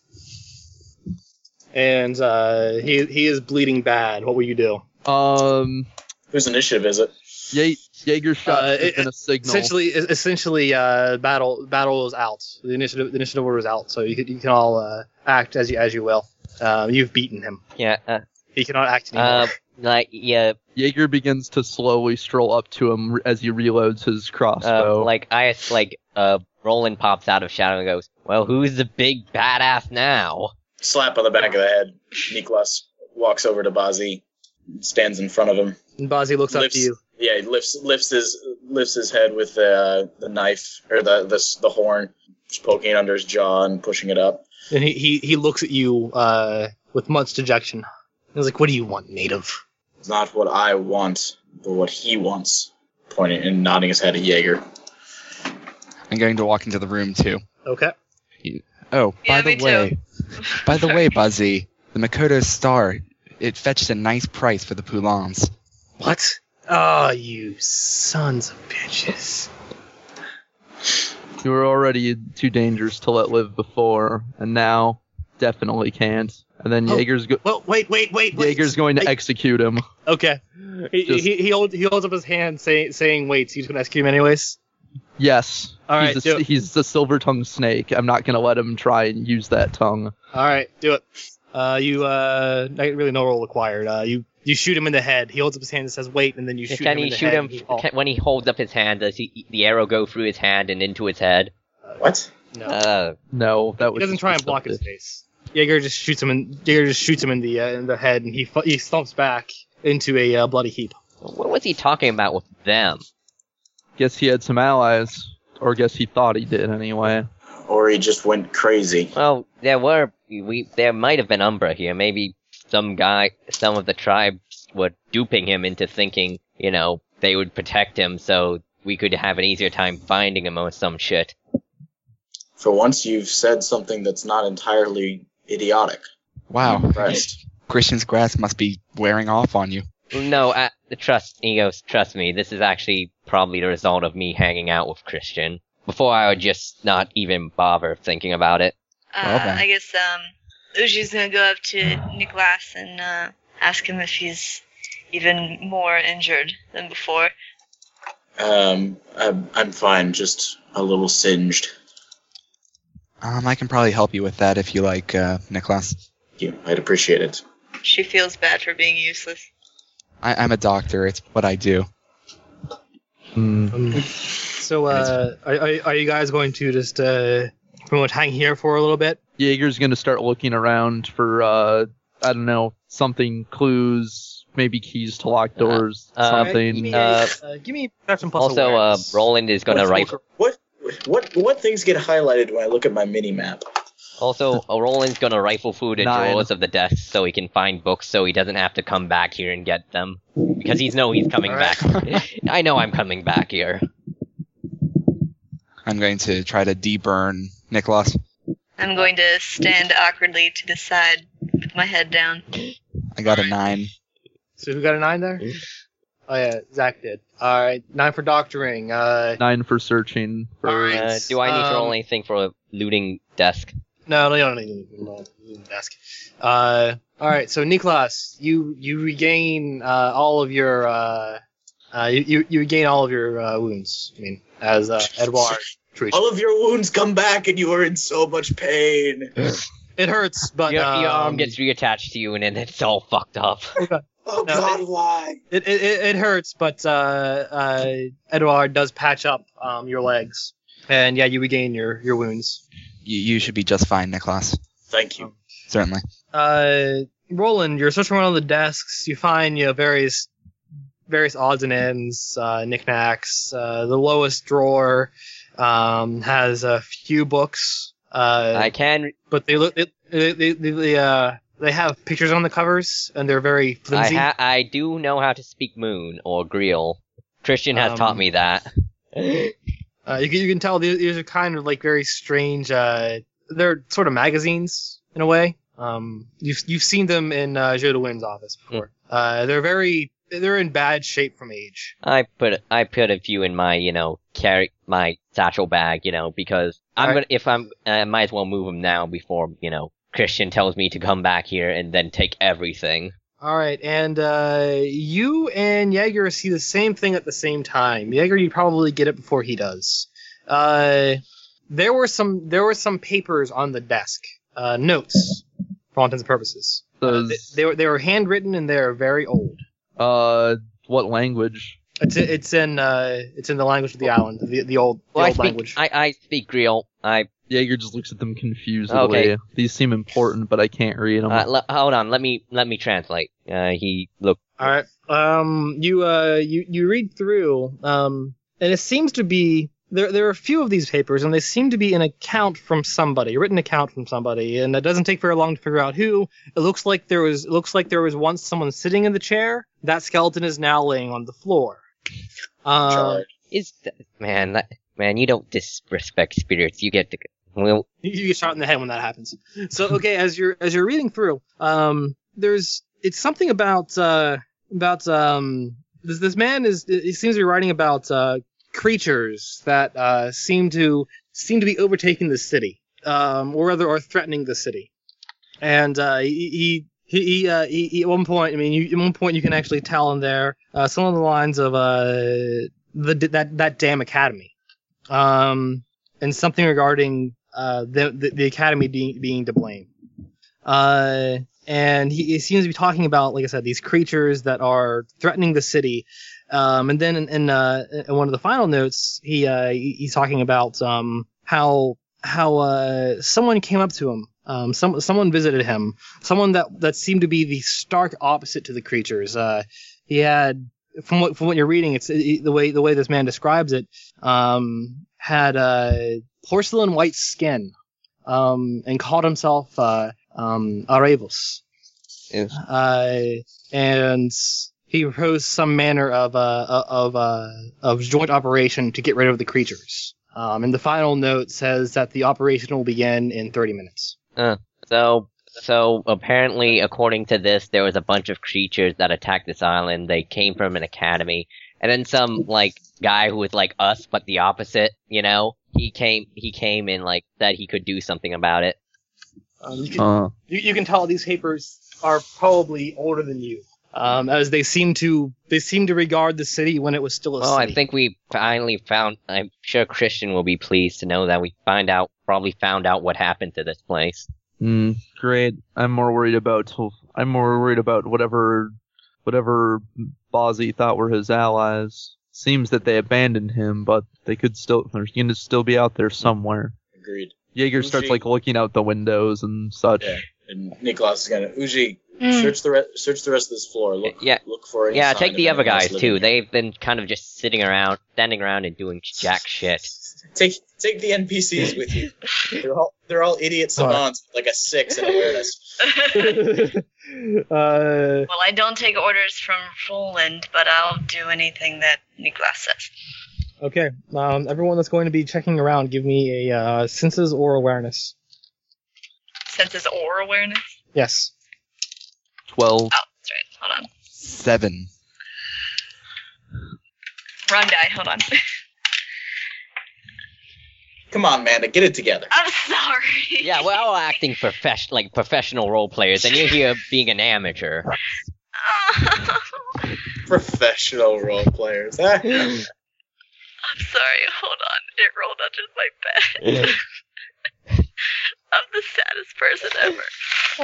S1: And uh, he he is bleeding bad. What will you do?
S8: Um,
S3: Whose initiative is it?
S8: Ye- Jaeger shot
S1: Uh,
S8: is
S1: it-
S8: a signal.
S1: Essentially, es- essentially, uh, battle battle is out. The initiative the initiative order is out, so you, can- you can all uh, act as you as you will. Um, you've beaten him.
S2: Yeah, uh,
S1: He cannot act anymore.
S2: uh, like, yeah,
S8: Jaeger begins to slowly stroll up to him re- as he reloads his crossbow.
S2: uh, like, I, like, uh, Roland pops out of shadow and goes, well, who's the big badass now?
S3: Slap on the back of the head. Niklas walks over to Bazi, stands in front of him.
S1: and Bazi looks up
S3: lifts-
S1: to you.
S3: Yeah, he lifts lifts his lifts his head with the uh, the knife or the the s- the horn, just poking it under his jaw and pushing it up.
S1: And he, he, he looks at you uh, with much dejection. He's like, What do you want, native?
S3: It's not what I want, but what he wants. Pointing and nodding his head at Jaeger.
S4: I'm going to walk into the room too.
S1: Okay.
S4: Oh,
S5: Yeah,
S4: by
S5: me
S4: the
S5: too.
S4: way,
S5: [LAUGHS]
S4: by the way, Buzzy, the Makoto star, it fetched a nice price for the poulons.
S1: What? Ah, you sons of bitches.
S8: you were already too dangerous to let live before, and now definitely can't. And then
S1: Oh.
S8: Jaeger's go-
S1: Well, wait, wait, wait. wait.
S8: Jaeger's going to
S1: I-
S8: execute him.
S1: Okay. He,
S8: Just-
S1: he, he, hold, he holds up his hand say, saying, Wait, so he's going to execute him anyways?
S8: Yes.
S1: All right,
S8: he's,
S1: do
S8: a,
S1: it.
S8: he's a silver tongued snake. I'm not gonna let him try and use that tongue.
S1: Alright, do it. Uh, you, uh, not really no role required. Uh, you, you shoot him in the head. He holds up his hand and says, Wait, and then you shoot
S2: can
S1: him
S2: he
S1: in the
S2: shoot
S1: head.
S2: him,
S1: and he falls.
S2: can, when he holds up his hand, does he, the arrow go through his hand and into his head?
S3: What?
S1: No.
S2: Uh,
S8: No, that
S1: he
S8: was.
S1: doesn't
S8: just
S1: try and block his
S8: deceptive.
S1: face. Jaeger just shoots him in. Jaeger just shoots him in the uh, in the head, and he fu- he stumps back into a uh, bloody heap.
S2: what was he talking about with them?
S8: Guess he had some allies, or guess he thought he did anyway.
S3: Or he just went crazy.
S2: Well, there were we there might have been Umbra here. Maybe some guy, some of the tribe were duping him into thinking, you know, they would protect him so we could have an easier time finding him or some shit.
S3: For once, you've said something that's not entirely idiotic.
S4: Wow,
S3: Impressed.
S4: Christian's grass must be wearing off on you.
S2: No, uh, trust. He goes, trust me. This is actually probably the result of me hanging out with Christian. Before I would just not even bother thinking about it.
S5: Uh,
S4: Okay.
S7: I guess um, Uji's gonna go up to Niklas and uh, ask him if he's even more injured than before.
S3: Um, I'm, I'm fine, just a little singed.
S4: Um, I can probably help you with that if you like, uh, Nicholas.
S3: Thank you. I'd appreciate it.
S7: She feels bad for being useless.
S4: I- I'm a doctor. It's what I do.
S8: Hmm.
S1: So, uh, are, are, are you guys going to just uh, pretty much hang here for a little bit?
S8: Jaeger's gonna start looking around for uh, I don't know, something clues, maybe keys to locked doors,
S2: uh,
S1: give me
S8: something.
S1: a,
S2: uh,
S1: uh, give me perception plus
S2: also, uh,
S1: awareness.
S2: Roland is gonna
S3: Let's
S2: write.
S3: look- What, what, what things get highlighted when I look at my mini map?
S2: Also, Roland's gonna rifle through the
S8: Nine.
S2: drawers of the desk so he can find books, so he doesn't have to come back here and get them. Because he's know he's coming back. [LAUGHS] I know I'm coming back here.
S4: I'm going to try to deburn Nicholas.
S7: I'm going to stand awkwardly to the side with my head down.
S4: I got a nine.
S1: So who got a nine there? Oh yeah, Zach did. All right, nine for doctoring. Uh,
S8: Nine for searching. For,
S1: Alright.
S2: Uh, do I need to roll
S1: Um,
S2: anything for looting desk?
S1: no, no, you don't need to roll the desk. Uh, all right, so Niklas, you you regain uh, all of your uh, uh, you, you you regain all of your uh, wounds. I mean, as uh, Edouard treats.
S3: All of your wounds come back, and you are in so much pain.
S1: It hurts, but
S2: your, your arm
S1: um,
S2: gets reattached to you and then it's all fucked up.
S1: No,
S3: Oh God, why?
S1: It, it, it it hurts, but uh, uh, Edouard does patch up um, your legs, and yeah, you regain your, your wounds.
S4: You, you should be just fine, Nicholas.
S3: Thank you.
S4: Certainly.
S1: Uh, Roland, you're searching around the desks. You find you know various various odds and ends, uh, knickknacks. Uh, the lowest drawer um, has a few books, uh,
S2: I can.
S1: but they look they they, they, they, uh, they have pictures on the covers, and they're very
S2: I
S1: flimsy.
S2: ha- I do know how to speak moon or greel. Christian has
S1: Um,
S2: taught me that.
S1: Uh, you, can- you can tell these, these are kind of like very strange. Uh, they're sort of magazines
S2: Hmm.
S1: in a way. Um, you've you've seen them in uh, Joe DeWinn's office before. Uh, they're very they're in bad shape from age.
S2: I put I put a few in my you know carry my satchel bag you know because I'm
S1: Alright.
S2: gonna if I'm I might as well move them now before you know Christian tells me to come back here and then take everything.
S1: All right, and uh, you and Jaeger see the same thing at the same time. Jaeger, you probably get it before he does. Uh, there were some there were some papers on the desk, uh, notes, for all intents and purposes.
S2: Uh,
S1: Uh,
S8: Those,
S1: They, they were they were handwritten and they are very old.
S8: uh, what language?
S1: It's it's in uh, it's in the language of the island, the, the old the
S2: Well, I
S1: old
S2: speak
S1: language.
S2: I I speak Creole. I uh,
S8: Jaeger just looks at them confusedly.
S2: Okay.
S8: These seem important, but I can't read them.
S2: uh, le- hold on. Let me let me translate. Uh, he look.
S1: All right. Um, you uh, you you read through, um, and it seems to be there. There are a few of these papers, and they seem to be an account from somebody, a written account from somebody, and it doesn't take very long to figure out who. It looks like there was it looks like there was once someone sitting in the chair. That skeleton is now laying on the floor. Um,
S3: Charlie.
S2: Is th- man that, man you don't disrespect spirits. You get to well
S1: You, you get shot in the head when that happens. So okay, as you're as you're reading through, um, there's it's something about uh about um this this man is he seems to be writing about uh creatures that uh seem to seem to be overtaking the city, um, or rather are threatening the city, and uh he. he he, he, uh, he, he- at one point, I mean, you, at one point you can actually tell in there uh, some of the lines of uh, the that that damn academy. Um, and something regarding uh, the, the the academy being being to blame. Uh, and he, he seems to be talking about, like I said, these creatures that are threatening the city. Um, and then in, in, uh, in one of the final notes, he uh, he- he's talking about um, how how uh, someone came up to him. Um, some someone visited him. Someone that that seemed to be the stark opposite to the creatures. Uh, he had from what from what you're reading, it's it, the way the way this man describes it um, had uh, porcelain white skin um, and called himself uh, um, Arevos.
S2: Yes.
S1: Uh, and he proposed some manner of uh, of uh, of joint operation to get rid of the creatures. Um, and the final note says that the operation will begin in 30 minutes.
S2: So, so apparently, according to this, there was a bunch of creatures that attacked this island. They came from an academy, and then some like guy who was like us, but the opposite. You know, he came, he came and like said he could do something about it.
S1: Um, you, can,
S8: Uh,
S1: you, you can tell these papers are probably older than you, um, as they seem to they seem to regard the city when it was still a
S2: Well, I
S1: city.
S2: think we finally found. I'm sure Christian will be pleased to know that we find out, probably found out what happened to this place.
S8: mm, great. I'm more worried about. I'm more worried about whatever, whatever Bozzy thought were his allies. Seems that they abandoned him, but they could still. They're going to still be out there somewhere.
S3: Agreed.
S8: Jaeger starts
S3: Usually-
S8: like looking out the windows and such.
S3: Yeah. And Niklas is gonna Uji
S7: Hmm. [LAUGHS]
S3: search the re- search the rest of this floor. Look
S2: Yeah.
S3: look for any
S2: Yeah,
S3: sign
S2: take
S3: of
S2: the other
S3: anyone else
S2: guys
S3: living
S2: too.
S3: here.
S2: They've been kind of just sitting around, standing around and doing jack shit.
S3: take take the NPCs with
S2: [LAUGHS]
S3: you. They're all they're all idiot savants with like a six in awareness.
S1: [LAUGHS] uh,
S7: Well, I don't take orders from Roland, but I'll do anything that Niklas says.
S1: Okay. Um, everyone that's going to be checking around, give me a uh, senses or awareness.
S5: Senses or awareness?
S1: Yes.
S8: Twelve,
S5: Oh, that's right. Hold on.
S4: Seven.
S5: Wrong die.
S7: [LAUGHS]
S5: Hold on.
S3: Come on, Amanda, get it together.
S5: I'm sorry.
S2: Yeah, we're all acting profession like professional role players, and you're here being an amateur.
S5: Oh,
S7: [LAUGHS]
S3: Professional role players. [LAUGHS] Eh.
S5: I'm sorry. Hold on. It rolled under my bed. [LAUGHS] I'm the saddest person ever.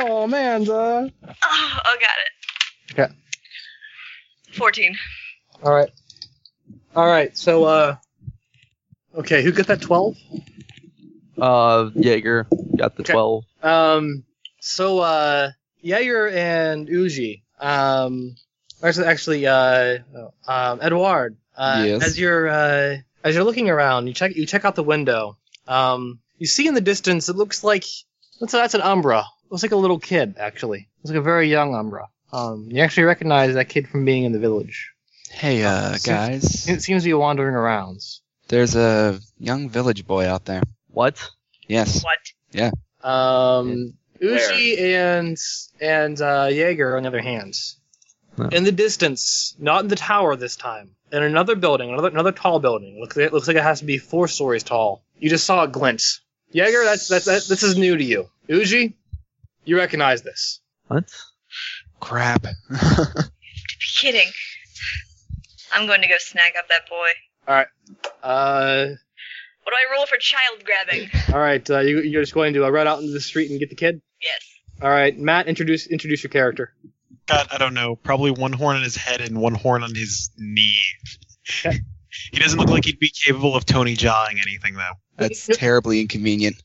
S1: Oh, Amanda.
S5: Oh, oh, got it.
S1: Okay.
S5: 14.
S1: All right. All right. So, uh, okay, who got that twelve?
S8: uh, Jaeger got the
S1: Okay.
S8: twelve.
S1: Um, so, uh, Yair and Uji, um, actually, actually, uh, oh, um, Edouard, uh,
S4: Yes.
S1: as you're, uh, as you're looking around, you check, you check out the window. Um, you see in the distance, it looks like, that's, that's an Umbra. Looks like a little kid, actually. Looks like a very young Umbra. Um, you actually recognize that kid from being in the village.
S4: Hey, uh,
S1: so-
S4: guys.
S1: It seems to be wandering around.
S4: There's a young village boy out there.
S8: What?
S4: Yes.
S5: What?
S1: Um, Uji and, and, uh, Jaeger, on the other hand.
S8: No.
S1: In the distance, not in the tower this time, in another building, another another tall building. Look, it looks like it has to be four stories tall. You just saw it glint. Jaeger, that's that's that, this is new to you. Uji, you recognize this.
S8: What?
S4: Crap. [LAUGHS]
S5: Kidding. I'm going to go snag up that boy.
S1: Uh,
S5: What do I roll for child grabbing?
S1: all right, uh, you, you're just going to uh, run out into the street and get the kid.
S5: Yes.
S1: All right, Matt, introduce introduce your character.
S9: got I don't know, probably one horn on his head and one horn on his knee. he doesn't look like he'd be capable of Tony jawing anything though.
S4: That's terribly inconvenient.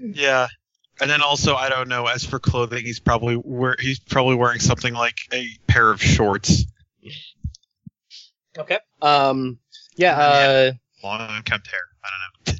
S9: Yeah. And then also I don't know, Oh, as for clothing, he's probably wear he's probably wearing something like a pair of shorts.
S1: okay. Um. Yeah. Uh,
S9: Long kept hair. I don't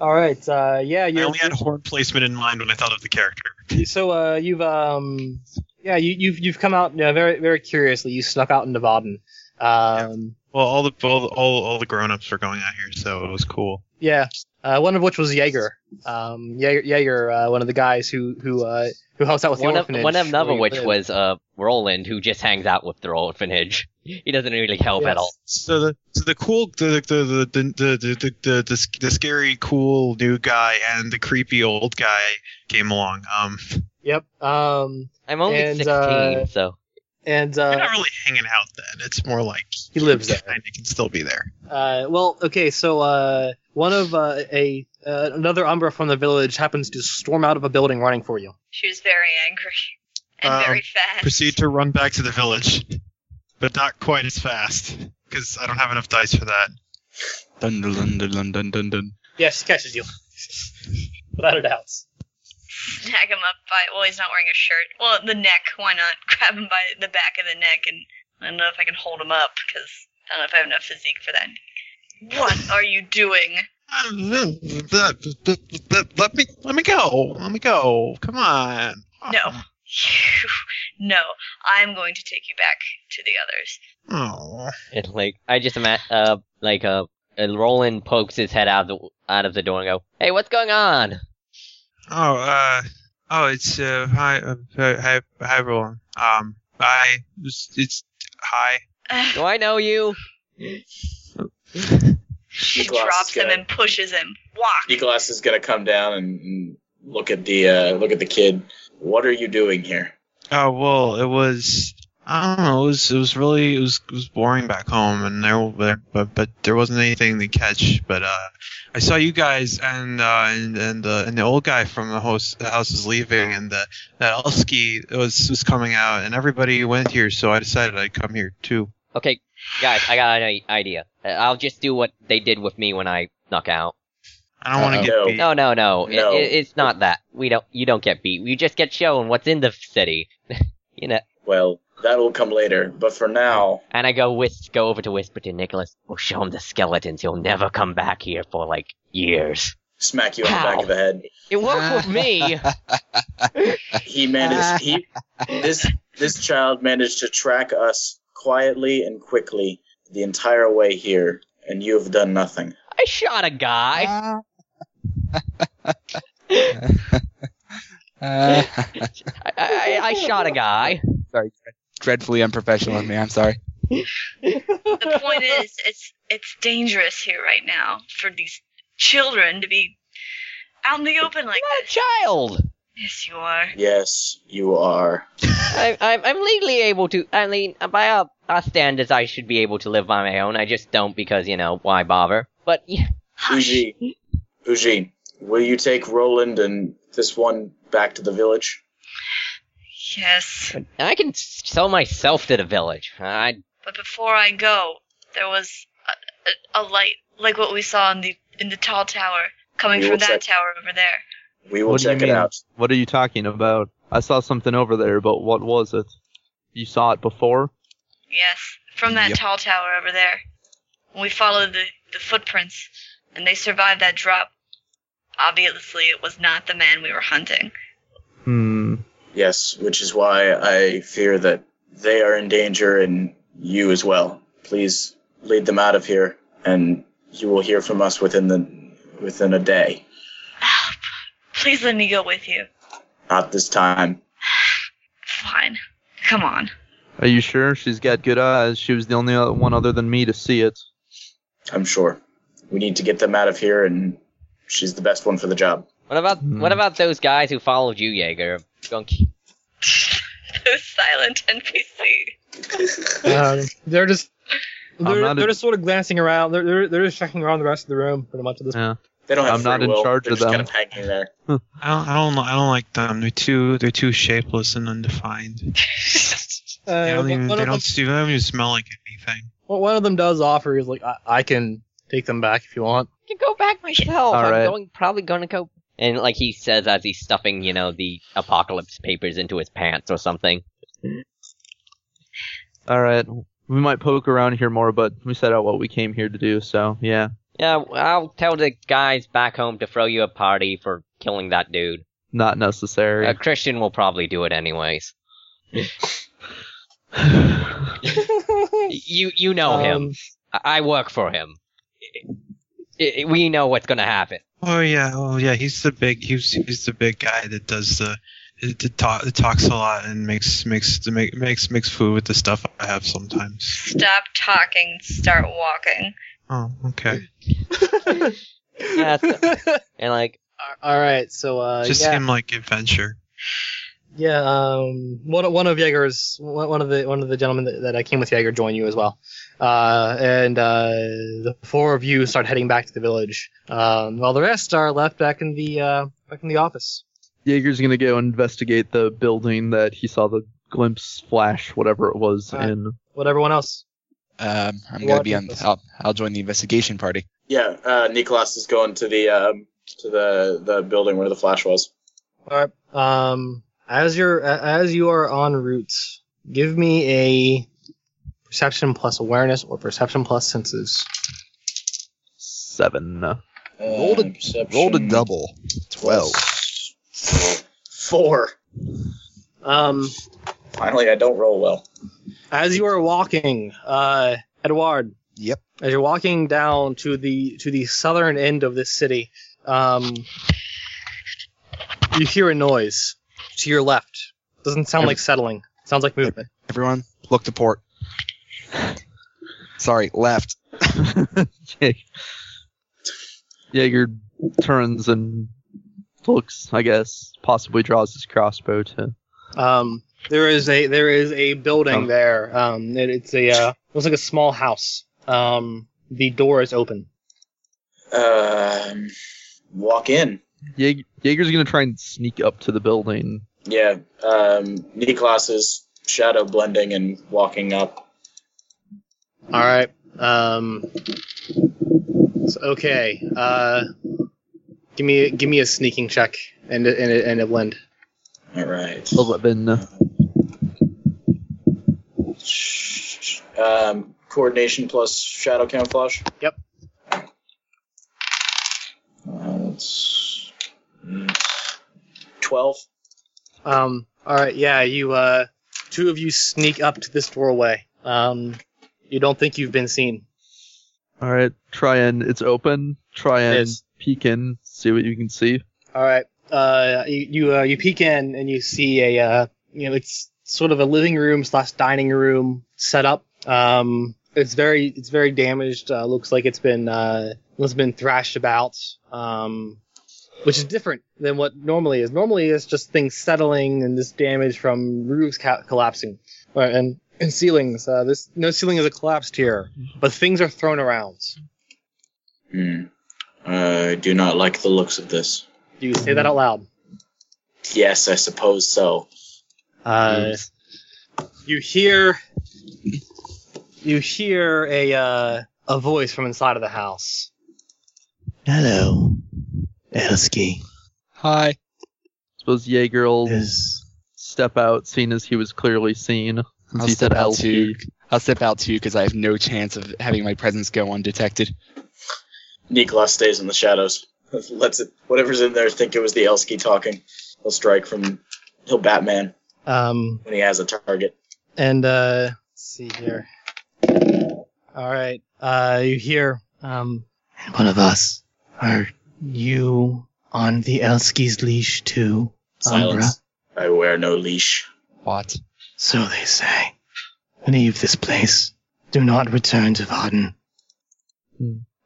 S1: all right. Uh, yeah.
S9: know. I
S1: You're,
S9: only had horn placement in mind when I thought of the character.
S1: so uh, you've um yeah you, you've you've come out yeah, very very curiously you snuck out into Baden um
S9: Well, all the all all, all the grown ups were going out here, so it was cool.
S1: yeah uh, one of which was Jaeger um Jaeger, Jaeger uh, one of the guys who who uh, who helps out with
S2: One
S1: the
S2: of,
S1: orphanage
S2: one of another
S1: where you
S2: which
S1: live.
S2: was uh Roland, who just hangs out with the orphanage. He doesn't really help
S1: Yes.
S2: at all.
S9: So the so the cool the the the the the the, the, the, sc- the scary cool new guy and the creepy old guy came along. Um,
S1: yep um
S2: I'm only
S1: And,
S2: 16,
S1: uh,
S2: so
S1: and
S9: they're
S1: uh,
S9: not really hanging out then. It's more like
S1: he lives there
S9: kind of can still be there.
S1: Uh, well, okay, so uh, one of uh, a uh, another Umbra from the village happens to storm out of a building running for you.
S5: She was very angry and
S9: Um,
S5: very fast.
S9: Proceed to run back to the village, but not quite as fast because I don't have enough dice for that.
S4: Dun dun dun dun dun dun dun. dun.
S1: Yes, she catches you, [LAUGHS] without a doubt.
S5: Snag him up by. Well, he's not wearing a shirt. Well, the neck. Why not? [LAUGHS] Grab him by the back of the neck, and I don't know if I can hold him up because I don't know if I have enough physique for that. [LAUGHS] What are you doing?
S9: Let me let me go. Let me go. Come on.
S5: No. no, I'm going to take you back to the others.
S9: Oh.
S2: it's like I just ima- uh like uh and Roland pokes his head out of the out of the door and go, "Hey, what's going on?"
S9: Oh, uh, oh, it's uh, hi, uh, hi, hi, everyone. Um, I, it's, it's hi.
S5: [SIGHS]
S2: Do I know you?
S5: She
S3: Glass
S5: drops him
S3: guy.
S5: and pushes him. Walk. [LAUGHS]
S3: Eglass is gonna come down and, and look at the uh, look at the kid. What are you doing here?
S9: Oh well, it was. I don't know. It was. It was really. It was. It was boring back home, and there. there- But but there wasn't anything to catch. But uh, I saw you guys and uh and and the and the old guy from the host the house is leaving, and the that Elski was was coming out, and everybody went here, so I decided I'd come here too.
S2: Okay, guys, I got an i- idea. Uh, I'll just do what they did with me when I snuck out.
S9: I don't want to
S4: Uh-oh.
S9: get
S3: No.
S9: beat.
S2: No, no, no. It-
S3: No.
S2: It, it's not that. We don't. You don't get beat. You just get shown what's in the city. [LAUGHS] you know.
S3: Well, that'll come later, but for now,
S2: And I go whis- go over to whisper to Nicholas. We'll show him the skeletons. He'll never come back here for like years.
S3: smack you on the back
S2: Ow.
S3: of the head.
S2: It worked with
S9: [LAUGHS]
S2: me.
S3: He managed. He this this child managed to track us quietly and quickly the entire way here, and you have done nothing.
S2: I shot a guy.
S4: Ah. Uh,
S2: I, I, I shot a guy.
S4: [LAUGHS] dreadfully unprofessional of me. I'm sorry.
S5: the point is, it's it's dangerous here right now for these children to be out in the open like
S2: I'm not a
S5: this.
S2: child.
S5: Yes, you are.
S3: Yes, you are.
S2: I, I'm, I'm legally able to. I mean, by our, our standards, I should be able to live by my own. I just don't because you know why bother. But yeah,
S5: Hush.
S3: Uji, Uji, will you take Roland and this one back to the village?
S5: Yes.
S2: I can s- sell myself to the village. I
S5: But before I go, there was a, a, a light like what we saw in the in the tall tower coming
S3: We will
S5: from that
S3: check.
S5: tower over there.
S3: We will
S8: What do you
S3: check it
S8: mean?
S3: out.
S8: What are you talking about? I saw something over there, but what was it? You saw it before?
S5: Yes, from that
S4: Yep.
S5: tall tower over there. We followed the, the footprints, and they survived that drop. Obviously, it was not the man we were hunting.
S8: Hmm.
S3: Yes, which is why I fear that they are in danger and you as well. Please lead them out of here, and you will hear from us within the within a day.
S5: Help! Please let me go with you.
S3: Not this time.
S7: [LAUGHS]
S5: Fine. Come on.
S8: Are you sure? She's got good eyes. She was the only other- one other than me to see it.
S3: I'm sure. We need to get them out of here, and she's the best one for the job.
S2: What about what about those guys who followed you, Jaeger? Gunky.
S5: Those silent NPC.
S1: Um, they're just
S8: I'm
S1: they're,
S8: not
S1: they're
S8: a-
S1: just sort of glancing around. They're, they're they're just checking around the rest of the room pretty much at this.
S8: Yeah.
S3: They don't have
S8: I'm not
S3: free
S8: in
S3: will.
S8: charge
S3: They're
S8: of
S3: just
S8: them.
S3: kind of hanging there.
S9: I don't, I don't, li- I don't like them. They're too, they're too shapeless and undefined.
S1: Uh,
S9: They don't
S1: one-
S9: even,
S1: one,
S9: they
S1: of them,
S9: don't, they don't even smell like anything.
S1: well, one of them does offer. He's like, I, I can take them back if you want.
S2: I can go back myself.
S8: All right.
S2: I'm going, probably gonna go. And like he says as he's stuffing, you know, the apocalypse papers into his pants or something.
S8: All right. We might poke around here more, but we set out what we came here to do. So yeah.
S2: Yeah, I'll tell the guys back home to throw you a party for killing that dude.
S8: Not necessary.
S2: Uh, Christian will probably do it anyways. You you know him.
S1: Um,
S2: I I work for him. I- I- We know what's gonna happen.
S9: Oh yeah, oh yeah. He's the big, he's, he's the big guy that does the, that talk, that talks a lot and makes, makes, makes, makes, makes food with the stuff I have sometimes.
S7: Stop talking, start walking.
S9: Oh, okay.
S2: That's- and like
S1: [LAUGHS] All right, so uh,
S9: Just
S1: yeah,
S9: seem like adventure.
S1: yeah. Um, one one of Jaeger's one one of the one of the gentlemen that, that I came with Jaeger joined you as well, uh, and uh, the four of you start heading back to the village, um, while the rest are left back in the uh, back in the office.
S8: Jaeger's gonna go investigate the building that he saw the glimpse flash, whatever it was
S1: All right.
S8: in.
S1: What everyone else?
S4: Um, I'm
S1: What
S4: gonna be on.
S1: is-
S4: I'll, I'll join the investigation party.
S3: Yeah, uh, Nicholas is going to the um, to the the building where the flash was.
S1: All right. Um, as you're a- as you are en route, give me a perception plus awareness or perception plus senses.
S8: Seven. [LAUGHS]
S4: Rolled a-
S3: Um, perception
S4: Rolled a double. Twelve.
S3: plus Four.
S1: Um,
S3: Finally, I don't roll well.
S1: as you are walking, uh, Edward.
S4: Yep.
S1: As you're walking down to the to the southern end of this city, um, you hear a noise to your left. Doesn't sound like settling. Sounds like movement.
S4: Everyone, look to port. Sorry, left.
S8: Jaeg- Jaeger turns and looks, I guess, possibly draws his crossbow to.
S1: Um, there is a there is a building
S8: Um.
S1: there. Um, it, it's a uh, looks like a small house. Um, the door is open.
S3: Um, walk in.
S8: Jaeg- Jaeger's gonna try and sneak up to the building.
S3: Yeah. Um, Nicholas is shadow blending and walking up.
S1: All right. Um, it's okay. Uh, give me give me a sneaking check and a- and a, and a blend.
S3: All right.
S8: Eleven.
S3: Um, coordination plus shadow camouflage.
S1: Yep.
S3: Uh, that's mm, twelve.
S1: Um, all right. Yeah. You uh, two of you sneak up to this doorway. Um, you don't think you've been seen.
S8: All right, try and it's open. Try and
S1: Yes.
S8: peek in, see what you can see.
S1: All right. Uh, you you, uh, you peek in and you see a uh, you know it's sort of a living room slash dining room setup. Um, it's very it's very damaged. Uh, looks like it's been uh, it's been thrashed about. Um, which is different than what normally is. Normally, it's just things settling and this damage from roofs ca- collapsing uh, and and ceilings. Uh, this no ceiling is a collapsed here, but things are thrown around.
S3: Hmm. I do not like the looks of this.
S1: Do you say that out loud?
S3: Yes, I suppose so.
S1: Uh, you hear you hear a uh, a voice from inside of the house. Hello, Elski.
S4: Hi.
S8: Suppose Jaeger will
S1: Is
S8: step out, seeing as he was clearly seen. Since
S4: I'll
S8: he
S4: step
S8: said
S4: out
S8: LP.
S4: too. I'll step out too because I have no chance of having my presence go undetected.
S3: Nicholas stays in the shadows. [LAUGHS] Let's it whatever's in there think it was the Elski talking. He'll strike from he'll Batman
S1: um
S3: when he has a target.
S1: and uh, let's see here. All right, uh, you hear um one of us. Are you on the Elski's leash too?
S3: Silence. I wear no leash.
S4: What?
S1: So they say.
S10: Leave this place. Do not return to Varden.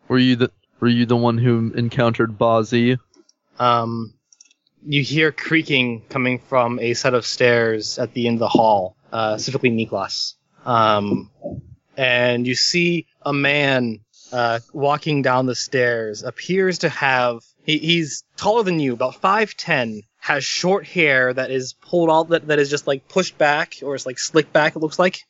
S8: Were you the Were you the one who encountered Bozzy?
S1: Um, you hear creaking coming from a set of stairs at the end of the hall, uh, specifically Niklas. Um, and you see a man uh, walking down the stairs. Appears to have he, he's taller than you, about five ten. Has short hair that is pulled all that that is just like pushed back or is like slicked back. It looks like,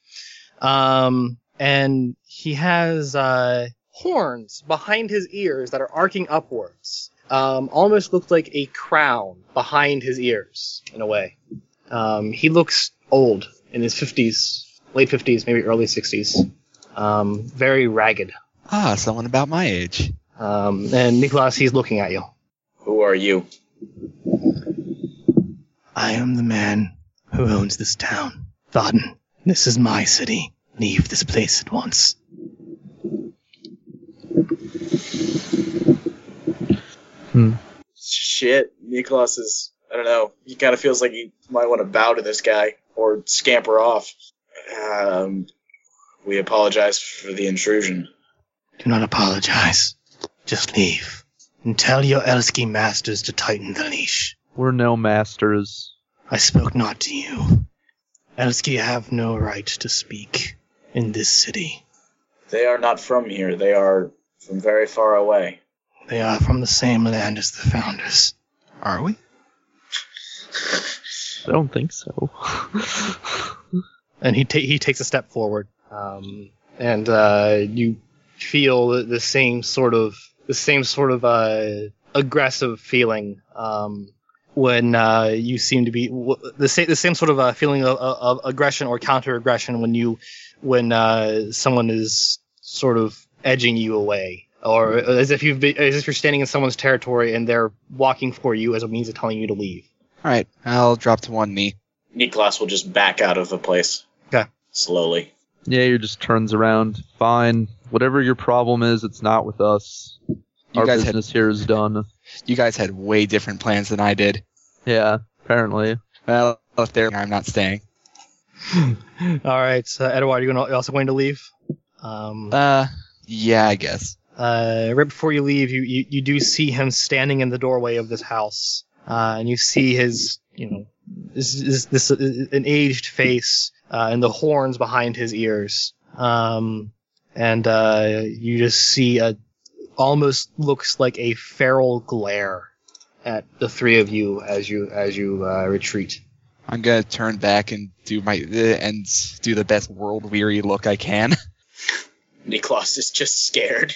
S1: um, and he has uh, horns behind his ears that are arcing upwards. Um, almost looks like a crown behind his ears in a way. Um, he looks old in his fifties, late fifties, maybe early sixties. Um, very ragged.
S4: Ah, someone about my age.
S1: Um, and Nicholas, he's looking at you.
S3: Who are you?
S10: I am the man who owns this town. Varden, this is my city. Leave this place at once.
S3: Shit, Niklas is. I don't know. He kind of feels like he might want to bow to this guy or scamper off. Um, we apologize for the intrusion.
S10: Do not apologize. Just leave. And tell your Elski masters to tighten the leash.
S8: We're no masters.
S10: I spoke not to you. Elski have no right to speak in this city.
S3: They are not from here. They are from very far away.
S10: They are from the same land as the founders.
S4: Are we?
S8: I don't think so.
S1: and he ta- he takes a step forward, um, and uh, you feel the, the same sort of the same sort of uh, aggressive feeling um, when uh, you seem to be w- the same the same sort of uh, feeling of, of aggression or counter aggression when you when uh, someone is sort of edging you away or as if you've been, as if you're standing in someone's territory and they're walking for you as a means of telling you to leave.
S4: All right, I'll drop to one knee.
S3: Niklas will just back out of the place.
S1: Okay.
S3: Slowly.
S8: Yeah, you just turns around. Fine. Whatever your problem is, it's not with us.
S4: You
S8: Our
S4: guys had-
S8: business here is done.
S4: You guys had way different plans than I did.
S8: Yeah, apparently.
S4: Well, if they're, I'm not staying.
S1: [LAUGHS] All right, so Edward, you're gonna, you're also going to leave. Um,
S4: Uh, yeah, I guess.
S1: uh, right before you leave, you, you, you do see him standing in the doorway of this house, uh, and you see his you know this this, this uh, an aged face uh, and the horns behind his ears, um, and uh, you just see a almost looks like a feral glare at the three of you as you as you uh, retreat.
S4: I'm gonna turn back and do my uh, and do the best world weary look I can. [LAUGHS]
S3: Niklas is just scared.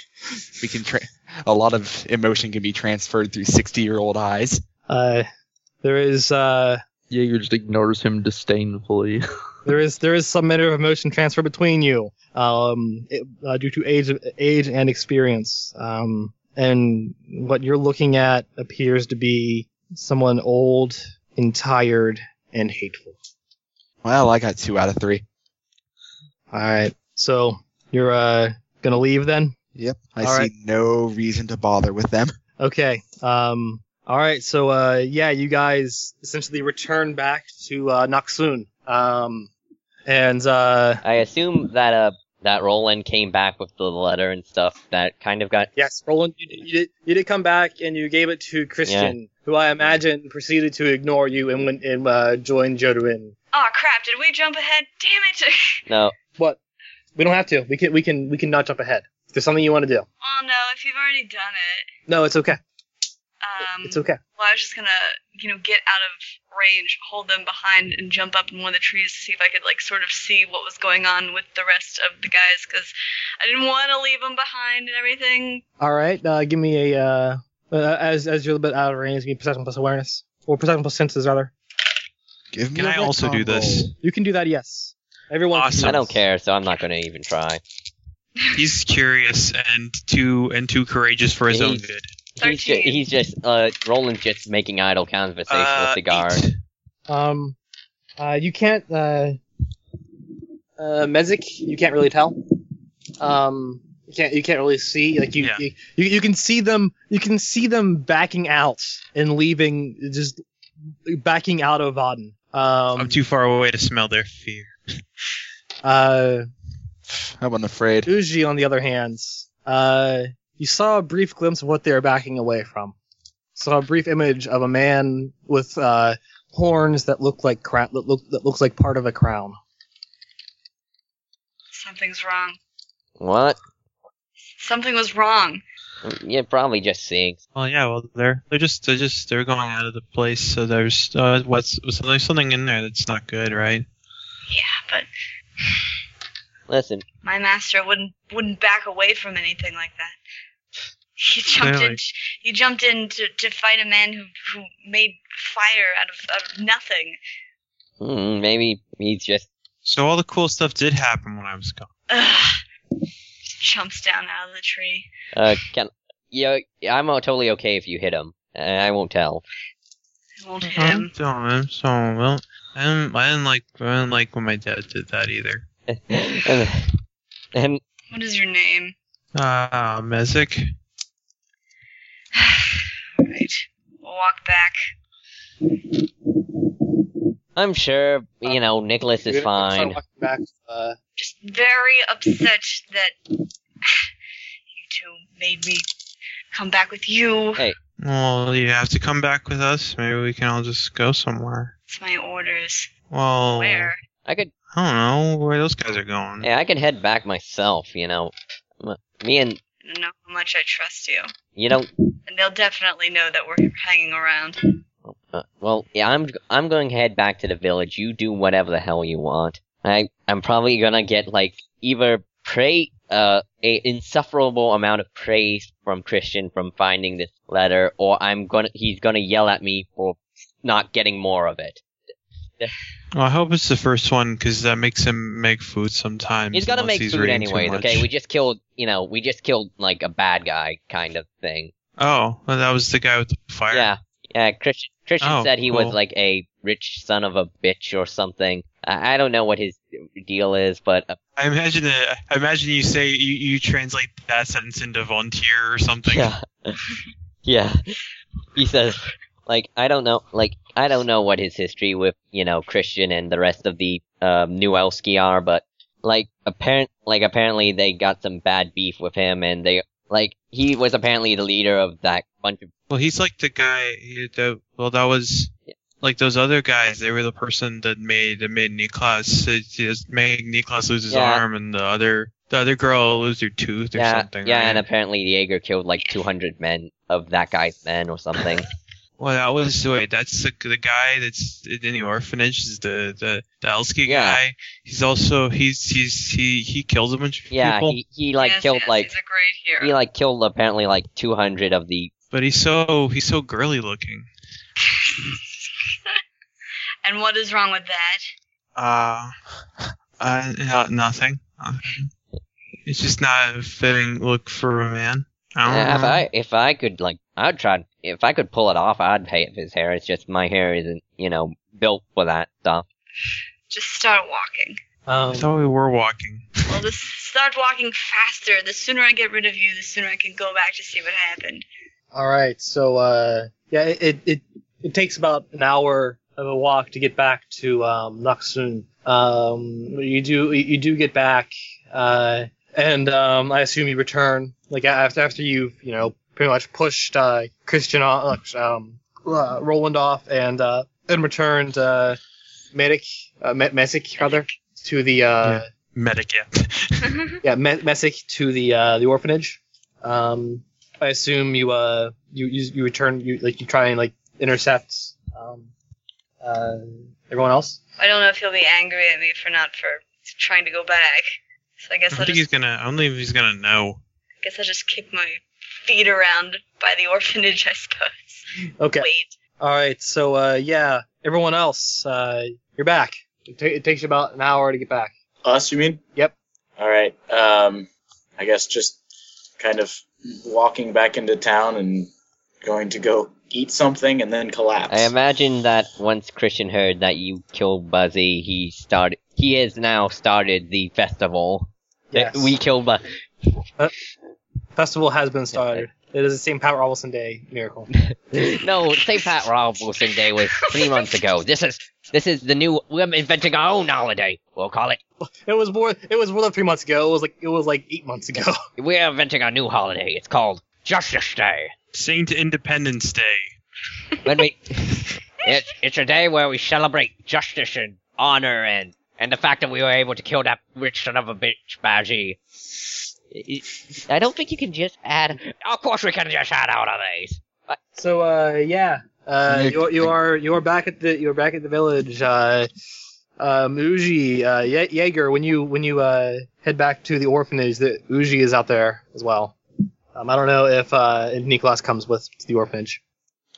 S4: We can tra- a lot of emotion can be transferred through 60 year old eyes.
S1: Uh, there is uh,
S8: Jaeger just ignores him disdainfully.
S1: there is there is some measure of emotion transfer between you, um, it- uh, due to age age and experience. Um, and what you're looking at appears to be someone old and tired and hateful.
S4: Well, I got two out of three.
S1: All right, so you're uh, gonna leave then.
S4: Yep. I
S1: All
S4: see
S1: right.
S4: no reason to bother with them.
S1: Okay. Um. All right. So, uh, yeah, you guys essentially return back to uh, Naksun. Um, and uh,
S2: I assume that uh that Roland came back with the letter and stuff that kind of got
S1: yes, Roland, you, you did you did come back and you gave it to Christian, who I imagine proceeded to ignore you and went and uh, joined Jodoin.
S11: Aw, crap, did we jump ahead? Damn it!
S2: no.
S1: What? We don't have to. We can we can we can not jump ahead. If there's something you want to do.
S5: [LAUGHS] Well, no, if you've already done it,
S1: No, it's okay.
S5: um,
S1: It's okay.
S5: Well, I was just gonna, you know, get out of range, hold them behind, and jump up in one of the trees to see if I could, like, sort of see what was going on with the rest of the guys, because I didn't want to leave them behind and everything.
S1: All right. Uh, give me a uh, uh, as as you're a little bit out of range, give me perception plus awareness or perception plus senses rather.
S4: Give me
S9: Can
S4: a
S9: I also do
S4: retcon
S9: this?
S4: roll.
S1: You can do that. Yes. Everyone. can do
S9: Awesome.
S2: I
S1: that.
S2: don't care, so I'm not gonna even try.
S9: He's curious and too and too courageous for his own
S2: He's-
S9: good.
S2: He's just,
S5: 13.
S2: he's just uh Roland's just making idle conversation
S9: Uh,
S2: with the guard.
S9: eight.
S1: Um, uh, you can't, uh, uh, Mezik, you can't really tell. Um, you can't, you can't really see, like, you,
S9: Yeah.
S1: you, you, you can see them, you can see them backing out and leaving, just backing out of Auden. Um,
S9: I'm too far away to smell their fear.
S1: Uh,
S4: I wasn't afraid.
S1: Uji, on the other hand, uh, you saw a brief glimpse of what they were backing away from. Saw a brief image of a man with uh, horns that look like cra- that, look, that looks like part of a crown.
S5: Something's wrong.
S2: What?
S5: Something was wrong.
S2: Mm, Yeah, probably just seeing.
S9: Well, yeah. Well, they're they're just they're just they're going out of the place. So there's uh, what's so there's something in there that's not good, right?
S5: Yeah, but
S2: Listen,
S5: my master wouldn't wouldn't back away from anything like that. He jumped in.
S9: Clearly.
S5: He jumped in to, to fight a man who who made fire out of, out of nothing.
S2: hmm, maybe he's just.
S9: So all the cool stuff did happen when I was gone.
S5: Ugh. Jumps down out of the tree.
S2: Uh, can yeah, I'm uh, totally okay if you hit him. Uh, I won't tell. [LAUGHS]
S5: I won't hit
S9: I'm
S5: him.
S9: done, so well. I didn't, I didn't like I didn't like when my dad did that either.
S2: and, and
S5: What is your name?
S9: Ah, uh, Mezek.
S5: right. We'll walk back.
S2: I'm sure you know Nicholas is
S1: You're gonna start
S2: fine.
S1: walking back, uh,
S5: Just very upset that you two made me come back with you.
S9: Well, you have to come back with us. Maybe we can all just go somewhere.
S5: It's my orders.
S2: Oh.
S9: Well,
S5: Where?
S2: I could
S9: I don't know where those guys are going.
S2: yeah, I could head back myself. You know, M- me and
S5: I don't know how much I trust you.
S2: you don't.
S5: And they'll definitely know that we're hanging around.
S2: Uh, well, yeah, I'm I'm going to head back to the village. You do whatever the hell you want. I I'm probably gonna get like either pray uh a insufferable amount of praise from Christian from finding this letter, or I'm gonna he's gonna yell at me for not getting more of it.
S9: Well, I hope it's the first one because that makes him make food sometimes.
S2: He's gonna
S9: unless
S2: make
S9: he's
S2: food
S9: reading too
S2: anyways.
S9: much.
S2: Okay, we just killed you know we just killed like a bad guy kind of thing.
S9: Oh, well, that was the guy with the fire.
S2: Yeah, yeah. Christian Christian
S9: Oh,
S2: said he was
S9: cool.
S2: like a rich son of a bitch or something. I, I don't know what his deal is, but uh,
S9: I imagine that. I imagine you say you, you translate that sentence into volunteer or something.
S2: yeah, [LAUGHS] yeah. He says like I don't know, like I don't know what his history with you know Christian and the rest of the um, New Elski are, but like apparent like apparently they got some bad beef with him, and they like he was apparently the leader of that bunch of
S9: Well, he's like the guy. He, the, well, that was like those other guys. They were the person that made that made Niklas it just made Niklas lose his
S2: Yeah.
S9: arm, and the other the other girl lose her tooth or
S2: yeah
S9: something.
S2: yeah,
S9: right?
S2: and apparently Jaeger killed like 200 men of that guy's men or
S9: [LAUGHS]
S2: something.
S9: Well, that was wait. That's the, the guy that's in the orphanage. Is the the, the Elski
S2: Yeah.
S9: guy? He's also he's he's he he kills a bunch of
S2: Yeah,
S9: people,
S2: he, he like
S5: Yes,
S2: killed
S5: yes,
S2: like
S5: he's a great hero.
S2: he like killed apparently like 200 of the
S9: but he's so he's so girly looking.
S5: and what is wrong with that?
S9: Uh, uh no- nothing. Nothing. It's just not a fitting look for a man. I don't
S2: Yeah, Uh, if
S9: know.
S2: I if I could like I'd try if I could pull it off I'd pay his hair. It's just my hair isn't you know built for that stuff.
S5: Just start walking.
S9: I
S1: um,
S9: thought we were walking.
S5: Well, just start walking faster. The sooner I get rid of you, the sooner I can go back to see what happened. [LAUGHS]
S1: All right. So uh, yeah, it, it it it takes about an hour of a walk to get back to um, Naksun. Um, you do you do get back, uh, and um, I assume you return like a- after after you've you know pretty much pushed uh, Christian off, um, uh, Roland off, and uh, and returned uh, Medic uh, Me- Mesic rather to the uh,
S9: Medicate.
S1: yeah, Me- Messick to the uh, the orphanage. Um, I assume you uh you, you you return you like you try and like intercept um, uh, everyone else.
S5: I don't know if he'll be angry at me for not for trying to go back. So I
S9: I
S5: guess
S9: don't
S5: I'll
S9: think
S5: just
S9: he's gonna. I don't think he's gonna know.
S5: guess I'll just kick my feet around by the [LAUGHS] orphanage, I suppose.
S1: Okay.
S5: Wait.
S1: All right. So uh, yeah, everyone else, uh, you're back. It, ta- it takes you about an hour to get back.
S3: Us, you mean?
S1: Yep.
S3: All right. Um, I guess just kind of walking back into town and going to go eat something and then collapse.
S2: I imagine that once Christian heard that you killed Buzzy, he started he has now started the festival. that
S1: Yes.
S2: We killed Buzzy.
S1: Festival has been started. It is the same Pat Robertson Day miracle.
S2: no, St. Pat Robertson Day was three months ago. This is this is the new. We're inventing our own holiday. We'll call it.
S1: It was more. It was more than three months ago. It was like it was like eight months ago.
S2: We're inventing a new holiday. It's called Justice Day.
S9: Saint Independence Day.
S2: When we, [LAUGHS] it's it's a day where we celebrate justice and honor and and the fact that we were able to kill that rich son of a bitch, Badgie. I don't think you can just add. Of course, we can just add out of these.
S1: So uh, yeah, uh, you, you are you are back at the you're back at the village. Uh, um, Uji uh, Ye- Jaeger, when you when you uh, head back to the orphanage, that Uji is out there as well. Um, I don't know if uh, if Niklas comes with to the orphanage.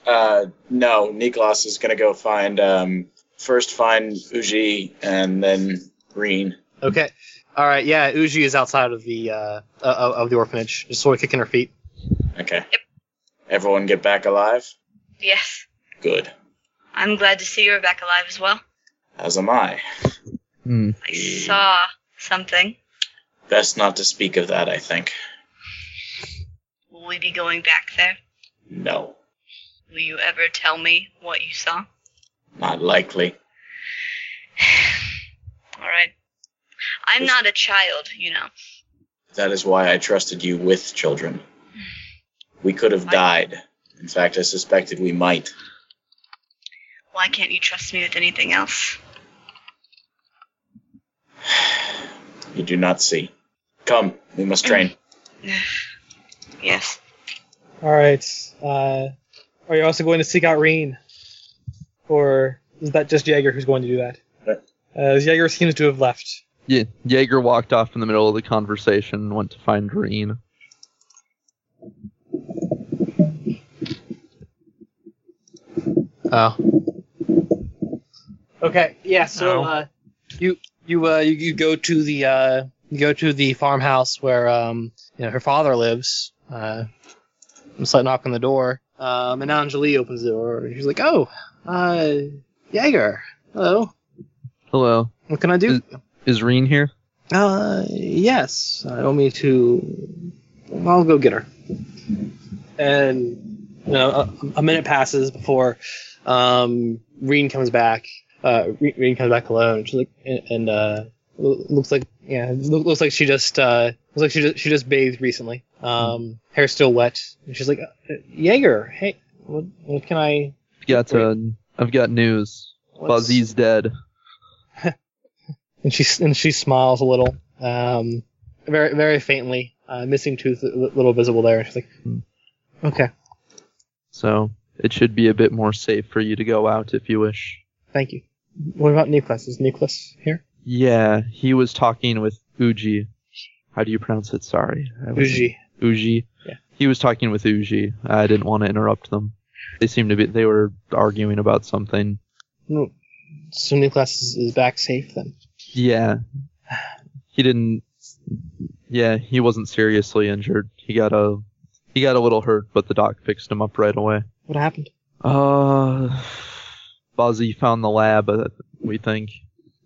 S3: Uh, no, Niklas is gonna go find um, first find Uji and then Green.
S1: Okay. All right. Yeah, Uji is outside of the uh, of, of the orphanage, just sort of kicking her feet.
S3: Okay. Everyone get back alive.
S5: Yes.
S3: Good.
S5: I'm glad to see you're back alive as well.
S3: As am I.
S4: Hmm.
S5: I saw something.
S3: Best not to speak of that. I think.
S5: Will we be going back there?
S3: No,
S5: Will you ever tell me what you saw?
S3: not likely.
S5: All right. I'm not a child, you know.
S3: That is why I trusted you with children. We could have died. In fact, I suspected we might.
S5: Why can't you trust me with anything else?
S3: You do not see. Come, we must train.
S5: yes.
S6: All right. Uh, are you also going to seek out Reen, or is that just Jaeger who's going to do that? Uh, Jaeger seems to have left.
S8: Yeah, Jaeger walked off in the middle of the conversation and went to find Green.
S1: Oh. Okay. Yeah. So uh, you you uh you, you go to the uh you go to the farmhouse where um you know her father lives. Uh, I'm slight knock on the door. Um, and Anjali opens the door. and She's like, "Oh, uh, Jaeger, hello.
S8: Hello.
S1: What can I do?"
S8: Is Reen here?
S1: Uh, yes. I want me to. I'll go get her. And you know, a, a minute passes before um, Reen comes back. Uh, Re- Reen comes back alone. She's like, and, and uh, lo- looks like yeah, lo- looks like she just uh, looks like she just, she just bathed recently. Um, hair's still wet. And she's like, "Uh, Jaeger, hey, what, what can I?
S8: I've got, uh, I've got news.
S1: What's-
S8: Buzzy's dead.
S1: and she and she smiles a little, um, very very faintly, uh, missing tooth a li- little visible there. And she's like, "Hmm, "Okay,
S8: So it should be a bit more safe for you to go out if you wish.
S1: thank you." What about Nicholas? Is Nicholas here?
S8: Yeah, he was talking with Uji. How do you pronounce it? Sorry. I was-
S1: Uji.
S8: Uji.
S1: Yeah.
S8: He was talking with Uji. I didn't want to interrupt them. They seemed to be they were arguing about something.
S1: No. So Nicholas is, is back safe then.
S8: Yeah. He didn't Yeah, he wasn't seriously injured. He got a he got a little hurt, but the doc fixed him up right away.
S1: What happened?
S8: Uh, Buzzy found the lab, uh, we think.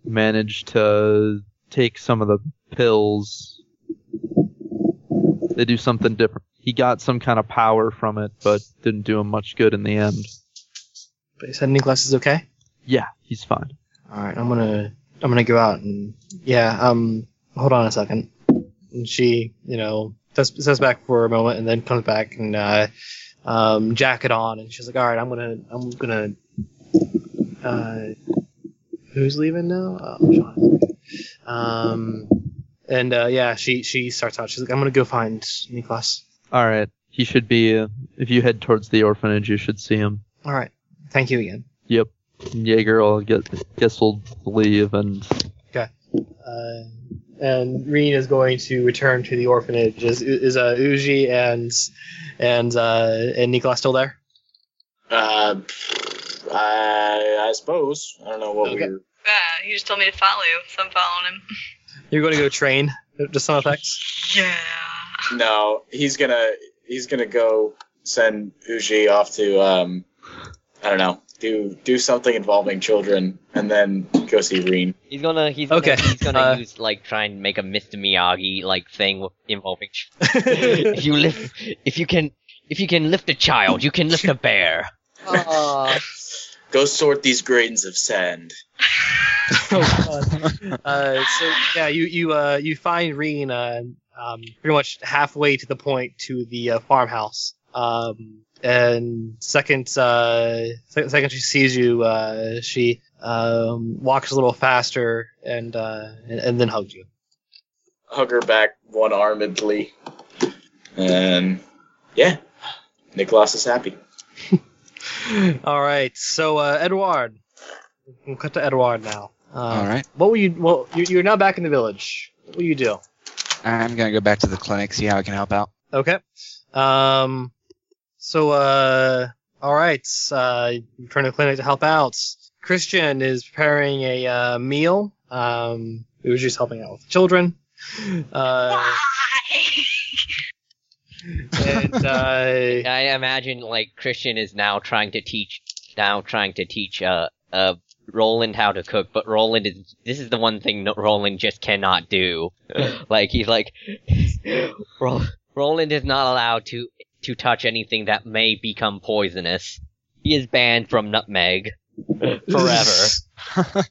S8: Managed to take some of the pills. They do something different. He got some kind of power from it, but didn't do him much good in the end.
S1: But he said Nicholas is okay.
S8: Yeah, he's fine.
S1: All right, I'm gonna I'm gonna go out and yeah. Um, hold on a second. And she, you know, sets, sets back for a moment and then comes back and uh, um, jacket on, and she's like, "All right, I'm gonna I'm gonna." Uh, who's leaving now? Oh, John. Um, and uh, yeah, she she starts out. She's like, "I'm gonna go find Niklas."
S8: All right, he should be. Uh, if you head towards the orphanage, you should see him.
S1: All right, thank you again.
S8: Yep. Jaeger will get guess will leave and
S1: Uh, and Reen is going to return to the orphanage. Is is uh, Uji and and uh, and Nicolas still there?
S3: Uh, I, I suppose. I don't know what
S1: Okay.
S3: we're.
S9: Oh.
S12: Yeah, he just told me to follow you, so I'm following him.
S1: You're going to go train to some
S5: [LAUGHS]
S1: effects.
S12: Yeah.
S3: No, he's gonna he's gonna go send Uji off to um, I don't know, do do something involving children, and then go see Reen.
S2: He's gonna. He's gonna,
S1: Okay,
S2: He's gonna
S1: uh,
S2: use like try
S1: [LAUGHS]
S2: and make a Mr. Miyagi like thing involving. if you live, if you can, If you can lift a child, you can lift a bear.
S3: Go sort these grains of sand.
S1: oh god. Uh, so yeah, you you uh you find Reen uh, um pretty much halfway to the point to the uh, farmhouse. Um and second uh se- second she sees you uh she um walks a little faster and uh and, and then hugs you.
S3: Hug her back one armedly. And yeah, Nicholas is happy.
S1: [LAUGHS] All right. So uh Edward We'll cut to Edward now. Um,
S4: All right.
S1: What will you? Well, you- you're now back in the village. What will you do?
S4: I'm gonna go back to the clinic, see how I can help out.
S1: Okay. Um. So, uh, all right. Uh, return to the clinic to help out. Christian is preparing a uh, meal. Um, he was just helping out with the children. Uh, and
S9: [LAUGHS]
S1: uh,
S2: I imagine like Christian is now trying to teach now trying to teach uh uh Roland how to cook, but Roland is this is the one thing that Roland just cannot do. [LAUGHS] like he's like Ro- Roland is not allowed to to touch anything that may become poisonous. He is banned from nutmeg forever.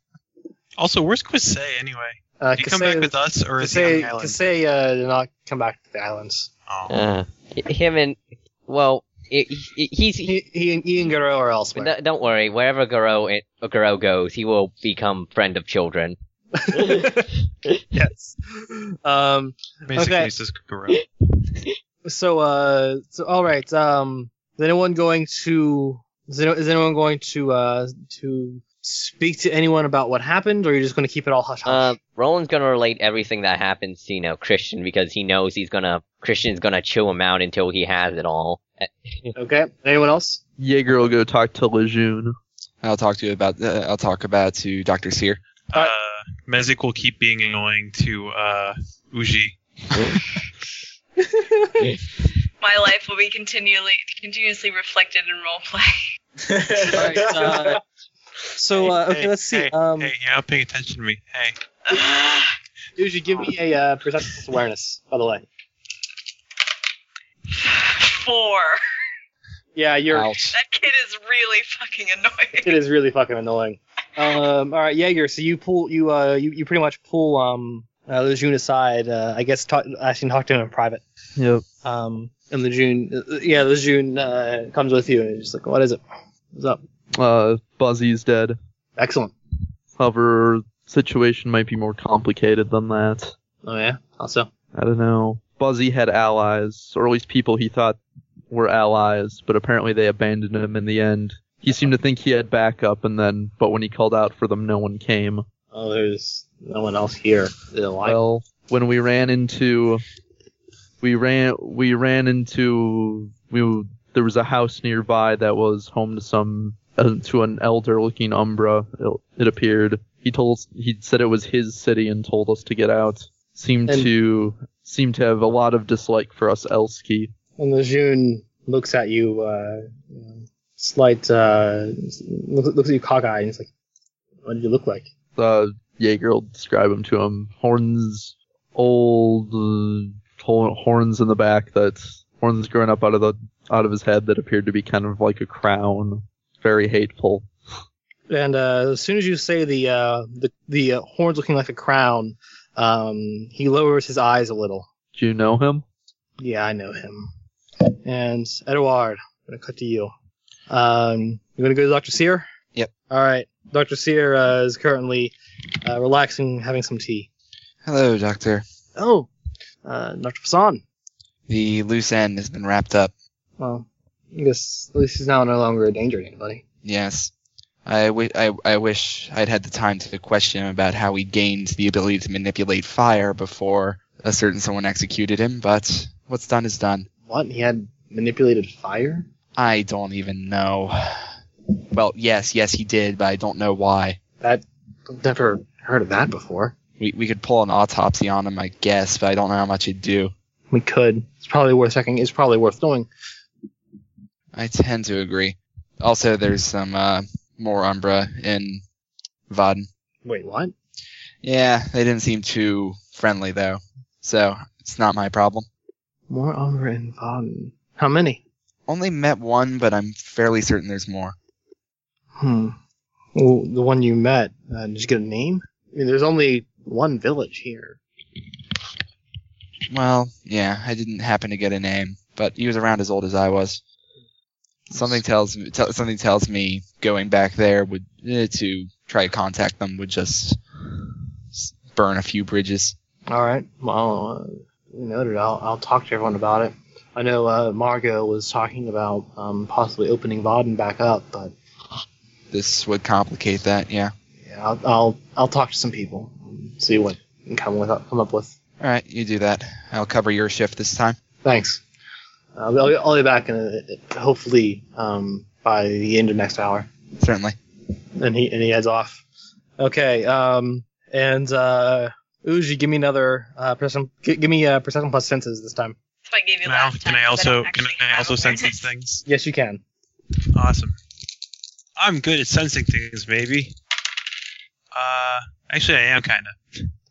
S9: Also, where's Quisei anyway?
S1: [LAUGHS] uh,
S9: Did he come back with us or is he on the
S1: Kasey,
S9: island?
S1: Kasey, uh, did not come back to the islands.
S9: Oh.
S2: Uh, him and well, it, it, he's
S1: He, he and Ian Guerrero are elsewhere.
S2: No, don't worry. Wherever Garo it, Garo goes, he will become friend of children.
S1: [LAUGHS] yes. Um.
S9: Basically,
S1: Okay.
S9: it's just Goro.
S1: So. Uh. So. All right. Um. Is anyone going to? Is, any- is anyone going to? Uh. To speak to anyone about what happened, or are you just going to keep it all hush
S2: Uh,
S1: hush?
S2: Roland's gonna relate everything that happens to you know Christian because he knows he's gonna Christian's gonna chew him out until he has it all. Uh,
S1: okay. Anyone else?
S8: Jaeger will go talk to Lejeune.
S4: I'll talk to you about. Uh, I'll talk about to Doctor Sear.
S9: Uh, Mezik will keep being annoying to uh, Uji.
S5: My life will be continually continuously reflected in roleplay.
S1: All right, uh, [LAUGHS] so. Uh, okay.
S9: Hey,
S1: let's see.
S9: hey,
S1: um.
S9: hey, you're not paying attention to me. Hey,
S1: Dude, you give me a uh, perception plus awareness. By the way.
S5: Four.
S1: Yeah. You're.
S4: Ouch.
S5: That kid is really fucking annoying.
S1: It is really fucking annoying. Um, all right, Jaeger. So you pull you uh you, you pretty much pull um uh, Lejeune aside. Uh, I guess talk, actually talk to him in private.
S8: Yep.
S1: Um, and Lejeune, uh, yeah, Lejeune uh, comes with you and he's like, "What is it? What's up?"
S8: Uh, Buzzy's dead.
S1: Excellent.
S8: However, situation might be more complicated than that.
S1: Oh yeah. Also,
S8: I don't know. Buzzy had allies, or at least people he thought were allies, but apparently they abandoned him in the end. He seemed to think he had backup, and then, but when he called out for them, no one came.
S1: oh, there's no one else here. They're like-
S8: Well, when we ran into, we ran, we ran into, we there was a house nearby that was home to some uh, to an elder-looking Umbra. It, it appeared. He told he said it was his city and told us to get out. Seemed
S1: And-
S8: to seemed to have a lot of dislike for us Elski.
S1: And Lejeune looks at you, uh, you know, slight uh, looks, looks at you cockeyed, and he's like, "What did you look like?"
S8: Uh, Jaeger will describe him to him. Horns, old uh, hor- horns in the back. That horns growing up out of the out of his head that appeared to be kind of like a crown. Very hateful.
S1: And uh, as soon as you say the uh, the the uh, horns looking like a crown, um, he lowers his eyes a little.
S8: Do you know him?
S1: Yeah, I know him. And Edward, I'm gonna cut to you. Um, you gonna go to Doctor Sear?
S4: Yep.
S1: All right. Doctor Sear uh, is currently uh, relaxing, having some tea.
S4: Hello, Doctor.
S1: Oh, uh, Doctor Passan.
S4: The loose end has been wrapped up.
S1: Well, I guess at least he's now no longer a danger to anybody.
S4: Yes. I, w- I, I wish I'd had the time to question him about how he gained the ability to manipulate fire before a certain someone executed him, but what's done is done.
S1: What? He had manipulated fire?
S4: I don't even know. Well, yes, yes, he did, but I don't know why.
S1: That I've never heard of that before.
S4: We, we could pull an autopsy on him, I guess, but I don't know how much it'd do.
S1: We could. It's probably worth checking. It's probably worth knowing.
S4: I tend to agree. Also, there's some uh, more Umbra in Vaden.
S1: Wait, what?
S4: Yeah, they didn't seem too friendly, though, so it's not my problem.
S1: More Umbra in Vaden. How many?
S4: only met one, but I'm fairly certain there's more.
S1: Hmm. Well, the one you met, uh, did you get a name? I mean, there's only one village here.
S4: Well, yeah, I didn't happen to get a name, but he was around as old as I was. Something tells me tell something tells me going back there would eh, to try to contact them would just s- burn a few bridges.
S1: All right. Well, uh, noted. I'll, I'll talk to everyone about it. I know uh, Margot was talking about um, possibly opening Vaden back up, but
S4: This would complicate that, yeah.
S1: yeah, I'll, I'll I'll talk to some people, and see what I can come with come up with.
S4: All right, you do that. I'll cover your shift this time.
S1: Thanks. Uh, I'll, be- I'll be back in a, hopefully um, by the end of next hour.
S4: Certainly.
S1: And he and he heads off. Okay. Um. And uh, Uji, give me another uh, person. G- give me uh, perception plus senses this time.
S5: That's what I gave you
S9: Can I,
S5: last time.
S9: can I
S5: 'cause
S9: also
S5: don't
S9: can
S5: actually
S9: I
S5: have
S9: also
S5: a
S9: sense
S5: parent.
S9: these things?
S1: Yes, you can.
S9: Awesome. I'm good at sensing things, maybe. Uh, actually, I am kind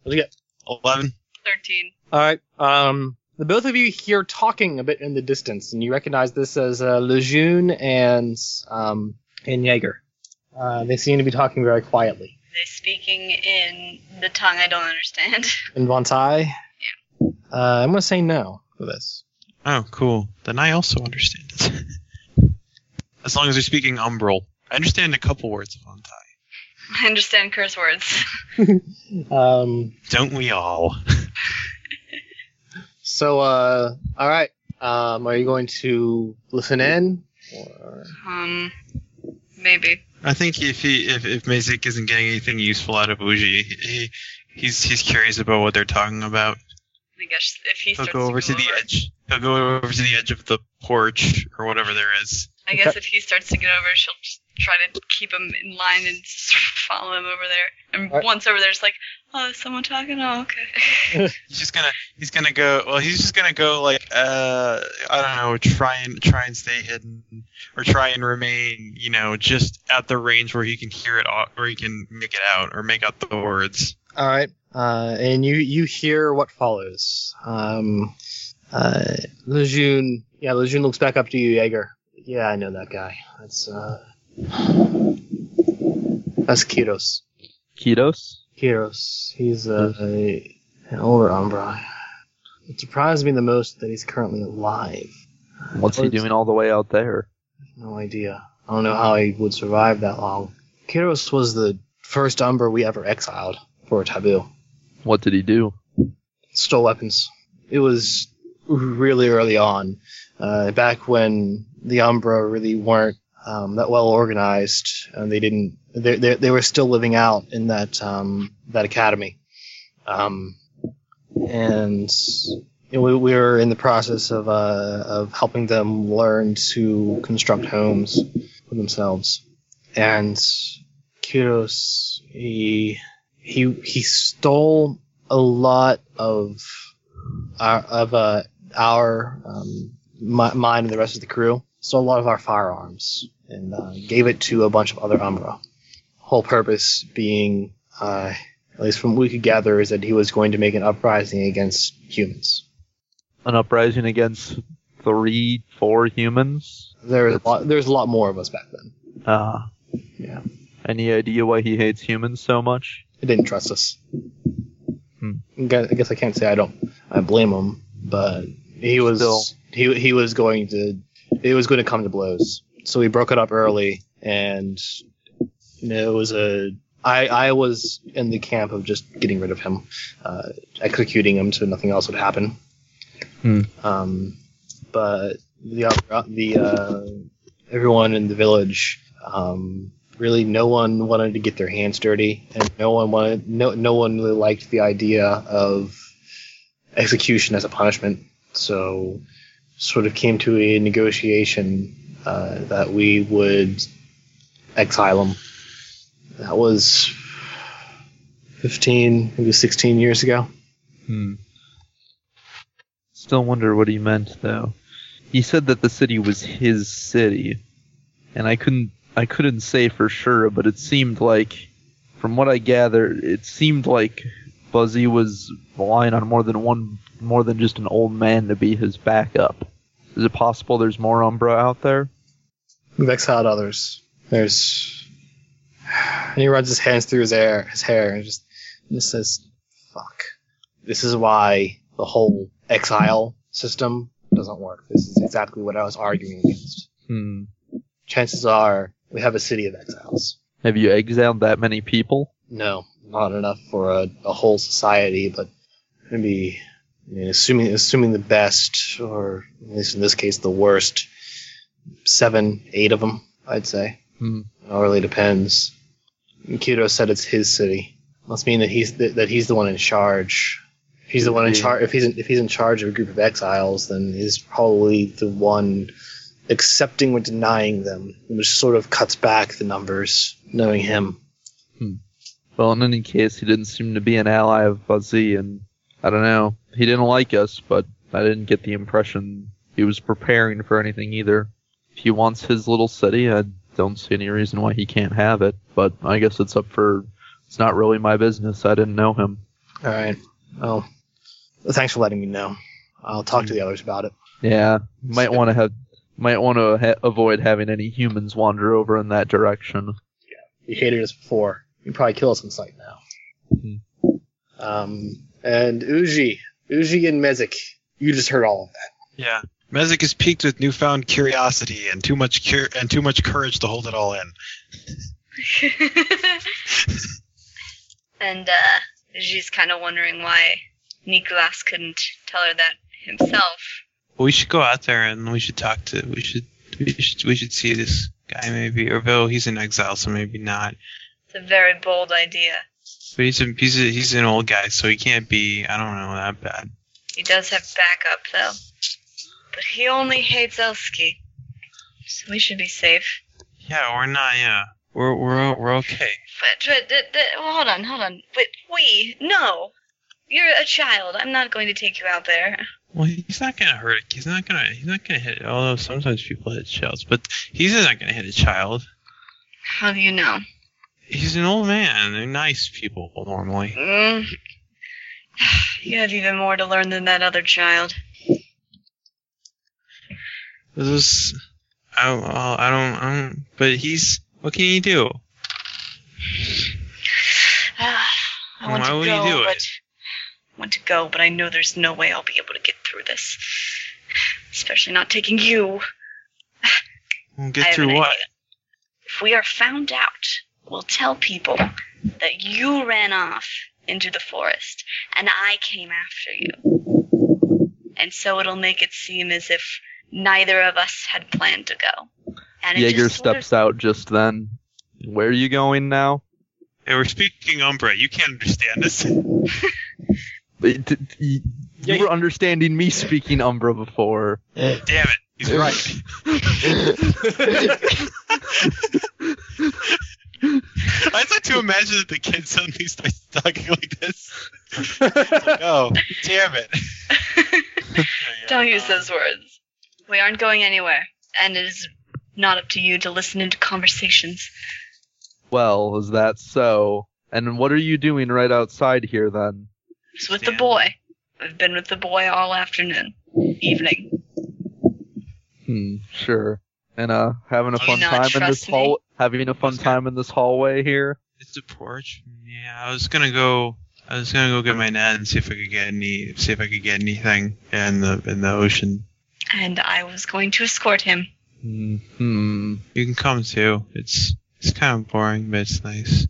S1: What'd you
S9: of. Eleven.
S5: Thirteen.
S1: All right. Um, the both of you hear talking a bit in the distance, and you recognize this as uh, Lejeune and um, and Jaeger. Uh, they seem to be talking very quietly.
S5: They speaking in the tongue I don't understand. [LAUGHS]
S1: And Vontai, uh, I'm gonna say no for this.
S9: Oh, cool. Then I also understand it. [LAUGHS] as long as they're speaking Umbral, I understand a couple words of Ontai.
S5: I understand curse words.
S1: Um,
S9: Don't we all?
S1: so, uh, all right. Um, are you going to listen in? Or...
S5: Um, maybe.
S9: I think if he if if Mazik isn't getting anything useful out of Uji, he he's he's curious about what they're talking about.
S5: I guess if he
S9: He'll
S5: starts
S9: go over to the edge. He'll go over to the edge of the porch or whatever there is.
S5: I guess if he starts to get over, she'll just try to keep him in line and sort of follow him over there. And
S1: Alright.
S5: once over there, it's like, oh, is someone talking? Oh, okay. [LAUGHS]
S9: He's just gonna he's gonna go well he's just gonna go like uh I don't know, try and try and stay hidden or try and remain, you know, just at the range where he can hear it au- or he can make it out or make out the words.
S1: All right, uh, and you you hear what follows. Um, uh, Lejeune, yeah, Lejeune looks back up to you, Jaeger. Yeah, I know that guy. That's uh, that's Kiros.
S8: Kitos?
S1: Kiros. He's uh, a, an older Umbra. It surprised me the most that he's currently alive.
S8: What's he
S1: Words.
S8: doing all the way out there?
S1: No idea. I don't know how he would survive that long. Kiros was the first Umbra we ever exiled for a taboo.
S8: What did he do?
S1: stole weapons. It was really early on, uh, back when the Umbra really weren't um, that well organized, and they didn't. They, they, they were still living out in that um, that academy, um, and you know, we, we were in the process of uh, of helping them learn to construct homes for themselves. And Kiros, he he he stole a lot of our of uh, our um, mi- mine and the rest of the crew stole a lot of our firearms and uh, gave it to a bunch of other Umbra. Whole purpose being, uh, at least from what we could gather, is that he was going to make an uprising against humans.
S8: An uprising against three, four humans?
S1: There was a lot, there's a lot more of us back then.
S8: Ah.
S1: Yeah.
S8: Any idea why he hates humans so much?
S1: They didn't trust us.
S8: Hmm.
S1: I gue- I guess I can't say I don't. I blame him, but he was
S8: Still.
S1: he he was going to it was going to come to blows. So we broke it up early, and you know, it was a I I was in the camp of just getting rid of him, uh, executing him so nothing else would happen.
S8: Hmm.
S1: Um, but the op- the uh, everyone in the village um, really no one wanted to get their hands dirty and no one wanted no no one really liked the idea of execution as a punishment so sort of came to a negotiation uh, that we would exile them that was 15 maybe 16 years ago
S8: Hmm. Still wonder what he meant though. He said that the city was his city, and I couldn't I couldn't say for sure, but it seemed like, from what I gathered, it seemed like Buzzy was relying on more than one more than just an old man to be his backup. Is it possible there's more Umbra out there?
S1: We've exiled others. There's. And he runs his hands through his hair, his hair, and just and just says, "Fuck." This is why the whole exile system doesn't work. This is exactly what I was arguing against.
S8: Hmm.
S1: Chances are we have a city of exiles.
S8: Have you exiled that many people?
S1: No, not enough for a, a whole society, but maybe I mean, assuming assuming the best, or at least in this case the worst, seven, eight of them, I'd say.
S8: Hmm.
S1: It all really depends. Kido said it's his city. Must mean that he's that, that he's the one in charge. If he's the one in
S8: Yeah.
S1: charge. If he's in, if he's in charge of a group of exiles, then he's probably the one accepting or denying them, which sort of cuts back the numbers. Knowing him,
S8: Well, in any case, he didn't seem to be an ally of Bazi, and I don't know. He didn't like us, but I didn't get the impression he was preparing for anything either. If he wants his little city, I don't see any reason why he can't have it, but I guess it's up for. It's not really my business. I didn't know him.
S1: all right. Well, thanks for letting me know. I'll talk to the others about it.
S8: Yeah, might want to have. Might want to ha- avoid having any humans wander over in that direction.
S1: You hated us before. You probably kill us on sight now. Um, and Uji, Uji and Mezik, you just heard all of that.
S9: Yeah. Mezik is piqued with newfound curiosity and too much cur- and too much courage to hold it all in.
S5: [LAUGHS] and uh, she's kind of wondering why Nicolas couldn't tell her that himself.
S9: We should go out there and we should talk to. We should we should we should see this guy maybe. Or though he's in exile, so maybe not.
S5: It's a very bold idea.
S9: But he's a, he's a, he's an old guy, so he can't be. I don't know that bad.
S5: He does have backup though, but he only hates Elski, so we should be safe.
S9: Yeah, we're not. Yeah, we're we're we're okay.
S5: But, but, but- but- well, hold on, hold on. But we no, you're a child. I'm not going to take you out there.
S9: Well, he's not gonna hurt. it. He's not gonna. He's not gonna hit. Although sometimes people hit shells, but he's not gonna hit a child.
S5: How do you know?
S9: He's an old man. They're nice people normally.
S5: Mm. [SIGHS] You have even more to learn than that other child.
S9: This is. I don't. I don't. I don't but he's. What can he do?
S5: Ah, [SIGHS] I want
S9: Why
S5: to
S9: would he
S5: go,
S9: do it?
S5: but I want to go, but I know there's no way I'll be able to get through this. Especially not taking you.
S9: We'll
S5: I
S9: get
S5: have
S9: through
S5: an
S9: what?
S5: idea. If we are found out, we'll tell people that you ran off into the forest and I came after you. And so it'll make it seem as if neither of us had planned to go. And it
S8: Jaeger
S5: just sort of-
S8: steps out just then. Where are you going now?
S9: Hey, we're speaking Umbra. You can't understand us. [LAUGHS]
S8: It- it- you you were understanding me speaking Umbra before.
S9: Damn it. He's right. I would like to imagine that the kid suddenly starts talking like this. oh, damn it.
S5: [LAUGHS]
S9: Uh,
S5: Don't use those words. We aren't going anywhere, and it is not up to you to listen into conversations.
S8: Well, is that so? And what are you doing right outside here then?
S5: It's with the boy. I've been with the boy all afternoon, evening.
S8: Hmm, sure. And uh, having a
S9: Do you
S8: fun
S5: not
S8: time in this
S5: trust me?
S8: hall, having a fun time in this hallway here.
S9: It's a porch. Yeah, I was gonna go. I was gonna go get my net and see if I could get any. See if I could get anything in the in the ocean.
S5: And I was going to escort him.
S8: Hmm, Hmm.
S9: You can come too. It's it's kind of boring, but it's nice.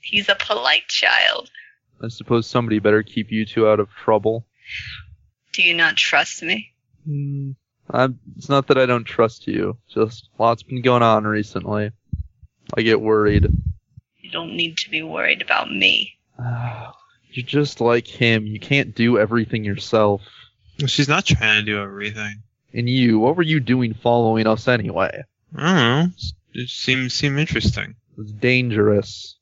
S5: He's a polite child.
S8: I suppose somebody better keep you two out of trouble.
S5: Do you not trust me?
S8: Hmm. I'm, it's not that I don't trust you. Just lots been going on recently. I get worried. [SIGHS]
S5: You don't need to be worried about me.
S8: You're just like him. You can't do everything yourself.
S9: She's not trying to do everything.
S8: And you, what were you doing following us anyway?
S9: I don't know. It seems seem interesting.
S8: It was dangerous.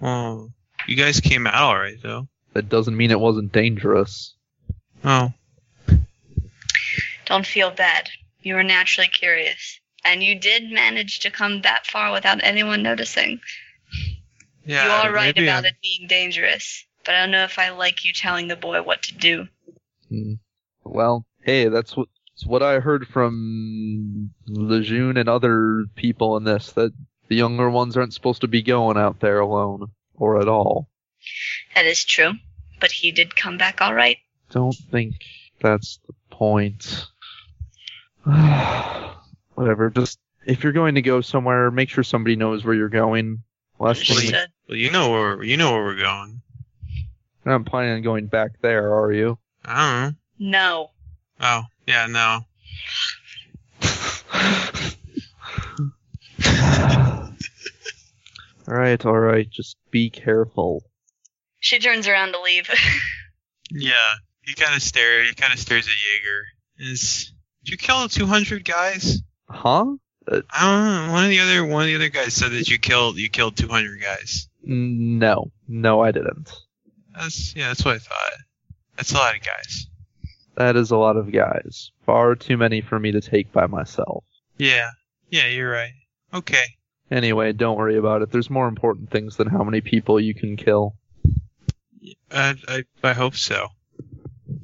S9: Well, you guys came out all right though.
S8: That doesn't mean it wasn't dangerous.
S9: Oh,
S5: Don't feel bad. You were naturally curious. And you did manage to come that far without anyone noticing.
S9: yeah.
S5: you are right
S9: maybe
S5: about it
S9: I'm-
S5: being dangerous, but I don't know if I like you telling the boy what to do.
S8: Hmm. Well, hey, that's what it's what I heard from Lejeune and other people in this that the younger ones aren't supposed to be going out there alone or at all.
S5: That is true. But he did come back all right.
S8: Don't think that's the point. [SIGHS] Whatever. Just if you're going to go somewhere, make sure somebody knows where you're going. Last thing,
S5: Understood.
S9: Well, you know where you know where we're going.
S8: you're not planning on going back there, are you?
S9: I don't know.
S5: No.
S9: Oh, yeah, no.
S8: all right, all right. Just be careful.
S5: She turns around to leave. [LAUGHS]
S9: Yeah, he kind of stare. He kind of stares at Jaeger. Is did you kill 200 guys?
S8: Huh?
S9: I don't know. One of the other one of the other guys said that you killed you killed 200 guys.
S8: No, no, I didn't.
S9: That's yeah, that's what I thought. That's a lot of guys.
S8: That is a lot of guys. Far too many for me to take by myself.
S9: Yeah, yeah, you're right. Okay.
S8: Anyway, don't worry about it. There's more important things than how many people you can kill.
S9: I, I, I hope so.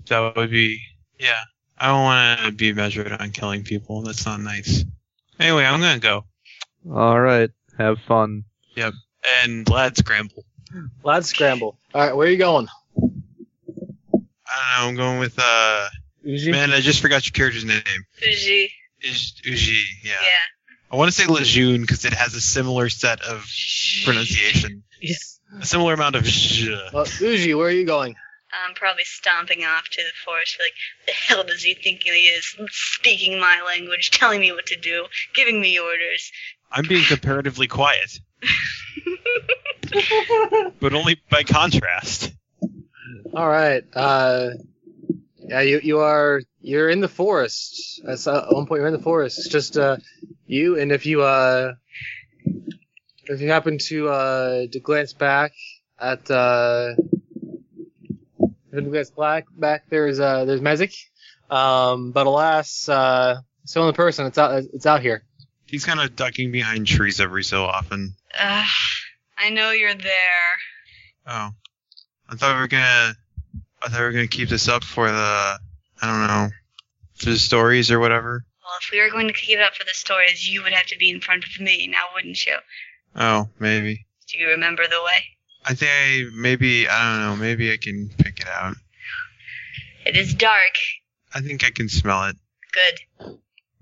S9: That would be, yeah. I don't want to be measured on killing people. That's not nice. Anyway, I'm gonna go.
S8: All right, have fun.
S9: And lad scramble.
S1: Lad scramble. All right, where are you going?
S9: I don't know. I'm going with uh. Man, I just forgot your character's name.
S5: Uji.
S9: Is Uji? Yeah.
S5: Yeah.
S9: I want to say Lejeune because it has a similar set of pronunciation,
S6: Yes.
S9: a similar amount of zh.
S1: Well, Uji, where are you going?
S5: I'm probably stomping off to the forest. Like, the hell does he think he is? Speaking my language, telling me what to do, giving me orders.
S9: I'm being comparatively quiet, but only by contrast.
S1: All right. Uh, yeah, you you are you're in the forest. I saw at one point you're in the forest. It's just uh, you, and if you uh, if you happen to uh, to glance back at uh, if you glance back back there's uh there's Mezik, um, but alas, uh, it's the only person. It's out. It's out here.
S9: He's kind of ducking behind trees every so often.
S5: Ugh, I know you're there.
S9: Oh, I thought we were gonna, I thought we were gonna keep this up for the, I don't know, for the stories or whatever.
S5: Well, if we were going to keep it up for the stories, you would have to be in front of me now, wouldn't you?
S9: Oh, maybe.
S5: Do you remember the way?
S9: I think I, maybe I don't know. Maybe I can pick it out.
S5: It is dark.
S9: I think I can smell it.
S5: Good.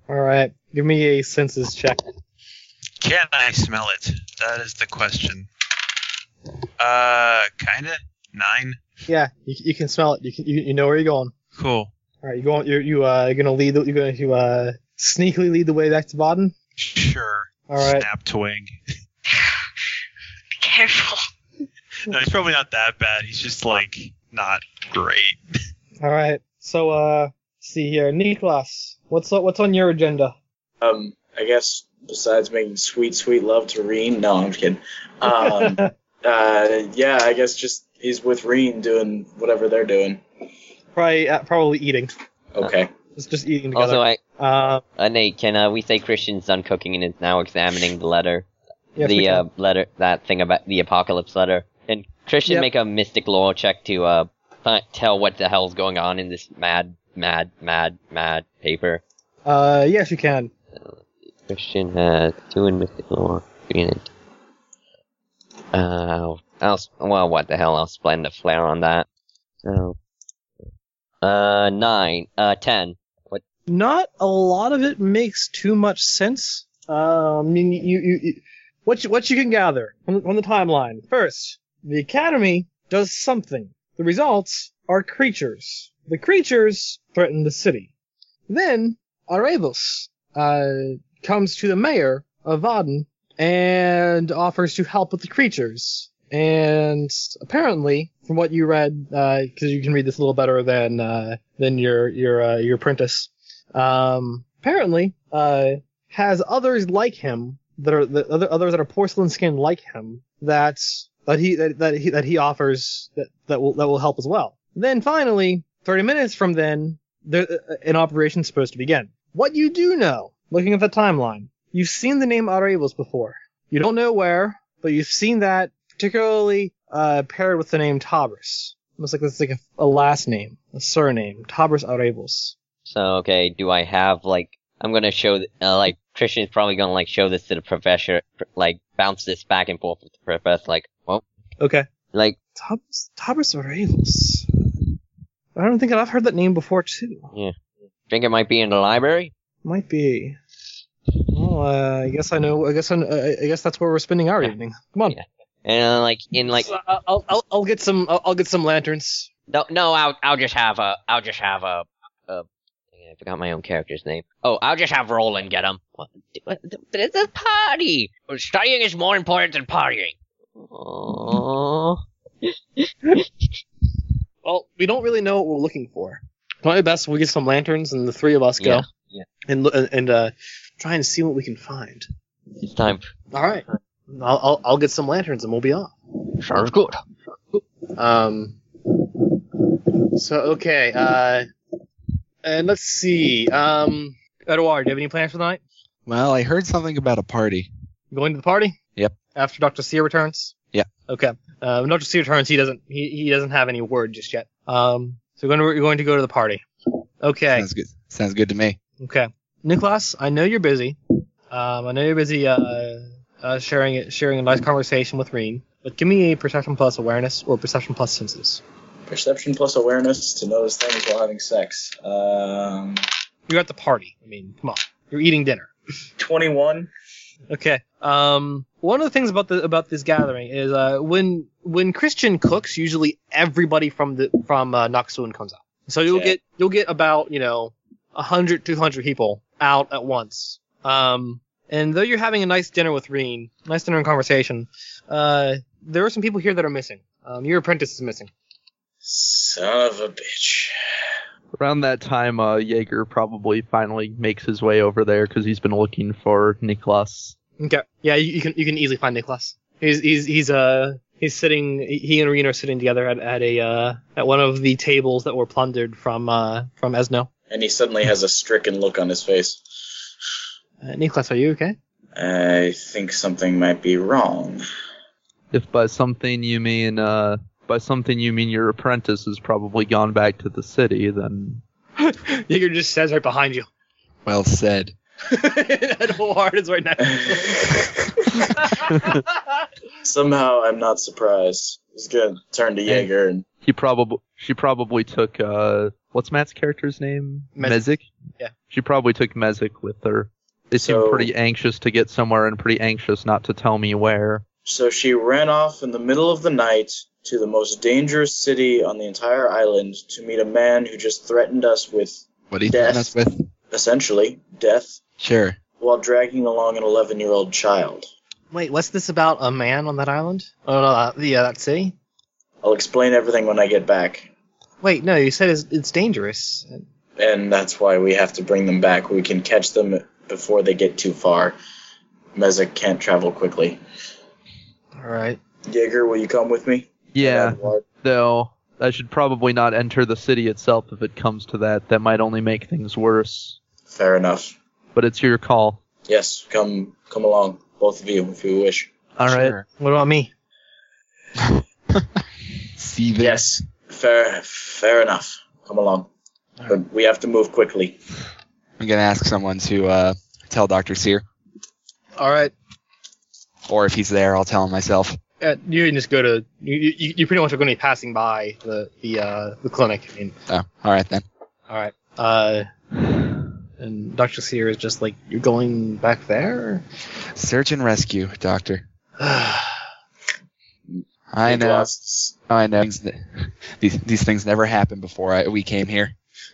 S6: All right. Give me a census check.
S9: Can I smell it? That is the question. Uh, kinda nine.
S6: Yeah, you, you can smell it. You can you, you know where you're going.
S9: Cool.
S6: All right, you going you you uh you're gonna lead the, you're going to uh sneakily lead the way back to Baden.
S9: Sure.
S6: All right.
S9: Snap twig.
S5: Be careful. [LAUGHS]
S9: No, he's probably not that bad. He's just like not great.
S6: All right. So uh see here, Niklas, what's on- what's on your agenda?
S3: Um, I guess besides making sweet, sweet love to Reen, no, I'm just kidding. Um, uh, yeah, I guess just he's with Reen doing whatever they're doing.
S6: [LAUGHS] Probably uh, probably eating.
S3: Okay.
S6: It's just eating
S2: Also,
S6: together.
S2: I,
S6: uh,
S2: uh, Nate, can uh, we say Christian's done cooking and is now examining the letter,
S6: yes, we
S2: the
S6: can.
S2: uh, letter, that thing about the apocalypse letter? And Christian,
S6: Yep.
S2: make a mystic lore check to uh, fi- tell what the hell's going on in this mad, mad, mad, mad paper.
S6: uh yes you can.
S2: Christian has two in mystic lore, three in it. Uh, I'll, s- well, what the hell? I'll spend a flare on that. So, uh, nine, uh, ten.
S6: not a lot of it makes too much sense. Um, I mean, you, you, you what you, what you can gather from, from the timeline. First, the academy does something. The results are creatures. The creatures threaten the city. Then Arevos uh, comes to the mayor of Vaden and offers to help with the creatures. And apparently, from what you read, because you can read this a little better than uh, than your your uh, your apprentice, um, apparently uh, has others like him that are the other others that are porcelain skinned like him that that he that, that he that he offers that that will that will help as well. Then finally, 30 minutes from then, there, uh, an operation's supposed to begin. What you do know, looking at the timeline, you've seen the name Arebos before. You don't know where, but you've seen that particularly uh, paired with the name Tabris. Almost like that's like a, a last name, a surname, Tabris Arebos.
S2: So okay, do I have like I'm gonna show th- uh, like Christian's probably gonna like show this to the professor, pr- like bounce this back and forth with the professor, like well,
S1: Okay.
S2: like
S1: Tabus, Tabus Varelis. I don't think I've heard that name before too.
S2: think it might be in the library.
S1: Might be. Well, uh, I guess I know. I guess I, I I guess that's where we're spending our evening. Come on.
S2: And uh, like in like
S1: So I'll, I'll- I'll I'll get some I'll, I'll get some lanterns.
S2: no no I'll I'll just have a I'll just have a, a I forgot my own character's name. Oh, I'll just have Roland get him. What, what, but it's a party. Studying is more important than partying. Aww.
S1: Well, we don't really know what we're looking for. Probably best we get some lanterns and the three of us go
S2: Yeah, yeah.
S1: and lo- and uh, try and see what we can find.
S2: It's time.
S1: All right. I'll, I'll I'll get some lanterns and we'll be off.
S2: Sounds good.
S1: Um. So okay. Uh. And let's see. Um. Edouard, do you have any plans for the night?
S4: Well, I heard something about a party.
S1: Going to the party?
S4: Yep.
S1: After Doctor Seer returns?
S4: Yeah.
S1: Okay. Uh, when Doctor Seer returns, he doesn't he, he doesn't have any word just yet. Um, so you're going to you're going to go to the party. Okay.
S4: Sounds good. Sounds good to me.
S1: Okay. Nicholas, I know you're busy. Um, I know you're busy uh, uh, sharing it, sharing a nice conversation with Reen. But give me a perception plus awareness or perception plus senses.
S3: Perception plus awareness to notice things while having sex. Um,
S1: You're at the party. I mean, come on. You're eating dinner.
S3: 21.
S1: Okay. Um, one of the things about the about this gathering is uh, when when Christian cooks, usually everybody from the from uh, Noxun comes out. So you'll
S3: Yeah.
S1: get you'll get about you know 100, 200 people out at once. Um, and though you're having a nice dinner with Reen, nice dinner and conversation, uh, there are some people here that are missing. Um, your apprentice is missing.
S3: Son of a bitch.
S8: Around that time, uh, Jaeger probably finally makes his way over there because he's been looking for Niklas.
S1: Okay. Yeah, you, you can you can easily find Nicholas. He's he's he's uh he's sitting. He and Reen are sitting together at, at a uh at one of the tables that were plundered from uh from Esno.
S3: And he suddenly has a stricken look on his face.
S1: Uh, Nicholas, are you okay? [LAUGHS]
S3: I think something might be wrong.
S8: If by something you mean, uh, by something you mean your apprentice has probably gone back to the city, then
S1: Jaeger just says right behind you. [LAUGHS]
S4: Well said.
S1: Edward is right next.
S3: Somehow I'm not surprised. He's gonna turn to Jaeger and
S8: he probably she probably took uh, what's Matt's character's name?
S1: Mez-
S8: Mezik.
S1: Yeah.
S8: She probably took Mezik with her. They seem
S3: So-
S8: pretty anxious to get somewhere and pretty anxious not to tell me where.
S3: So she ran off in the middle of the night to the most dangerous city on the entire island to meet a man who just threatened us with,
S4: What do you threaten
S3: Death.
S4: us with?
S3: essentially, death
S4: Sure.
S3: while dragging along an 11 year old child.
S1: Wait, what's this about a man on that island? Oh no, that, yeah, that city.
S3: I'll explain everything when I get back.
S1: Wait, no, you said it's, it's dangerous.
S3: And that's why we have to bring them back. We can catch them before they get too far. Mezek can't travel quickly.
S1: All right.
S3: Jaeger, will you come with me?
S8: Yeah.
S3: Edward.
S8: Though I should probably not enter the city itself if it comes to that. That might only make things worse.
S3: Fair enough.
S8: But it's your call.
S3: Yes, come come along, both of you, if you wish.
S8: All right.
S4: Sure.
S1: What about me?
S4: See
S3: Yes,
S4: this?
S3: fair fair enough. Come along. But we have to move quickly.
S4: I'm gonna ask someone to uh, tell Doctor Sear,
S1: All right.
S4: or if he's there, I'll tell him myself.
S1: Uh, you can just go to you, you. You pretty much are going to be passing by the the uh, the clinic. I mean,
S4: Oh, all right then.
S1: all right. Uh, and Doctor Sear is just like, you're going back there. [SIGHS]
S4: Search and rescue, Doctor.
S1: I
S4: I know.
S3: Nicholas-
S4: I know. Things that- These, these things never happened before I, we came here.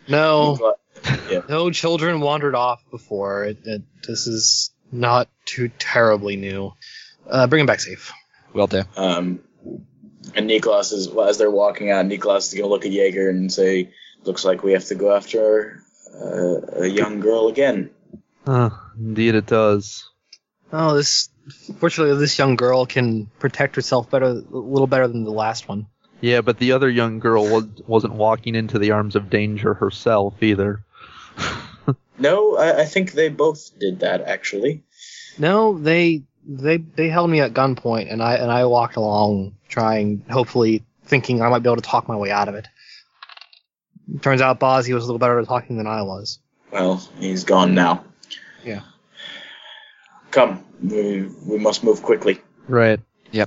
S1: No,
S3: Nicholas-
S1: no children wandered off before. It, it, this is not too terribly new. Uh, bring him back safe.
S4: Will do. [LAUGHS]
S3: Um, and Niklas is well, as they're walking out. Niklas is gonna look at Jaeger and say, "Looks like we have to go after uh, a young girl again."
S8: Uh, indeed, it does.
S1: Oh, this. Fortunately, this young girl can protect herself better, a little better than the last one.
S8: Yeah, but the other young girl was, wasn't walking into the arms of danger herself either.
S3: No, I, I think they both did that actually.
S1: No, they they they held me at gunpoint, and I and I walked along, trying, hopefully, thinking I might be able to talk my way out of it.
S6: Turns out Bozzy was a little better at talking than I was.
S3: Well, he's gone now.
S6: Yeah.
S3: Come, we, we must move quickly.
S8: Right.
S6: [LAUGHS]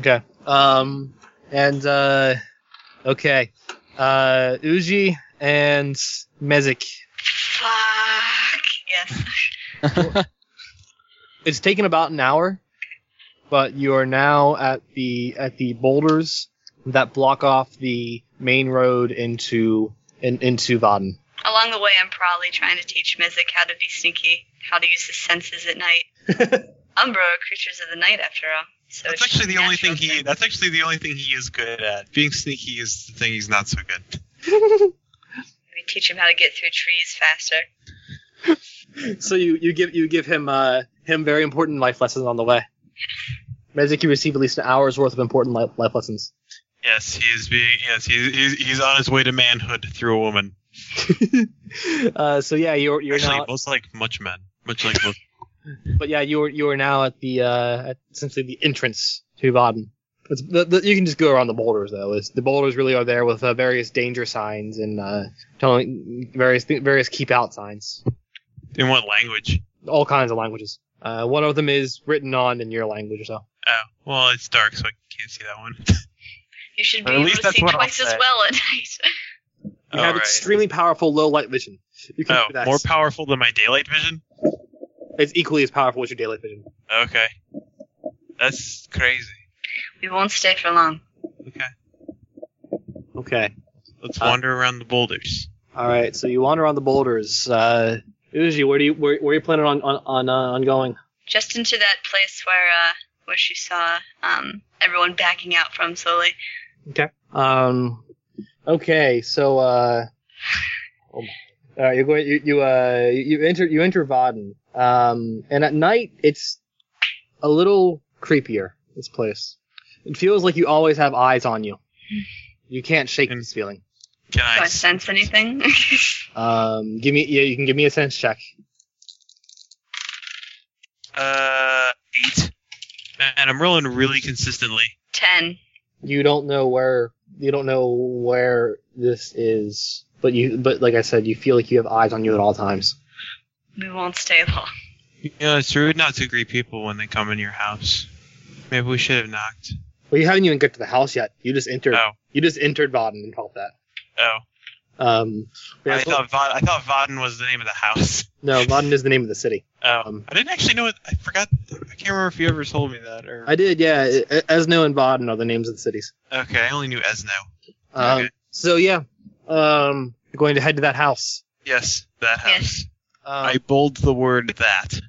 S6: Okay. Um, and uh, okay, uh, Uji and Mezik.
S5: Fuck. Yes.
S6: It's taken about an hour, but you are now at the at the boulders that block off the main road into in, into Vaden.
S5: Along the way, I'm probably trying to teach Mizik how to be sneaky, how to use his senses at
S9: [LAUGHS]
S5: night. Umbra are creatures of the night, after all. So
S9: That's
S5: it's
S9: actually the only thing
S5: natural
S9: he. That's actually the only thing he is good at. Being sneaky is the thing he's not so good.
S5: We teach him how to get through trees faster.
S6: So you you give you give him uh him very important life lessons on the way. Mezik, you receive at least an hour's worth of important life,
S1: [LAUGHS]
S6: life lessons.
S9: Yes, he is being. Yes, he, he's he's on his way to manhood through a woman.
S6: uh, so yeah, you're you're
S9: actually,
S6: now,
S9: most like much men, much like most.
S6: but yeah, you're you're now at the uh at essentially the entrance to Baden. It's, the, the, you can just go around the boulders though. It's, the boulders really are there with uh, various danger signs and uh telling various various keep out signs,
S9: In what language?
S6: all kinds of languages. Uh, one of them is written on in your language, so.
S9: Oh, well, it's dark, so I can't see that one.
S5: You should be
S9: Or at
S5: able
S9: least
S5: to
S9: that's
S5: see
S9: what I'll
S5: twice as
S9: say.
S5: well at [LAUGHS] night.
S6: You have
S9: Alright.
S6: extremely powerful low light vision. You can
S9: Oh,
S6: do that.
S9: more powerful than my daylight vision.
S6: it's equally as powerful as your daylight vision.
S9: Okay, that's crazy.
S5: we won't stay for long.
S9: Okay,
S6: Okay.
S9: let's
S6: Uh,
S9: wander around the boulders.
S6: All right. So you wander on the boulders. Uh, Uji, where do you where, where are you planning on on on, uh, on going?
S5: Just into that place where uh, where she saw um, everyone backing out from slowly.
S6: Um. Okay. So. Uh, oh my. All right. You're going. You you uh you enter you enter Vaden. Um. And at night it's a little creepier. This place. It feels like you always have eyes on you. You can't shake
S9: And-
S6: this feeling.
S9: Can
S5: Do
S9: I?
S5: I sense anything? [LAUGHS]
S6: Um, give me. Yeah, you can give me a sense check.
S9: Uh, eight. Man, I'm rolling really consistently.
S5: Ten.
S6: You don't know where. You don't know where this is, but you. But like I said, you feel like you have eyes on you at all times.
S5: We won't stay long.
S9: You know, it's rude not to greet people when they come in your house. Maybe we should have knocked.
S6: Well, you haven't even got to the house yet. You just entered.
S9: Oh,
S6: You just entered Baden and called that.
S9: oh.
S6: Um, but
S9: I
S6: that's-
S9: thought Vod- I thought Vaden was the name of the house. [LAUGHS]
S6: no, Baden is the name of the city.
S9: Oh,
S6: Um,
S9: I didn't actually know it. I forgot. I can't remember if you ever told me that. Or
S6: I did. Yeah, E- Esno and Baden are the names of the cities.
S9: okay, I only knew Esno.
S6: Um,
S9: Okay.
S6: So yeah, um, you're going to head to that house.
S9: Yes, that house.
S5: Yes.
S6: Um,
S9: I bold the word that.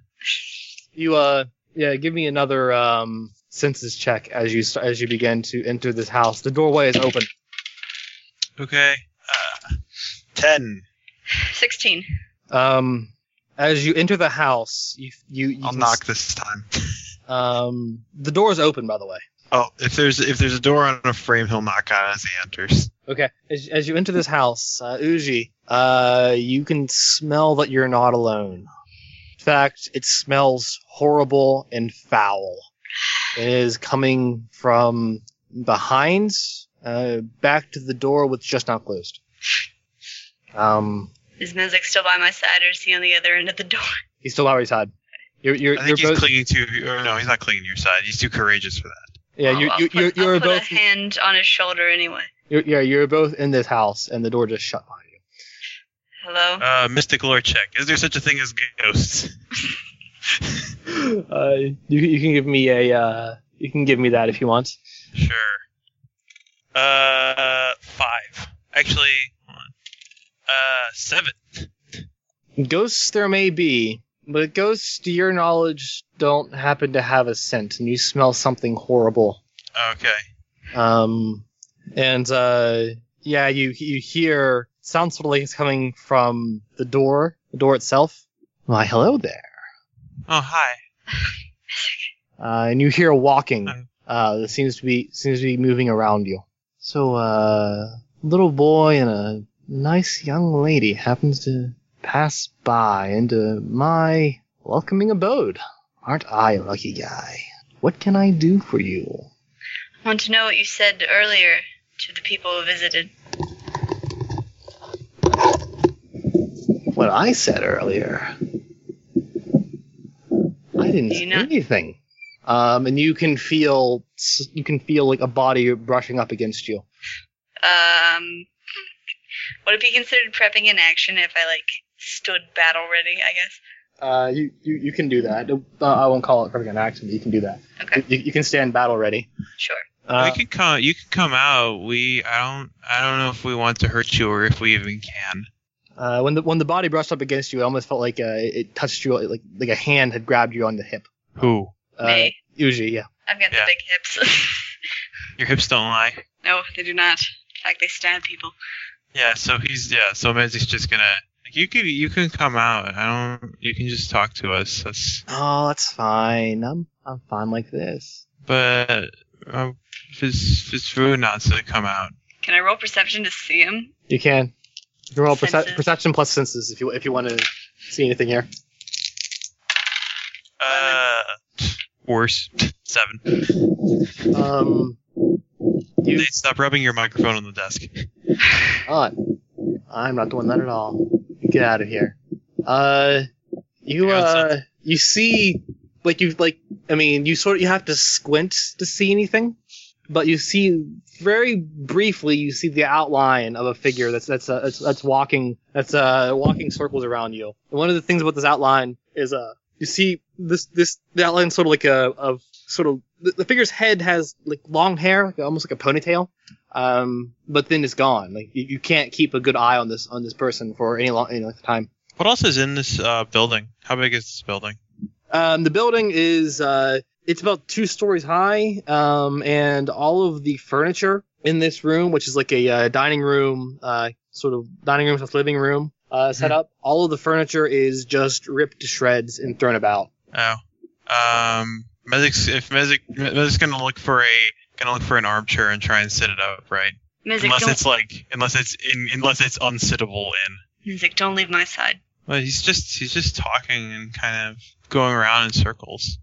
S6: You uh yeah, give me another um senses check as you st- as you begin to enter this house. The doorway is open.
S9: Okay. Uh, ten.
S5: Sixteen.
S6: Um as you enter the house, you you, you
S9: I'll
S6: can
S9: knock this time.
S6: s- Um the door is open by the way.
S9: Oh, if there's if there's a door on a frame, he'll knock on as he enters.
S6: Okay. As, as you enter this house, uh, Uji, uh you can smell that you're not alone. In fact, it smells horrible and foul. It is coming from behind, uh, back to the door, which just now closed. Um,
S5: Is Mizik still by my side, or is he on the other end of the door?
S6: He's still already tied. You're you're
S9: I
S6: you're
S9: think he's
S6: both
S9: clinging to. Or no, he's not clinging to your side. He's too courageous for that.
S6: yeah you're
S5: I'll
S6: you're
S5: put-
S6: you're,
S5: I'll
S6: you're
S5: put
S6: both
S5: a hand on his shoulder anyway.
S6: you're, yeah you're both in this house and the door just shut behind you.
S5: Hello.
S9: Uh, Mystic Lore check. Is there such a thing as ghosts?
S6: Uh, you you can give me a uh you can give me that if you want.
S9: Sure. Uh, five. Actually, hold on. Uh, seven.
S6: Ghosts there may be, but ghosts to your knowledge don't happen to have a scent, and you smell something horrible.
S9: Okay.
S6: Um, and uh yeah you you hear sounds sort of like it's coming from the door the door itself. Why hello there.
S9: Oh, hi.
S6: uh, and you hear walking
S9: Mhm.
S6: uh, that seems to be seems to be moving around you. So, uh, little boy and a nice young lady happens to pass by into my welcoming abode. Aren't I a lucky guy? What can I do for you?
S5: I want to know what you said earlier to the people who visited.
S6: what I said earlier. I didn't say anything. Um, and you can feel you can feel like a body brushing up against you.
S5: Um, would it be considered prepping in action if I like stood battle ready? I guess.
S6: Uh, you, you you can do that. Uh, I won't call it an action, but you can do that. Okay. You, you can stand battle ready. Uh,
S5: Sure.
S1: Uh,
S9: we could come. You could come out. We. I don't. I don't know if we want to hurt you or if we even can.
S6: Uh, when the when the body brushed up against you, it almost felt like uh, it touched you, like like a hand had grabbed you on the hip.
S9: Who?
S6: Uh, Usually, yeah.
S5: I've got the big hips. [LAUGHS]
S9: Your hips don't lie.
S5: no, they do not. In fact, they stab people.
S9: Yeah. So he's. Yeah. So Mezzi's just gonna. like, You could. You can come out. I don't. You can just talk to us. That's.
S6: Oh, that's fine. I'm I'm fine like this.
S9: But uh, if it's if it's rude not to come out.
S5: Can I roll perception to see him?
S6: You can. You can roll perce-
S5: Senses.
S6: perception plus senses if you if you want to see anything here.
S9: Uh. Worse. Seven.
S6: Um. You.
S9: Nate, stop rubbing your microphone on the desk.
S6: Not. I'm not doing that at all. Get out of here. Uh, you uh, you see, like you like. I mean, you sort of you have to squint to see anything, but you see very briefly. You see the outline of a figure that's that's uh, that's, that's walking that's uh walking circles around you. And one of the things about this outline is uh, you see this this the outline sort of like a of sort of the, the figure's head has like long hair, like, almost like a ponytail um, but then it's gone. Like you, you can't keep a good eye on this on this person for any long any length of time.
S9: What else is in this uh, building? How big is this building?
S6: Um, the building is uh, it's about two stories high, um, and all of the furniture in this room, which is like a uh, dining room, uh, sort of dining room slash living room uh, set up, all of the furniture is just ripped to shreds and thrown about.
S9: Oh. Um. Mezik's if Mezik Mezik's gonna look for a gonna look for an armchair and try and sit it up, right?
S5: Mizik,
S9: unless
S5: don't,
S9: it's like unless it's in unless it's unsittable in.
S5: Mizik, don't leave my side.
S9: Well, he's just he's just talking and kind of going around in circles.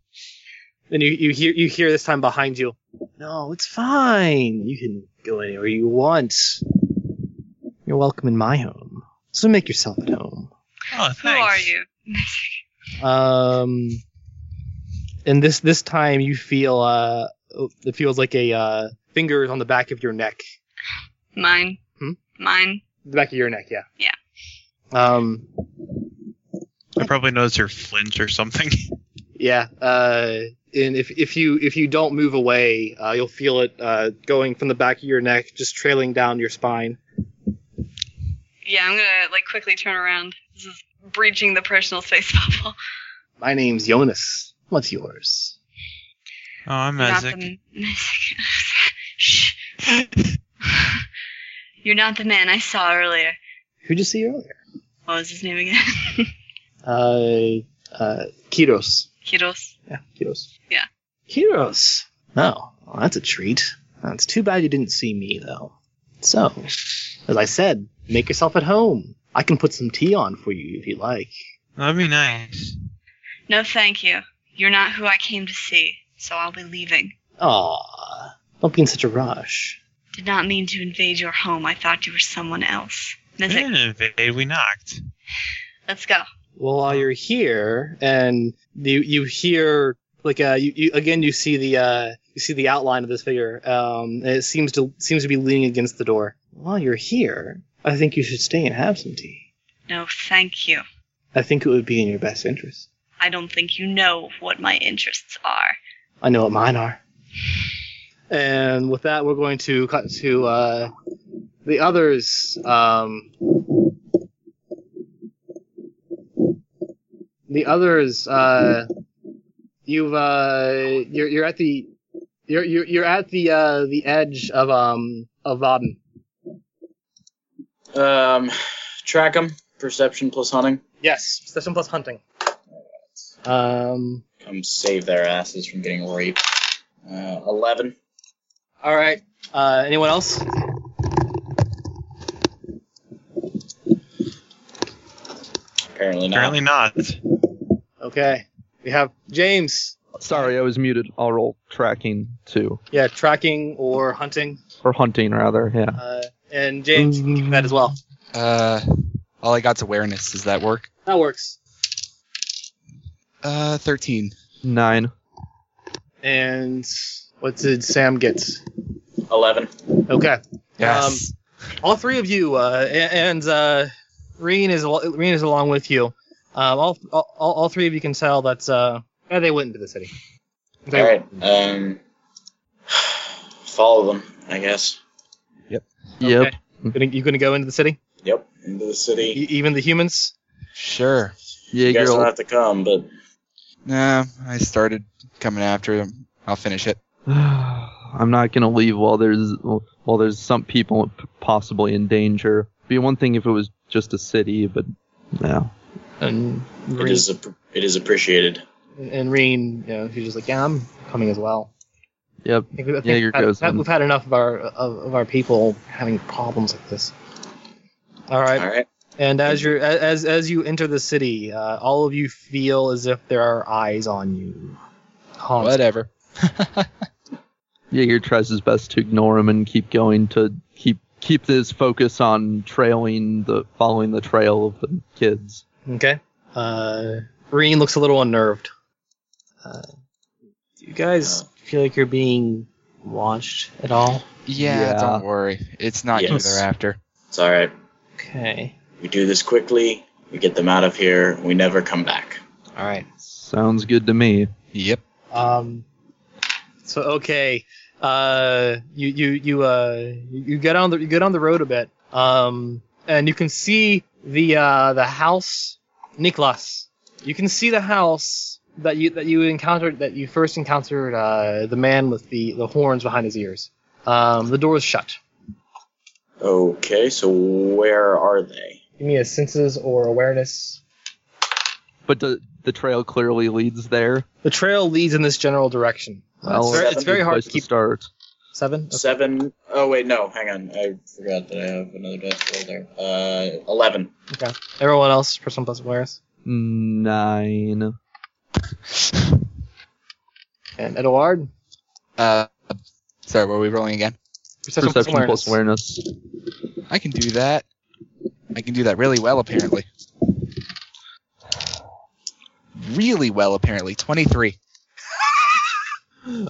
S6: Then you, you hear you hear this time behind you. No, it's fine. You can go anywhere you want. You're welcome in my home. So make yourself at home.
S9: Oh,
S5: Who are you?
S6: Um, and this this time you feel uh it feels like a uh fingers on the back of your neck,
S5: Mine.
S6: Hmm?
S5: Mine.
S6: the back of your neck, yeah.
S5: Yeah.
S6: Um,
S9: I probably noticed her flinch or something. [LAUGHS]
S6: Yeah, uh, and if if you if you don't move away, uh, you'll feel it uh, going from the back of your neck, just trailing down your spine.
S5: Yeah, I'm gonna like quickly turn around. This is breaching the personal space bubble.
S6: My name's Jonas. What's yours?
S9: Oh, I'm
S5: Not
S9: Mezik.
S5: [LAUGHS] the Mizik. Shh. You're not the man I saw earlier.
S6: Who'd you see earlier?
S5: What was his name again? [LAUGHS]
S6: Uh, uh, Kiros.
S5: Kiros.
S6: Yeah, Kiros.
S5: Yeah.
S6: Kiros. Oh, well, that's a treat. Uh, It's too bad you didn't see me though. So, as I said, make yourself at home. I can put some tea on for you if you like.
S9: That'd be nice.
S5: No, thank you. You're not who I came to see, so I'll be leaving.
S6: Aw, don't be in such a rush.
S5: Did not mean to invade your home. I thought you were someone else.
S9: We
S5: Mizik,
S9: didn't invade. We knocked.
S5: let's go.
S6: Well, while you're here, and you you hear like uh, you, you again you see the uh, you see the outline of this figure. Um, and it seems to seems to be leaning against the door. While you're here, I think you should stay and have some tea.
S5: No, thank you.
S6: I think it would be in your best interest.
S5: I don't think you know what my interests
S9: [LAUGHS]
S5: are.
S6: I know what mine are. And with that, we're going to cut to uh, the others. Um, the others. Uh, you've uh, you're you're at the you're you're, you're at the uh, the edge of um of Vaden.
S3: Um, track him. Perception plus hunting.
S6: Yes, session plus hunting. Um.
S3: Come save their asses from getting raped. Uh, Eleven.
S6: All right. Uh, anyone else?
S3: Apparently not.
S9: Apparently not.
S6: Okay. We have James.
S8: Sorry, I was muted. I'll roll tracking too,
S6: Yeah, tracking or hunting.
S8: or hunting rather. Yeah.
S6: Uh, and James, you can keep that as well.
S4: Uh, All I got's awareness. Does that work?
S1: That works.
S4: Uh, thirteen.
S8: Nine.
S6: And what did Sam get?
S3: Eleven.
S6: Okay.
S4: Yes.
S6: all three of you, uh, a- and uh, Reen is al- Reen is along with you. Um, all, all all three of you can tell that uh, eh, they went into the city. They-
S3: All right. Um, [SIGHS] follow them, I guess.
S8: Yep.
S6: Gonna- You gonna go into the city?
S3: Yep. Into the city.
S6: E- even the humans?
S4: sure.
S8: Yeah,
S3: You guys
S8: girl.
S3: don't have to come, but
S4: Nah, I started coming after him. I'll finish it.
S8: [SIGHS] I'm not gonna leave while there's while there's some people p- possibly in danger. Be one thing if it was just a city, but no.
S6: And
S3: it
S6: Reen,
S3: is app- it is appreciated.
S6: and Reen, you know, she's just like, yeah, I'm coming as well.
S8: Yep.
S6: I think, I think
S8: Yeah, your
S6: we've had-
S8: goes
S6: had-
S8: in.
S6: we've had enough of our of, of our people having problems like this. All right.
S3: All right.
S6: And as you as as you enter the city, uh, all of you feel as if there are eyes on you. Haunted.
S4: Whatever.
S8: Jaeger tries his best to ignore him and keep going to keep keep his focus on trailing the following the trail of the kids.
S6: Okay. Uh, Reen looks a little unnerved. Uh, do you guys feel like you're being watched at all?
S4: Yeah,
S8: Yeah.
S4: don't worry. It's not you
S3: Yes.
S4: they're after.
S3: It's all right.
S6: Okay.
S3: We do this quickly. We get them out of here. We never come back.
S6: All right.
S8: Sounds good to me.
S4: Yep.
S6: Um. So okay, uh, you you you uh you get on the you get on the road a bit, um, and you can see the uh the house, Niklas. You can see the house that you that you encountered that you first encountered uh the man with the the horns behind his ears. Um, the door is shut.
S3: Okay. So where are they?
S6: Give me a senses or awareness.
S8: But the the trail clearly leads there.
S6: The trail leads in this general direction.
S8: Well,
S6: it's very,
S3: that's
S6: it's
S3: a
S6: very
S8: good
S6: hard
S8: place
S6: to keep
S8: start.
S6: seven. Okay.
S3: Seven oh wait, no. Hang on. I forgot that I have another death roll there. Uh, eleven.
S6: Everyone else, personal plus awareness.
S8: Nine.
S6: And Edward,
S4: Uh, sorry, were we rolling again?
S6: perception,
S8: Perception
S6: plus awareness.
S8: plus awareness.
S4: I can do that. I can do that really well, apparently. Really well, apparently. 23.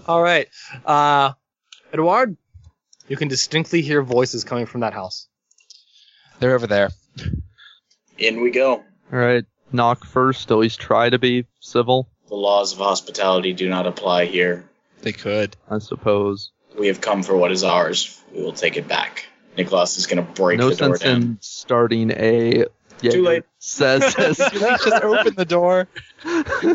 S6: All right. Uh, Edward, you can distinctly hear voices coming from that house.
S4: They're over there.
S3: In we go.
S8: All right. Knock first. Always try to be civil,
S3: The laws of hospitality do not apply here.
S4: They could.
S8: I suppose.
S3: We have come for what is ours. We will take it back. Nicholas is going to break
S8: no
S3: the door
S8: sense
S3: down.
S8: in starting a. Yeah,
S3: Too late. [LAUGHS]
S8: Says
S4: [LAUGHS] Just open the door.
S8: [LAUGHS]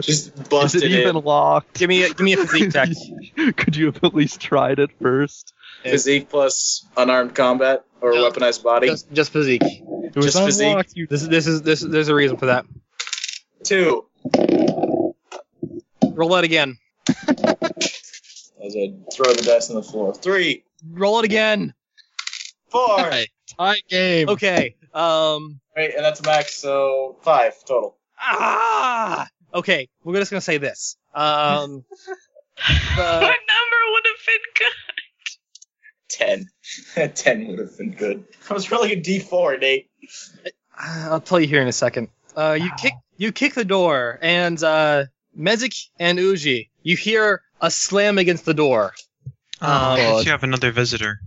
S3: Just
S8: Is it
S3: busted
S8: even
S3: in.
S8: locked?
S6: Give me a, give me a physique
S4: [LAUGHS]
S6: check.
S8: [LAUGHS] Could you have at least tried it first?
S3: Physique plus unarmed combat or
S6: No.
S3: weaponized body.
S6: just, just physique.
S4: It
S3: was Just physique. unlocked,
S4: You
S6: This is this is this. There's a reason for that.
S3: Two.
S6: Roll that again.
S3: As I throw the dice on the floor. Three.
S6: Roll it again.
S3: Four.
S4: Tie game.
S6: Okay. Um.
S3: Wait, and that's max, so five total.
S6: Ah. Okay. We're just gonna say this. Um.
S5: My
S6: [LAUGHS] the-
S5: number would have been good.
S3: Ten. [LAUGHS] Ten would have been good. I was rolling a D four, Nate.
S6: I'll tell you here in a second. Uh, you kick you kick the door, and uh, Mezik and Uji, you hear a slam against the door.
S9: Oh,
S6: Um,
S9: you have another visitor.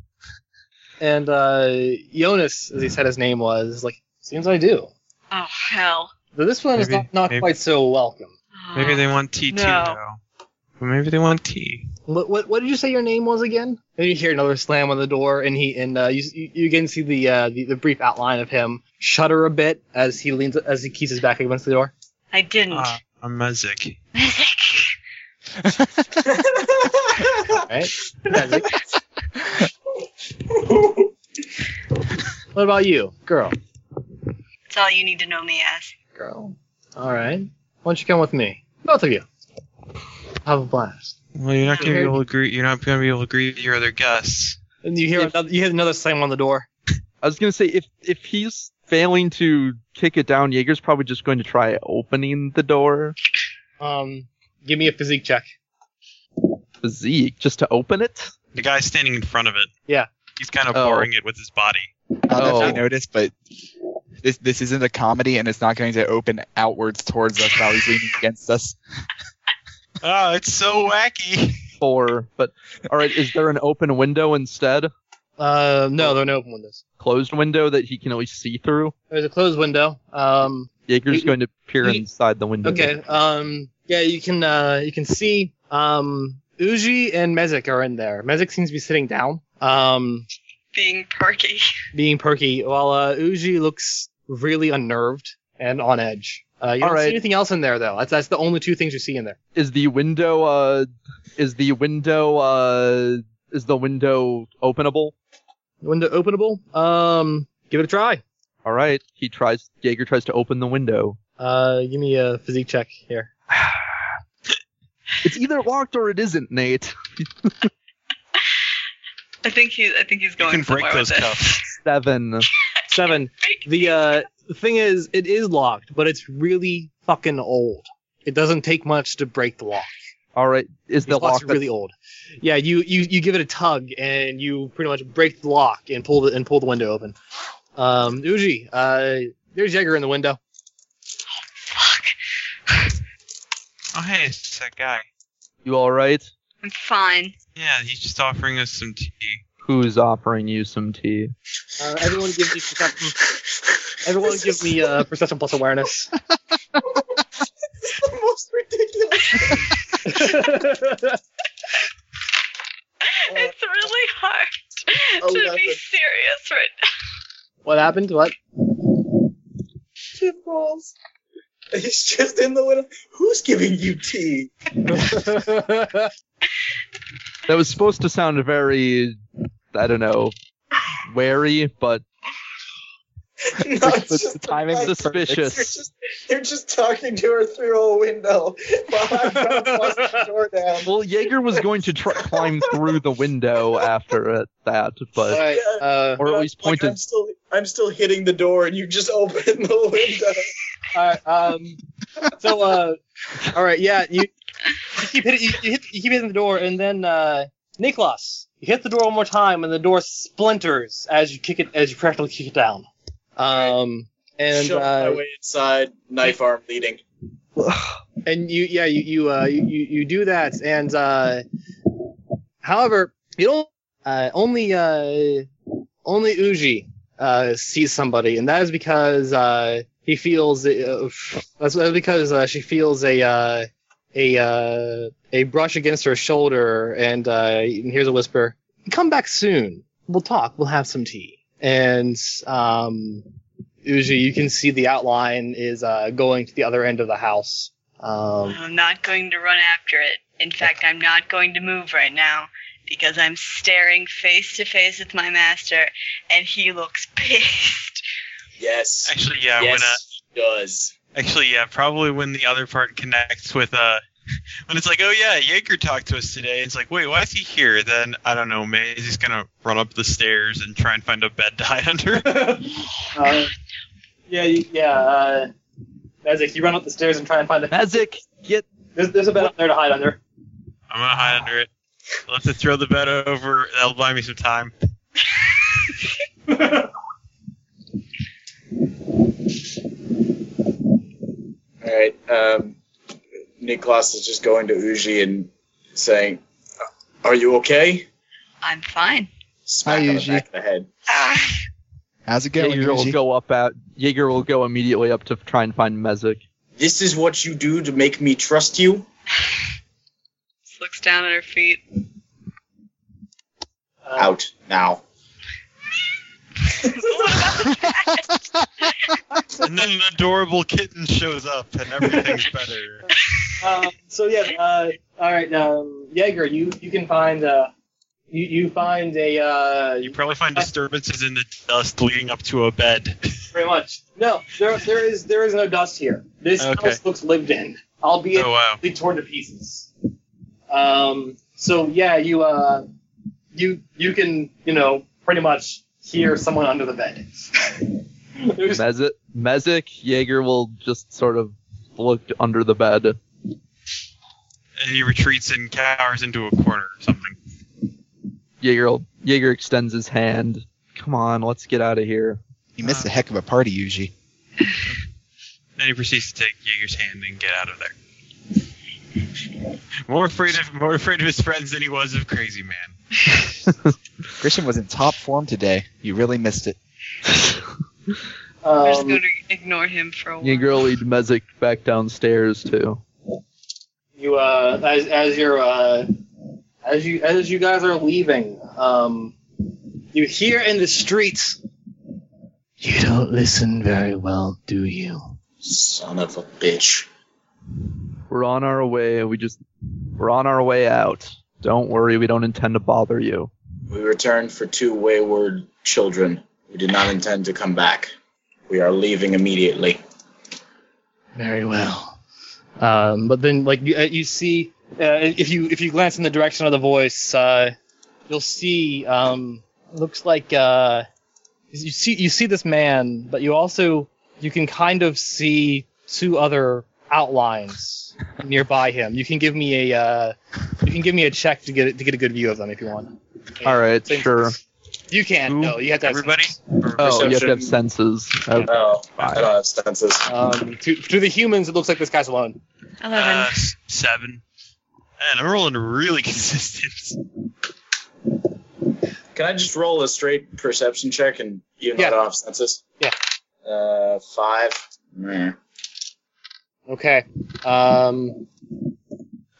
S6: And uh, Jonas, as he said his name was, is like, seems I do.
S5: Oh hell.
S6: But this one is
S9: Maybe-
S6: not, not
S9: maybe-
S6: quite so welcome.
S9: Maybe they want tea too,
S5: Oh. No.
S9: though. But maybe they want tea.
S6: What, what, what did you say your name was again? And you hear another slam on the door, and he and uh, you, you you again see the, uh, the the brief outline of him shudder a bit as he leans as he keeps his back against the [LAUGHS] door.
S7: I didn't.
S5: Uh, [LAUGHS]
S9: Ah, a music.
S6: Right? what about you, girl?
S7: That's all you need to know me as.
S6: Girl. All right. Why don't you come with me, both of you? Have a blast.
S9: Well, you're not gonna be
S6: Okay.
S9: able to agree. You're not gonna be able to agree with your other guests.
S6: And you hear another, you hear another slam on the door.
S8: I was gonna say if if he's failing to kick it down, Jaeger's probably just going to try opening the door.
S6: Um, give me a physique check.
S8: Physique, just to open it.
S9: The guy standing in front of it.
S6: Yeah.
S9: He's kind of
S8: Oh.
S9: barring it with his body.
S4: I don't know if
S8: Oh.
S4: you noticed, but This this isn't a comedy, and it's not going to open outwards towards us while he's leaning against us.
S9: Oh, it's so wacky.
S8: Four, but all right. Is there an open window instead?
S6: Uh, no, there are no open windows.
S8: Closed window that he can at least see through.
S6: There's a closed window. Um,
S8: Jaeger's going to peer
S6: you-
S8: inside the window.
S6: okay. Um, yeah, you can uh, you can see um, Uji and Mezik are in there. Mezik seems to be sitting down, um,
S5: being perky.
S6: being perky, while uh, Uji looks really unnerved and on edge. Uh, you don't
S8: Alright.
S6: see anything else in there though. That's that's the only two things you see in there.
S8: Is the window uh? Is the window uh? Is the window openable?
S6: Window openable. Um, give it a try.
S8: All right. He tries. Jaeger tries to open the window.
S6: Uh, give me a physique check here.
S8: It's either locked or it isn't, Nate. [LAUGHS]
S5: I think he. I think he's
S9: You
S5: going.
S9: can break
S5: somewhere
S9: those
S5: with this.
S9: cuffs.
S8: Seven.
S6: Seven. The uh, the thing is, it is locked, but it's really fucking old. It doesn't take much to break the lock.
S8: All right. Is
S6: The
S8: the
S6: lock's
S8: lock that-
S6: really old. Yeah, you, you you give it a tug and you pretty much break the lock and pull the and pull the window open. Um, Uji, uh, there's Jaeger in the window.
S9: Oh, hey, it's that guy.
S8: you all right?
S5: [LAUGHS] I'm [LAUGHS] fine.
S9: Yeah, he's just offering us some tea.
S8: Who's offering you some tea?
S6: Uh, everyone give
S3: [LAUGHS]
S6: me perception. Everyone give me uh, perception plus awareness.
S3: the [LAUGHS] most ridiculous.
S5: it's really hard
S3: Oh,
S5: to
S3: that's
S5: be
S3: a-
S5: serious right now.
S6: what happened? What?
S3: Shit balls. He's just in the window. Who's giving you tea?
S8: That was supposed to sound very, I don't know, wary, but
S3: No,
S4: Like,
S3: it's
S4: the-
S3: just
S4: the timing
S3: like,
S4: was perfect.
S3: They're
S8: suspicious.
S3: just, they're just talking to her through a window while I'm trying to bust the door down.
S8: Well, Jaeger was going to try- climb through the window after it, that, but
S6: Alright, uh,
S8: or at least
S3: Like, I'm
S8: pointed.
S3: still, I'm still hitting the door, and you just [LAUGHS] open the window.
S6: Alright, um, so, uh, alright, yeah, you, you keep hitting, you, you hit, you keep hitting the door, and then, uh, Niklas, you hit the door one more time, and the door splinters as you kick it, as you practically kick it down. Um, and,
S3: Shove my
S6: uh,
S3: way inside, knife arm leading.
S6: and you, yeah, you, you, uh, you, you you do that, and, uh, however, you don't, uh, only, uh, only Uji, uh, sees somebody, and that is because, uh, he feels, uh, that's, that's because, uh, she feels a, uh, a, uh, a brush against her shoulder, and, uh, and hears a whisper, come back soon. We'll talk. We'll have some tea. And, um, Uji, you can see the outline is, uh, going to the other end of the house. Um,
S5: I'm not going to run after it. In fact, I'm not going to move right now because I'm staring face to face with my master, and he looks [LAUGHS] pissed.
S3: Yes.
S9: Actually, yeah,
S3: yes,
S9: when uh,
S3: she does.
S9: Actually, yeah, probably when the other part connects with uh [LAUGHS] when it's like, oh yeah, Jaeger talked to us today. It's like, wait, why is he here? Then I don't know, Maze is gonna run up the stairs and try and find a bed to hide under. [LAUGHS]
S6: Uh, [LAUGHS] yeah, you, yeah. Uh, Mezik, you run up the stairs and try and find a.
S8: Mazik, get
S6: There's, there's a bed up there to hide under.
S9: I'm gonna hide under it. I'll have to throw the bed over. That'll buy me some time.
S3: All right. Um, Niklas is just going to Uji and saying, "Are you okay?"
S5: I'm fine.
S3: Smack
S4: Hi,
S3: on
S4: Uji.
S3: the back of the head.
S5: Ah,
S4: How's it going,
S8: Jaeger will
S4: Yuji?
S8: go up out. Jaeger will go immediately up to try and find Mezik.
S3: This is what you do to make me trust you.
S5: just looks down at her feet.
S3: Out now.
S5: what about the cat?
S9: And then an adorable kitten shows up, and everything's better.
S6: Um, so yeah. Uh, all right, um, Jaeger, you you can find. Uh, you you find a. Uh,
S9: You probably find disturbances in the dust leading up to a bed.
S6: pretty much. No, there there is there is no dust here. This
S9: Okay.
S6: house looks lived in, albeit
S9: Oh wow.
S6: be torn to pieces. Um, so yeah, you uh, you you can you know pretty much hear someone under the bed. [LAUGHS] There's-
S8: Mezik, Mezik, Jaeger will just sort of look under the bed.
S9: And he retreats and cowers into a corner or something.
S8: Jaeger, will, Jaeger extends his hand. Come on, let's get out of here.
S4: You missed a heck of a party, Yuji.
S9: And he proceeds to take Jaeger's hand and get out of there. More afraid of more afraid of his friends than he was of Crazy Man.
S4: Christian was in top form today. You really missed it.
S5: We're just going to ignore him for a while.
S8: You girl lead Mezik back downstairs too.
S6: you uh as as you're uh as you as you guys are leaving um you hear in the streets
S13: You don't listen very well, do you?
S3: Son of a bitch.
S8: We're on our way. We just we're on our way out. Don't worry, we don't intend to bother you.
S3: We returned for two wayward children. We did not intend to come back. We are leaving immediately.
S6: very well um but then like you, uh, you see uh, if you if you glance in the direction of the voice uh you'll see um looks like uh you see you see this man but you also you can kind of see two other outlines nearby him you can give me a uh you can give me a check to get it, to get a good view of them if you want
S8: All right,
S6: Same-
S8: sure.
S6: you can no you have to have
S9: Everybody?
S8: Oh, you have to
S3: Perception.
S8: have senses. Oh,
S3: No, I don't have stances.
S6: Um, to, to the humans, it looks like this guy's alone.
S5: Eleven.
S9: Uh, s- seven. And I'm rolling really [LAUGHS] consistent.
S3: Can I just roll a straight perception check and even
S6: Yeah.
S3: that off census?
S6: Yeah.
S3: Uh, five. Meh.
S6: Okay. Um,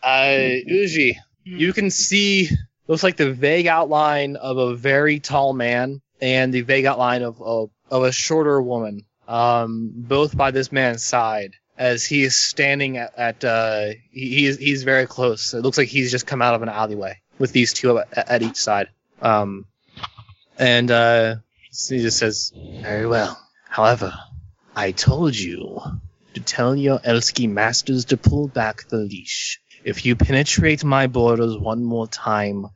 S6: uh, Uji, you can see looks like the vague outline of a very tall man and the vague outline of a, of a shorter woman. Um, both by this man's side as he is standing at, at uh, he, he is, he's very close. It looks like he's just come out of an alleyway with these two at, at each side. Um, and uh, he just says,
S13: Very well. However, I told you to tell your Elski masters to pull back the leash. If you penetrate my borders one more time,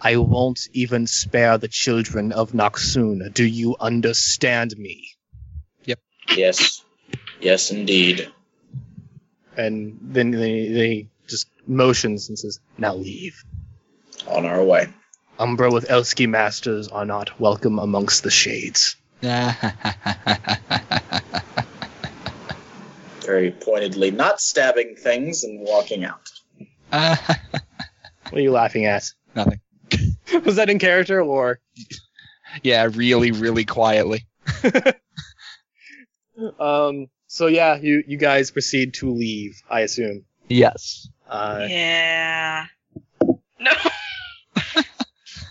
S6: I won't even spare the children of Noxun. Do you understand me?
S3: Yes. Yes, indeed.
S6: And then they, they just motions and says, Now leave.
S3: On our way.
S6: Umbra with Elski masters are not welcome amongst the shades.
S3: Very pointedly, not stabbing things and walking out.
S6: What are you laughing at?
S4: Nothing.
S6: [LAUGHS] Was that in character or?
S4: [LAUGHS] yeah, really, really quietly.
S6: Um, so yeah, you, you guys proceed to leave, I assume.
S8: yes.
S6: Uh,
S5: Yeah. [LAUGHS] No.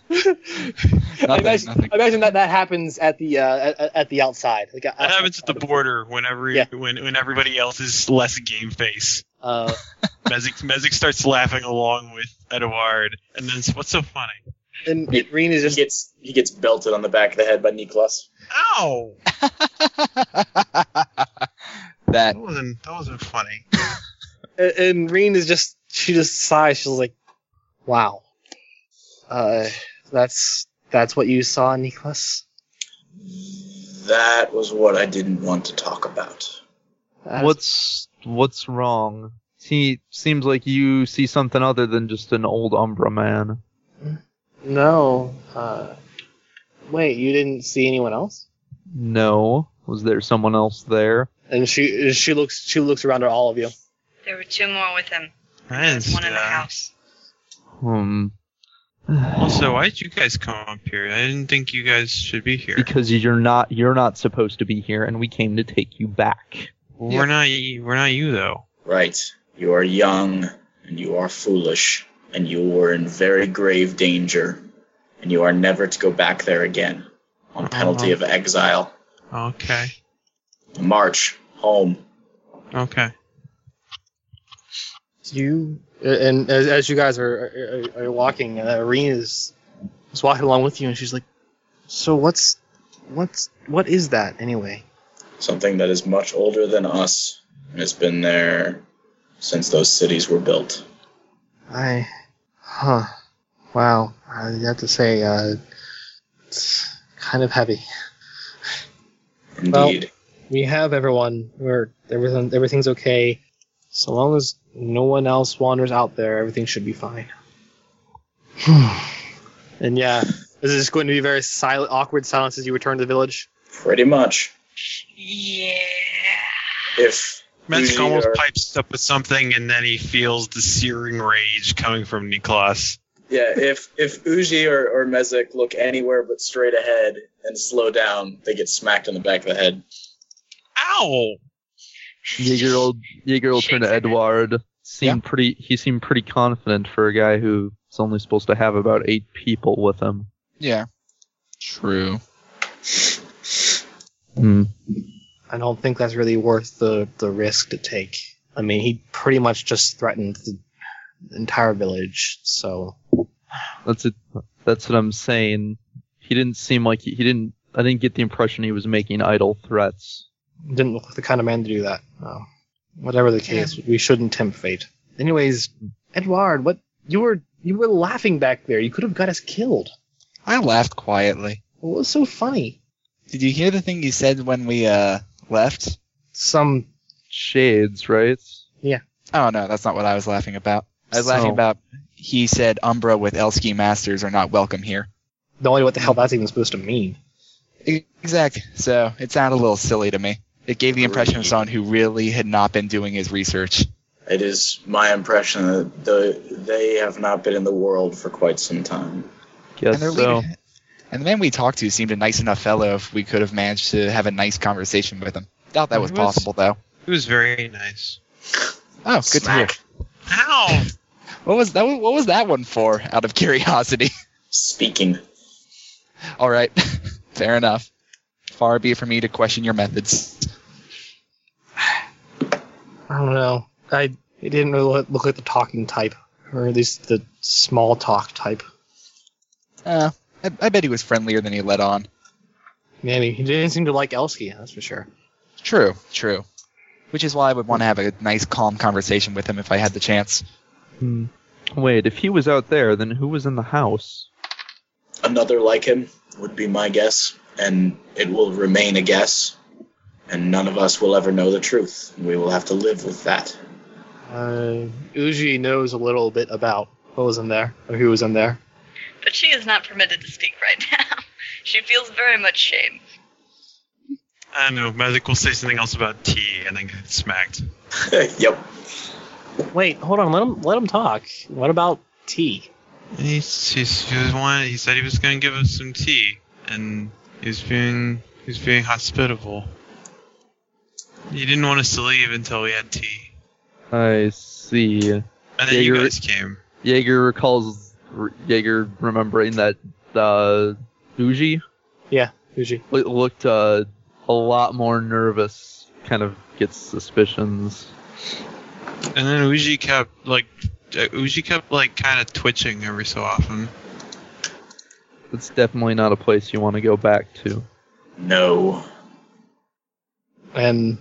S4: Nothing,
S6: I, imagine,
S4: nothing.
S6: I imagine that that happens at the, uh, at, at the outside. Like,
S9: That happens at the border whenever
S6: Yeah.
S9: when when everybody else is less game face.
S6: Uh,
S9: Mezik Mezik starts laughing along with Edouard, and then it's, what's so funny?
S6: and Reen is
S3: He
S6: just,
S3: gets he gets belted on the back of the head by Niklas.
S9: Ow!
S4: that
S9: That wasn't that wasn't funny.
S6: and Reen is just she just sighs. She's like, "Wow, uh, that's that's what you saw, Nicholas."
S3: That was what I didn't want to talk about.
S6: That's-
S8: What's what's wrong? See, seems like you see something other than just an old Umbra man.
S6: no? Uh, wait, you didn't see anyone else?
S8: No, was there someone else there?
S6: And she she looks she looks around at all of you.
S7: There were two more with him.
S9: Friends,
S7: One in the
S9: uh,
S7: house.
S8: Hmm.
S9: Also, why did you guys come up here? I didn't think you guys should be here.
S8: Because you're not you're not supposed to be here, and we came to take you back.
S9: We're not y- we're not you though.
S3: Right. You are young, and you are foolish, and you were in very grave danger, and you are never to go back there again, on penalty of exile.
S9: Okay.
S3: March home.
S9: Okay.
S6: You and as, as you guys are are, are walking, uh, Reen is is walking along with you, and she's like, "So what's what's what is that anyway?"
S3: Something that is much older than us, and has been there since those cities were built.
S6: I, huh, wow. I have to say, uh, it's kind of heavy. Well-
S3: Indeed.
S6: We have everyone. We're everything. Everything's okay. So long as no one else wanders out there, everything should be fine. [SIGHS] and yeah, this is going to be very silent, awkward silence as you return to the village.
S3: Pretty much.
S5: Yeah.
S3: If
S9: Metzger
S3: Uzi
S9: almost
S3: or-
S9: pipes up with something, and then he feels the searing rage coming from Niklas.
S3: yeah, if if Uji or, or Mezek look anywhere but straight ahead and slow down, they get smacked in the back of the head.
S9: Ow!
S8: Yeager will Yeager will turn to Edward. Seemed pretty. He seemed pretty confident for a guy who's only supposed to have about eight people with him.
S4: Yeah. True.
S8: Hmm.
S6: I don't think that's really worth the, the risk to take. I mean, he pretty much just threatened the entire village, so.
S8: That's it. That's what I'm saying. He didn't seem like he, he didn't. I didn't get the impression he was making idle threats.
S6: Didn't look like the kind of man to do that. No. Whatever the case, we shouldn't tempt fate. Anyways, Edward, what you were you were laughing back there. You could have got us killed.
S4: I laughed quietly.
S6: What was so funny?
S4: Did you hear the thing you said when we uh left?
S6: Some
S8: Shades, right?
S4: Oh no, that's not what I was laughing about. I was laughing
S6: So-
S4: about he said Umbra with Elski masters are not welcome here.
S6: no idea what the hell that's even supposed to mean.
S4: E- Exactly. So it sounded a little silly to me. It gave the impression of
S3: Agreed.
S4: someone who really had not been doing his research.
S3: It is my impression that the, they have not been in the world for quite some time.
S8: Guess
S4: and their
S8: so.
S4: leader- and the man we talked to seemed a nice enough fellow. If we could have managed to have a nice conversation with him, doubt that was
S9: Well, he was-
S4: possible though.
S9: He was very nice.
S4: Oh, good
S3: Smack.
S4: to hear.
S9: Ow!
S4: What was that? What was that one for? Out of curiosity. [LAUGHS]
S3: Speaking.
S4: All right, [LAUGHS] fair enough. Far be it from me to question your methods.
S6: I don't know. I it didn't really look- look like the talking type, or at least the small talk type.
S4: Uh, I, I bet he was friendlier than he let on.
S6: Maybe he didn't seem to like Elski, that's for sure.
S4: True, true. Which is why I would want to have a nice, calm conversation with him if I had the chance.
S8: Hmm. Wait, if he was out there, then who was in the house?
S3: Another like him would be my guess, and it will remain a guess, and none of us will ever know the truth. We will have to live with that. [LAUGHS]
S6: Uh, Uji knows a little bit about what was in there, or who was in there.
S5: But she is not permitted to speak right [LAUGHS] now. she feels very much shame.
S9: I don't know. Mezek will say something else about tea and then get smacked.
S3: yep.
S6: Wait, hold on. Let him let him talk. What about tea?
S9: He's, he's, he was wanting, He said he was going to give us some tea, and he's being he's being hospitable. He didn't want us to leave until we had tea,
S8: I see.
S9: and then
S8: Yeah,
S9: you
S8: you're-
S9: guys came.
S8: Jaeger recalls R- Jaeger remembering that uh, Uji
S6: Uji.
S8: lo- looked uh, a lot more nervous. Kind of gets suspicions.
S9: And then Uji kept like uh, Uji kept like kind of twitching every so often.
S8: It's definitely not a place you want to go back to.
S3: No.
S6: And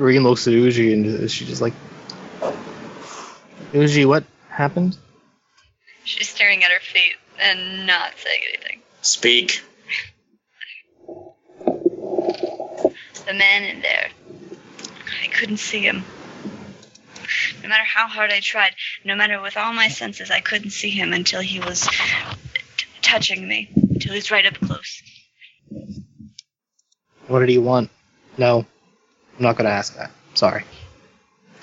S6: Reen looks at Uji, and she's just like, Uji, what happened?
S5: She's staring at her feet and not saying anything.
S3: Speak.
S5: The man in there. I couldn't see him. No matter how hard I tried, no matter with all my senses, I couldn't see him until he was t- touching me, until he's right up close.
S6: What did he want? No, I'm not gonna ask that. Sorry.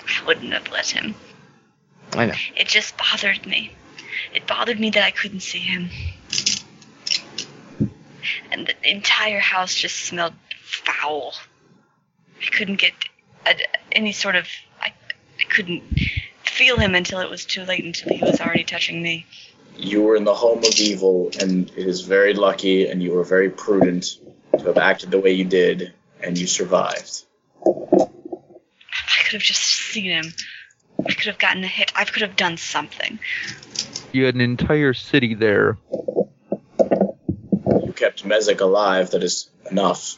S5: I wouldn't have let him.
S6: I know.
S5: It just bothered me. It bothered me that I couldn't see him. And the entire house just smelled foul. I couldn't get uh, any sort of. I, I couldn't feel him until it was too late, until he was already touching me.
S3: You were in the home of evil, and it is very lucky, and you were very prudent to have acted the way you did, and you survived.
S5: I could have just seen him. I could have gotten a hit. I could have done something.
S8: You had an entire city there.
S3: You kept Mezek alive, that is enough.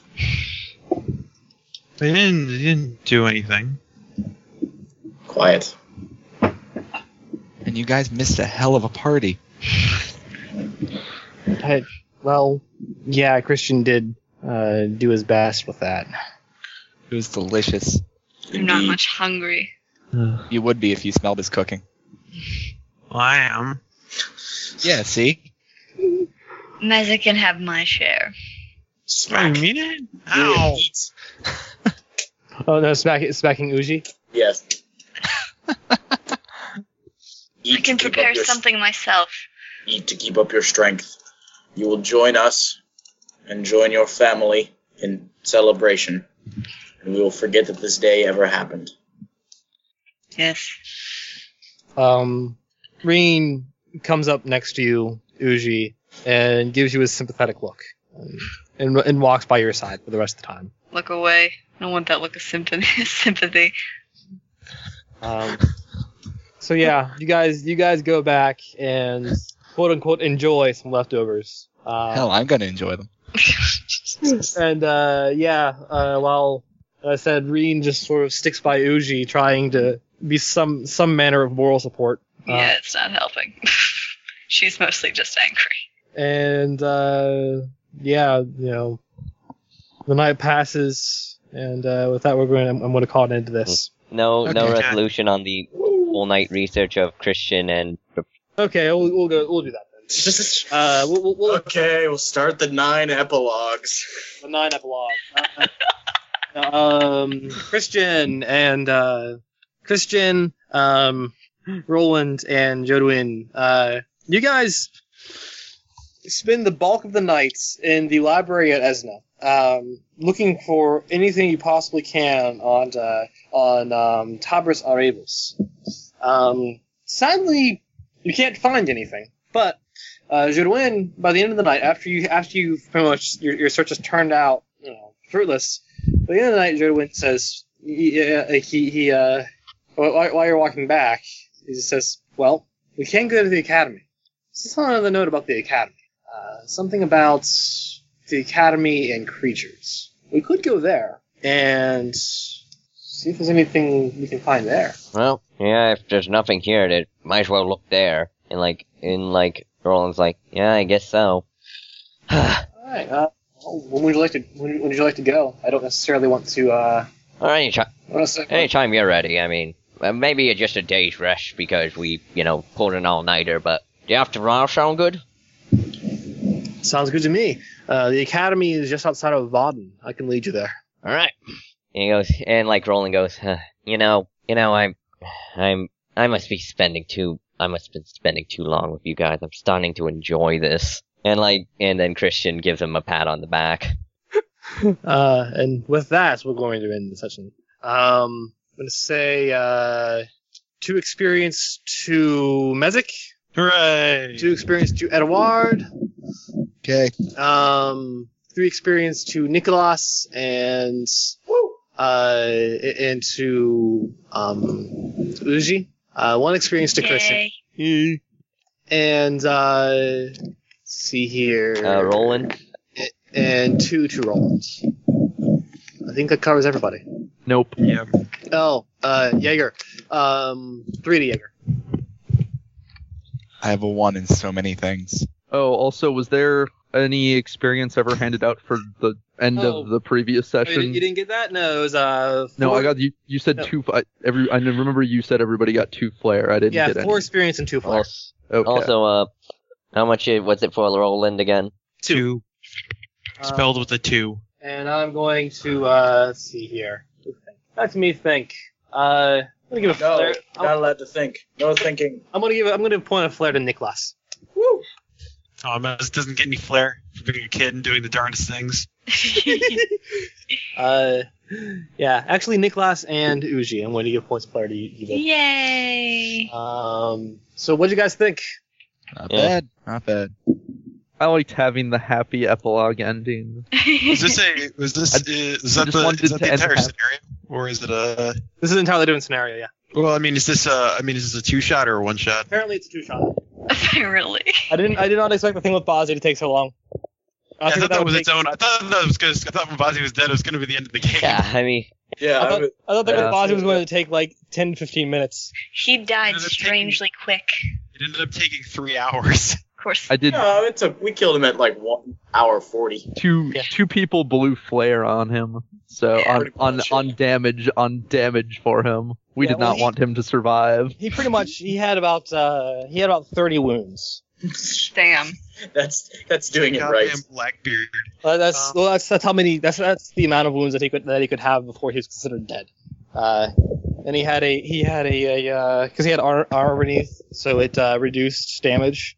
S9: They didn't they didn't do anything.
S3: Quiet.
S4: And you guys missed a hell of a party.
S6: I, well, yeah, Christian did uh, do his best with that.
S4: It was delicious.
S5: I'm not much hungry.
S8: Ugh.
S4: You would be if you smelled his cooking.
S9: Well, I am.
S4: Yeah, see?
S5: Meza can have my share.
S9: Smack. mean it? Ow.
S6: Oh no, smack, smacking Uji.
S7: [LAUGHS]
S3: Yes.
S7: I
S3: Eat
S7: can
S3: to keep up
S7: prepare
S3: your-
S7: something myself.
S3: Eat to keep up your strength. You will join us and join your family in celebration. And we will forget that this day ever happened.
S7: Yes.
S6: Um, Reen comes up next to you, Uji, and gives you a sympathetic look, um, and, and walks by your side for the rest of the time.
S5: Look away. I don't want that look of sympathy. [LAUGHS] sympathy.
S6: Um, so yeah, you guys, you guys go back and quote unquote enjoy some leftovers. Uh,
S4: Hell, I'm gonna enjoy them.
S6: and uh, yeah, uh, while I said Reen just sort of sticks by Uji, trying to be some some manner of moral support. Uh,
S5: yeah, it's not helping. [LAUGHS] She's mostly just angry.
S6: and uh, yeah, you know, the night passes, and uh, with that, we're going. I'm, I'm going to call an end to this.
S2: No, no
S4: Okay.
S2: resolution on the all night research of Christian and.
S6: Okay, we'll, we'll go. We'll do that. Uh, we'll, we'll, we'll
S3: okay, we'll start the nine epilogues.
S6: the nine epilogue. Uh, [LAUGHS] um, Christian and uh, Christian, um, Roland and Jodwin. Uh, you guys spend the bulk of the nights in the library at Esna, um, looking for anything you possibly can on uh, on um, Tabris Arebus. Um, sadly, you can't find anything, but uh, Jodwin, by the end of the night, after you after you pretty much your, your search has turned out you know, fruitless, by the end of the night, Jodwin says he uh, he, he uh, while, while you're walking back, he just says, "Well, we can't go to the academy." Just another note about the academy. Uh, something about the academy and creatures. We could go there and see if there's anything we can find there.
S2: Well, yeah, if there's nothing here, then might as well look there. And like, and like, Roland's like, yeah, I guess so. [SIGHS]
S6: All right. Uh, when would you like to? When would you like to go? I don't necessarily want to. Uh,
S2: Or any time,
S6: I don't necessarily-
S2: anytime you're ready. I mean, uh, maybe it's just a day's rest because we, you know, pulled an all nighter. But the after hour sound good?
S6: Sounds good to me. Uh, the academy is just outside of Vaden. I can lead you there.
S2: All right. And he goes, and like Roland goes, huh, you know, you know, I'm, I'm, I must be spending too, I must be spending too long with you guys. I'm starting to enjoy this. And like, and then Christian gives him a pat on the back.
S6: Uh, and with that, we're going to end the session. Um, I'm going to say uh, two experience to Mezik,
S9: Hooray!
S6: two experience to Edouard,
S4: Okay.
S6: um, three experience to Nicholas, and uh, and to um, Uji. Uh, one experience to Christian.
S7: Yay.
S6: And uh, let's see here.
S2: Uh, Roland,
S6: and two to Roland. I think that covers everybody.
S8: Nope.
S9: Yep.
S6: Oh, uh, Jaeger. Um, three to Jaeger.
S4: I have a one in so many things.
S8: Oh, also, was there any experience ever handed out for the end
S6: Oh.
S8: of the previous session?
S6: didn't get that? No, it was, uh,
S8: no, I got you. You said
S6: No.
S8: two. I, every I remember you said everybody got two flare. I didn't
S6: Yeah,
S8: get
S6: four experience and two
S2: [LAUGHS]
S6: flair.
S2: also,
S8: any. Okay.
S2: also, uh, how much it, what's it for Roland again?
S9: Two. Spelled with a two.
S6: Um, And I'm going to, uh, let's see here. That's me think. Uh, I'm gonna give a
S3: No,
S6: flare.
S3: not
S6: I'm,
S3: allowed to think. No thinking.
S6: I'm gonna give. a- I'm gonna point a flare to
S9: [LAUGHS]
S6: Niklas.
S9: Oh, man, this doesn't get any flair for being a kid and doing the darndest things.
S6: Uh, yeah, actually Niklas and Uji. I'm going to give points flare to you. you
S7: [LAUGHS] Yay.
S6: both. Um, so what do you guys think?
S4: Not
S2: Yeah.
S4: bad. Not bad.
S8: I liked having the happy epilogue ending.
S9: [LAUGHS]
S7: [LAUGHS]
S9: Is this a? Is this? Is
S8: I
S9: that
S8: just
S9: the?
S8: wanted
S9: Is that
S8: to
S9: the entire
S8: end half-
S9: scenario, or is it a?
S6: This is an entirely different scenario. Yeah.
S9: Well, I mean, is this a? I mean, is this a two shot or a one shot?
S6: Apparently it's a two shot.
S5: [LAUGHS] Apparently.
S6: I didn't. I did not expect the thing with Bozzy to take so long.
S9: I,
S6: think
S9: thought that was
S6: would
S9: its own. I thought that was because I thought when Vazi was dead, it was going to be the end of the game.
S2: Yeah, [LAUGHS] I mean,
S3: Yeah,
S6: I
S3: I would-
S6: thought- take- I thought that
S8: Yeah.
S6: with Bozzy was going to take like 10, 15 minutes.
S7: He died
S9: Another
S7: strangely quick.
S9: It ended up taking three hours.
S5: Of course.
S8: I did
S3: no, it took. We killed him at like one hour forty. [LAUGHS]
S8: two
S6: Yeah.
S8: two people blew flare on him. So on
S3: pretty
S8: on
S3: much, yeah.
S8: on damage on damage for him. We
S6: Yeah,
S8: did
S6: well,
S8: not
S6: he-
S8: want him to survive.
S6: He pretty much he had about uh, he had about thirty wounds.
S5: Damn.
S3: That's that's doing it right.
S9: Goddamn Blackbeard.
S6: Uh, that's well, that's that's how many. That's that's the amount of wounds that he could that he could have before he was considered dead. Uh, and he had a he had a because he had armor, armor beneath, so it uh, reduced damage.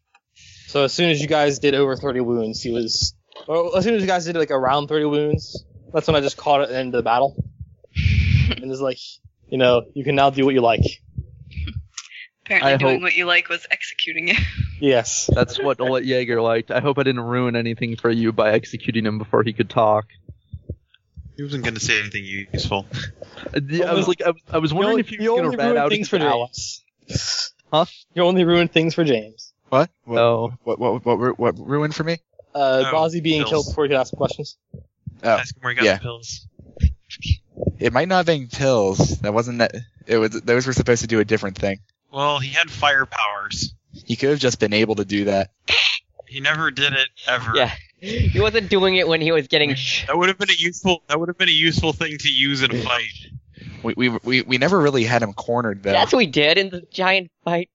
S6: So as soon as you guys did over thirty wounds, he was. Or as soon as you guys did like around thirty wounds, that's when I just caught it into the battle. and it's like, you know, you can now do what you like.
S5: Apparently,
S8: I
S5: doing
S8: hope-
S5: what you like was executing it.
S6: Yes.
S8: That's what Olet Jaeger liked. I hope I didn't ruin anything for you by executing him before he could talk.
S9: He wasn't gonna say anything useful.
S8: Uh, the- I was like, I was, I was wondering if you
S6: you
S8: were gonna
S6: only
S8: rat
S6: ruin
S8: out
S6: things
S8: his
S6: for
S8: hour.
S6: James.
S8: Huh?
S6: You only ruin things for James.
S4: What? What?
S8: No.
S4: What? What? What? What, what ruined for me?
S6: Uh,
S9: Oh,
S6: Bozzy being
S9: pills.
S6: killed before he could ask questions. [LAUGHS]
S4: Oh,
S9: Ask him where he got
S4: yeah.
S9: the pills.
S4: it might not have been pills. That wasn't that. It was. Those were supposed to do a different thing.
S9: Well, he had fire powers.
S4: He could have just been able to do that.
S9: He never did it ever.
S2: Yeah. He wasn't doing it when he was [LAUGHS] getting. Sh-
S9: That would have been a useful. That would have been a useful thing to use in a fight.
S4: We we we, we never really had him cornered though.
S2: That's what we did in the giant fight.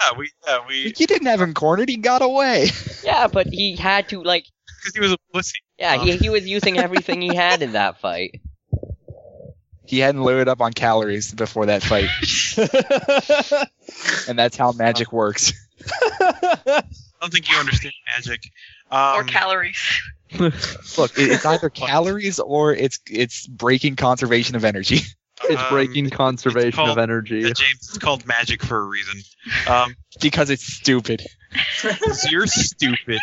S9: Yeah, we. Yeah, we.
S4: you didn't have him cornered. He got away.
S2: Yeah, but he had to like.
S9: Because he was a pussy.
S2: Yeah, he he was using everything he had in that fight.
S4: He hadn't loaded up on calories before that
S8: [LAUGHS]
S4: fight, and that's how magic works.
S9: I don't think you understand magic. Um,
S5: or calories.
S4: Look, it, it's
S8: [LAUGHS]
S4: either calories or it's it's breaking conservation of energy. [LAUGHS]
S8: Oh, It's
S9: um,
S8: breaking conservation
S9: called
S8: of energy.
S9: yeah, James, it's called magic for a reason. Um,
S4: because it's stupid.
S9: 'cause you're stupid.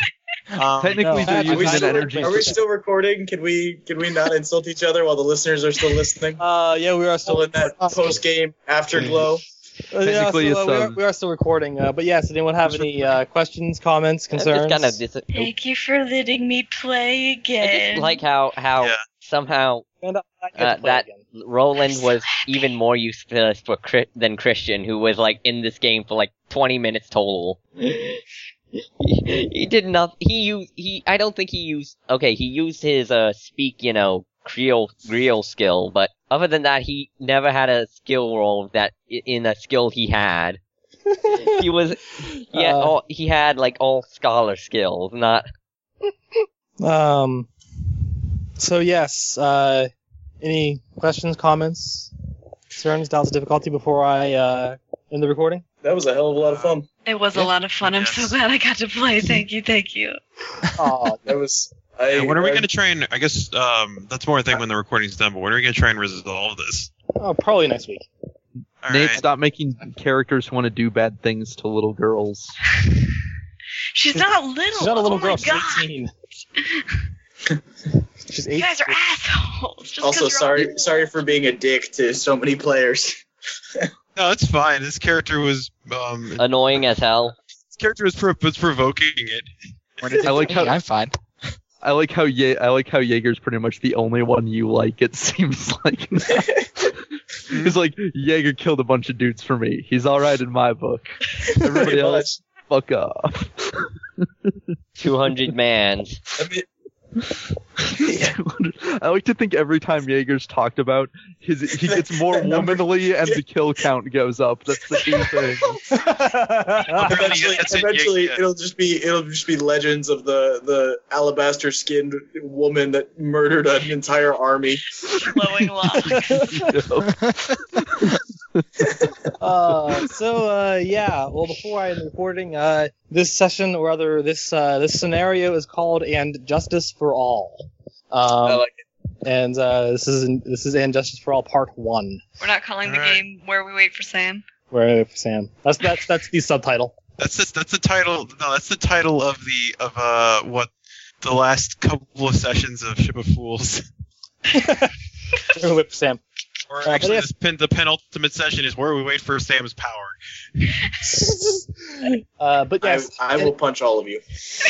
S9: Um,
S8: Technically,
S6: no.
S8: they're
S6: Are
S3: Are we,
S8: using an
S3: still,
S8: energy.
S3: are we still recording? Can we can we not insult each other while the listeners are still listening?
S6: Uh, yeah, we are
S3: Still
S6: still. Uh,
S3: in that post game afterglow.
S6: [LAUGHS] yeah, so,
S8: Technically,
S6: uh,
S8: it's,
S6: we, are,
S8: um,
S6: we are still recording. Uh, but yeah, so anyone have any uh, questions, comments,
S2: I'm just
S6: concerns?
S2: kind of dis- I
S7: Thank you for letting me play again.
S2: just like how how
S9: Yeah.
S2: somehow
S6: And I- I get to
S2: Uh,
S6: play
S2: that-
S6: again.
S2: Roland was even more useless for Chri- than Christian, who was like in this game for like 20 minutes total. he, he did not. He used. He. I don't think he used. Okay, he used his uh speak. You know, Creole Creole skill, but other than that, he never had a skill roll that i- in a skill he had. he was. Yeah.
S6: Uh.
S2: all, he had like all scholar skills, not.
S6: [LAUGHS] Um. So yes. Uh, any questions, comments, concerns, doubts, difficulty before I uh, end the recording?
S3: That was a hell of a lot of fun.
S5: It was a lot of fun. I'm so
S9: Yes.
S5: glad I got to play. Thank you, thank you.
S6: [LAUGHS] Aw,
S3: That was. I,
S9: Yeah, when are we
S3: I-
S9: going to try and? I guess um, that's more the thing when the recording's done. But when are we going to try and resolve this?
S6: oh, probably next week.
S9: All
S8: Nate,
S9: right.
S8: stop making characters want to do bad things to little girls.
S5: She's not little.
S6: She's not a little
S5: oh
S6: girl.
S5: My
S6: She's
S5: God.
S6: 18. she's
S5: You
S6: 18.
S5: guys are assholes. Just 'cause
S3: Also,
S5: you're
S3: sorry
S5: all-
S3: sorry for being a dick to so many players.
S9: No, it's fine. This character was. Um,
S2: Annoying as hell.
S9: this character was, pro- was provoking it.
S8: [LAUGHS] I like how
S4: I'm fine.
S8: I like how Ye- I like how Jaeger's pretty much the only one you like. It [LAUGHS] seems like
S9: Hmm?
S8: now. he's like Jaeger killed a bunch of dudes for me. He's all right in
S9: [LAUGHS]
S8: my book.
S3: [LAUGHS]
S8: Everybody
S3: Pretty
S8: else, fuck off.
S2: 200 mans.
S3: much. I mean,
S8: [LAUGHS] I like to think every time Jaeger's talked about, his he gets more
S3: The number-
S8: womanly and the kill count goes up. That's the two thing.
S3: Ah, eventually,
S9: [LAUGHS] That's it, yeah,
S3: eventually
S9: yeah.
S3: it'll just be it'll just be legends of the the alabaster skinned woman that murdered an entire army. [LAUGHS]
S5: Flowing locks.
S8: [LAUGHS]
S6: uh, so uh, yeah. Well, before I end the recording, uh, this session, or rather, this uh, this scenario is called "And Justice for All." Um,
S3: I like it.
S6: and uh, this is this is "And Justice for All" Part One.
S5: We're not calling the
S9: All right.
S5: game where we wait for Sam.
S6: Where Sam? That's that's that's the
S3: [LAUGHS]
S6: subtitle.
S9: That's the, that's the title. No, that's the title of the of uh what the last couple of sessions of Ship of Fools.
S6: Whip Sam.
S9: Or
S6: Uh,
S9: actually,
S6: yes.
S9: this pin, the penultimate session is where we wait for Sam's power.
S6: uh, but yes,
S3: I, I will punch all of you.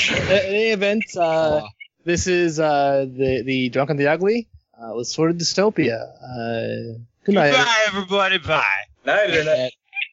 S6: in, in any event, uh, this is uh, the the Drunk and the Ugly uh, with Sword of Dystopia. Uh, good night.
S9: Goodbye, everybody. Bye.
S3: Night, internet.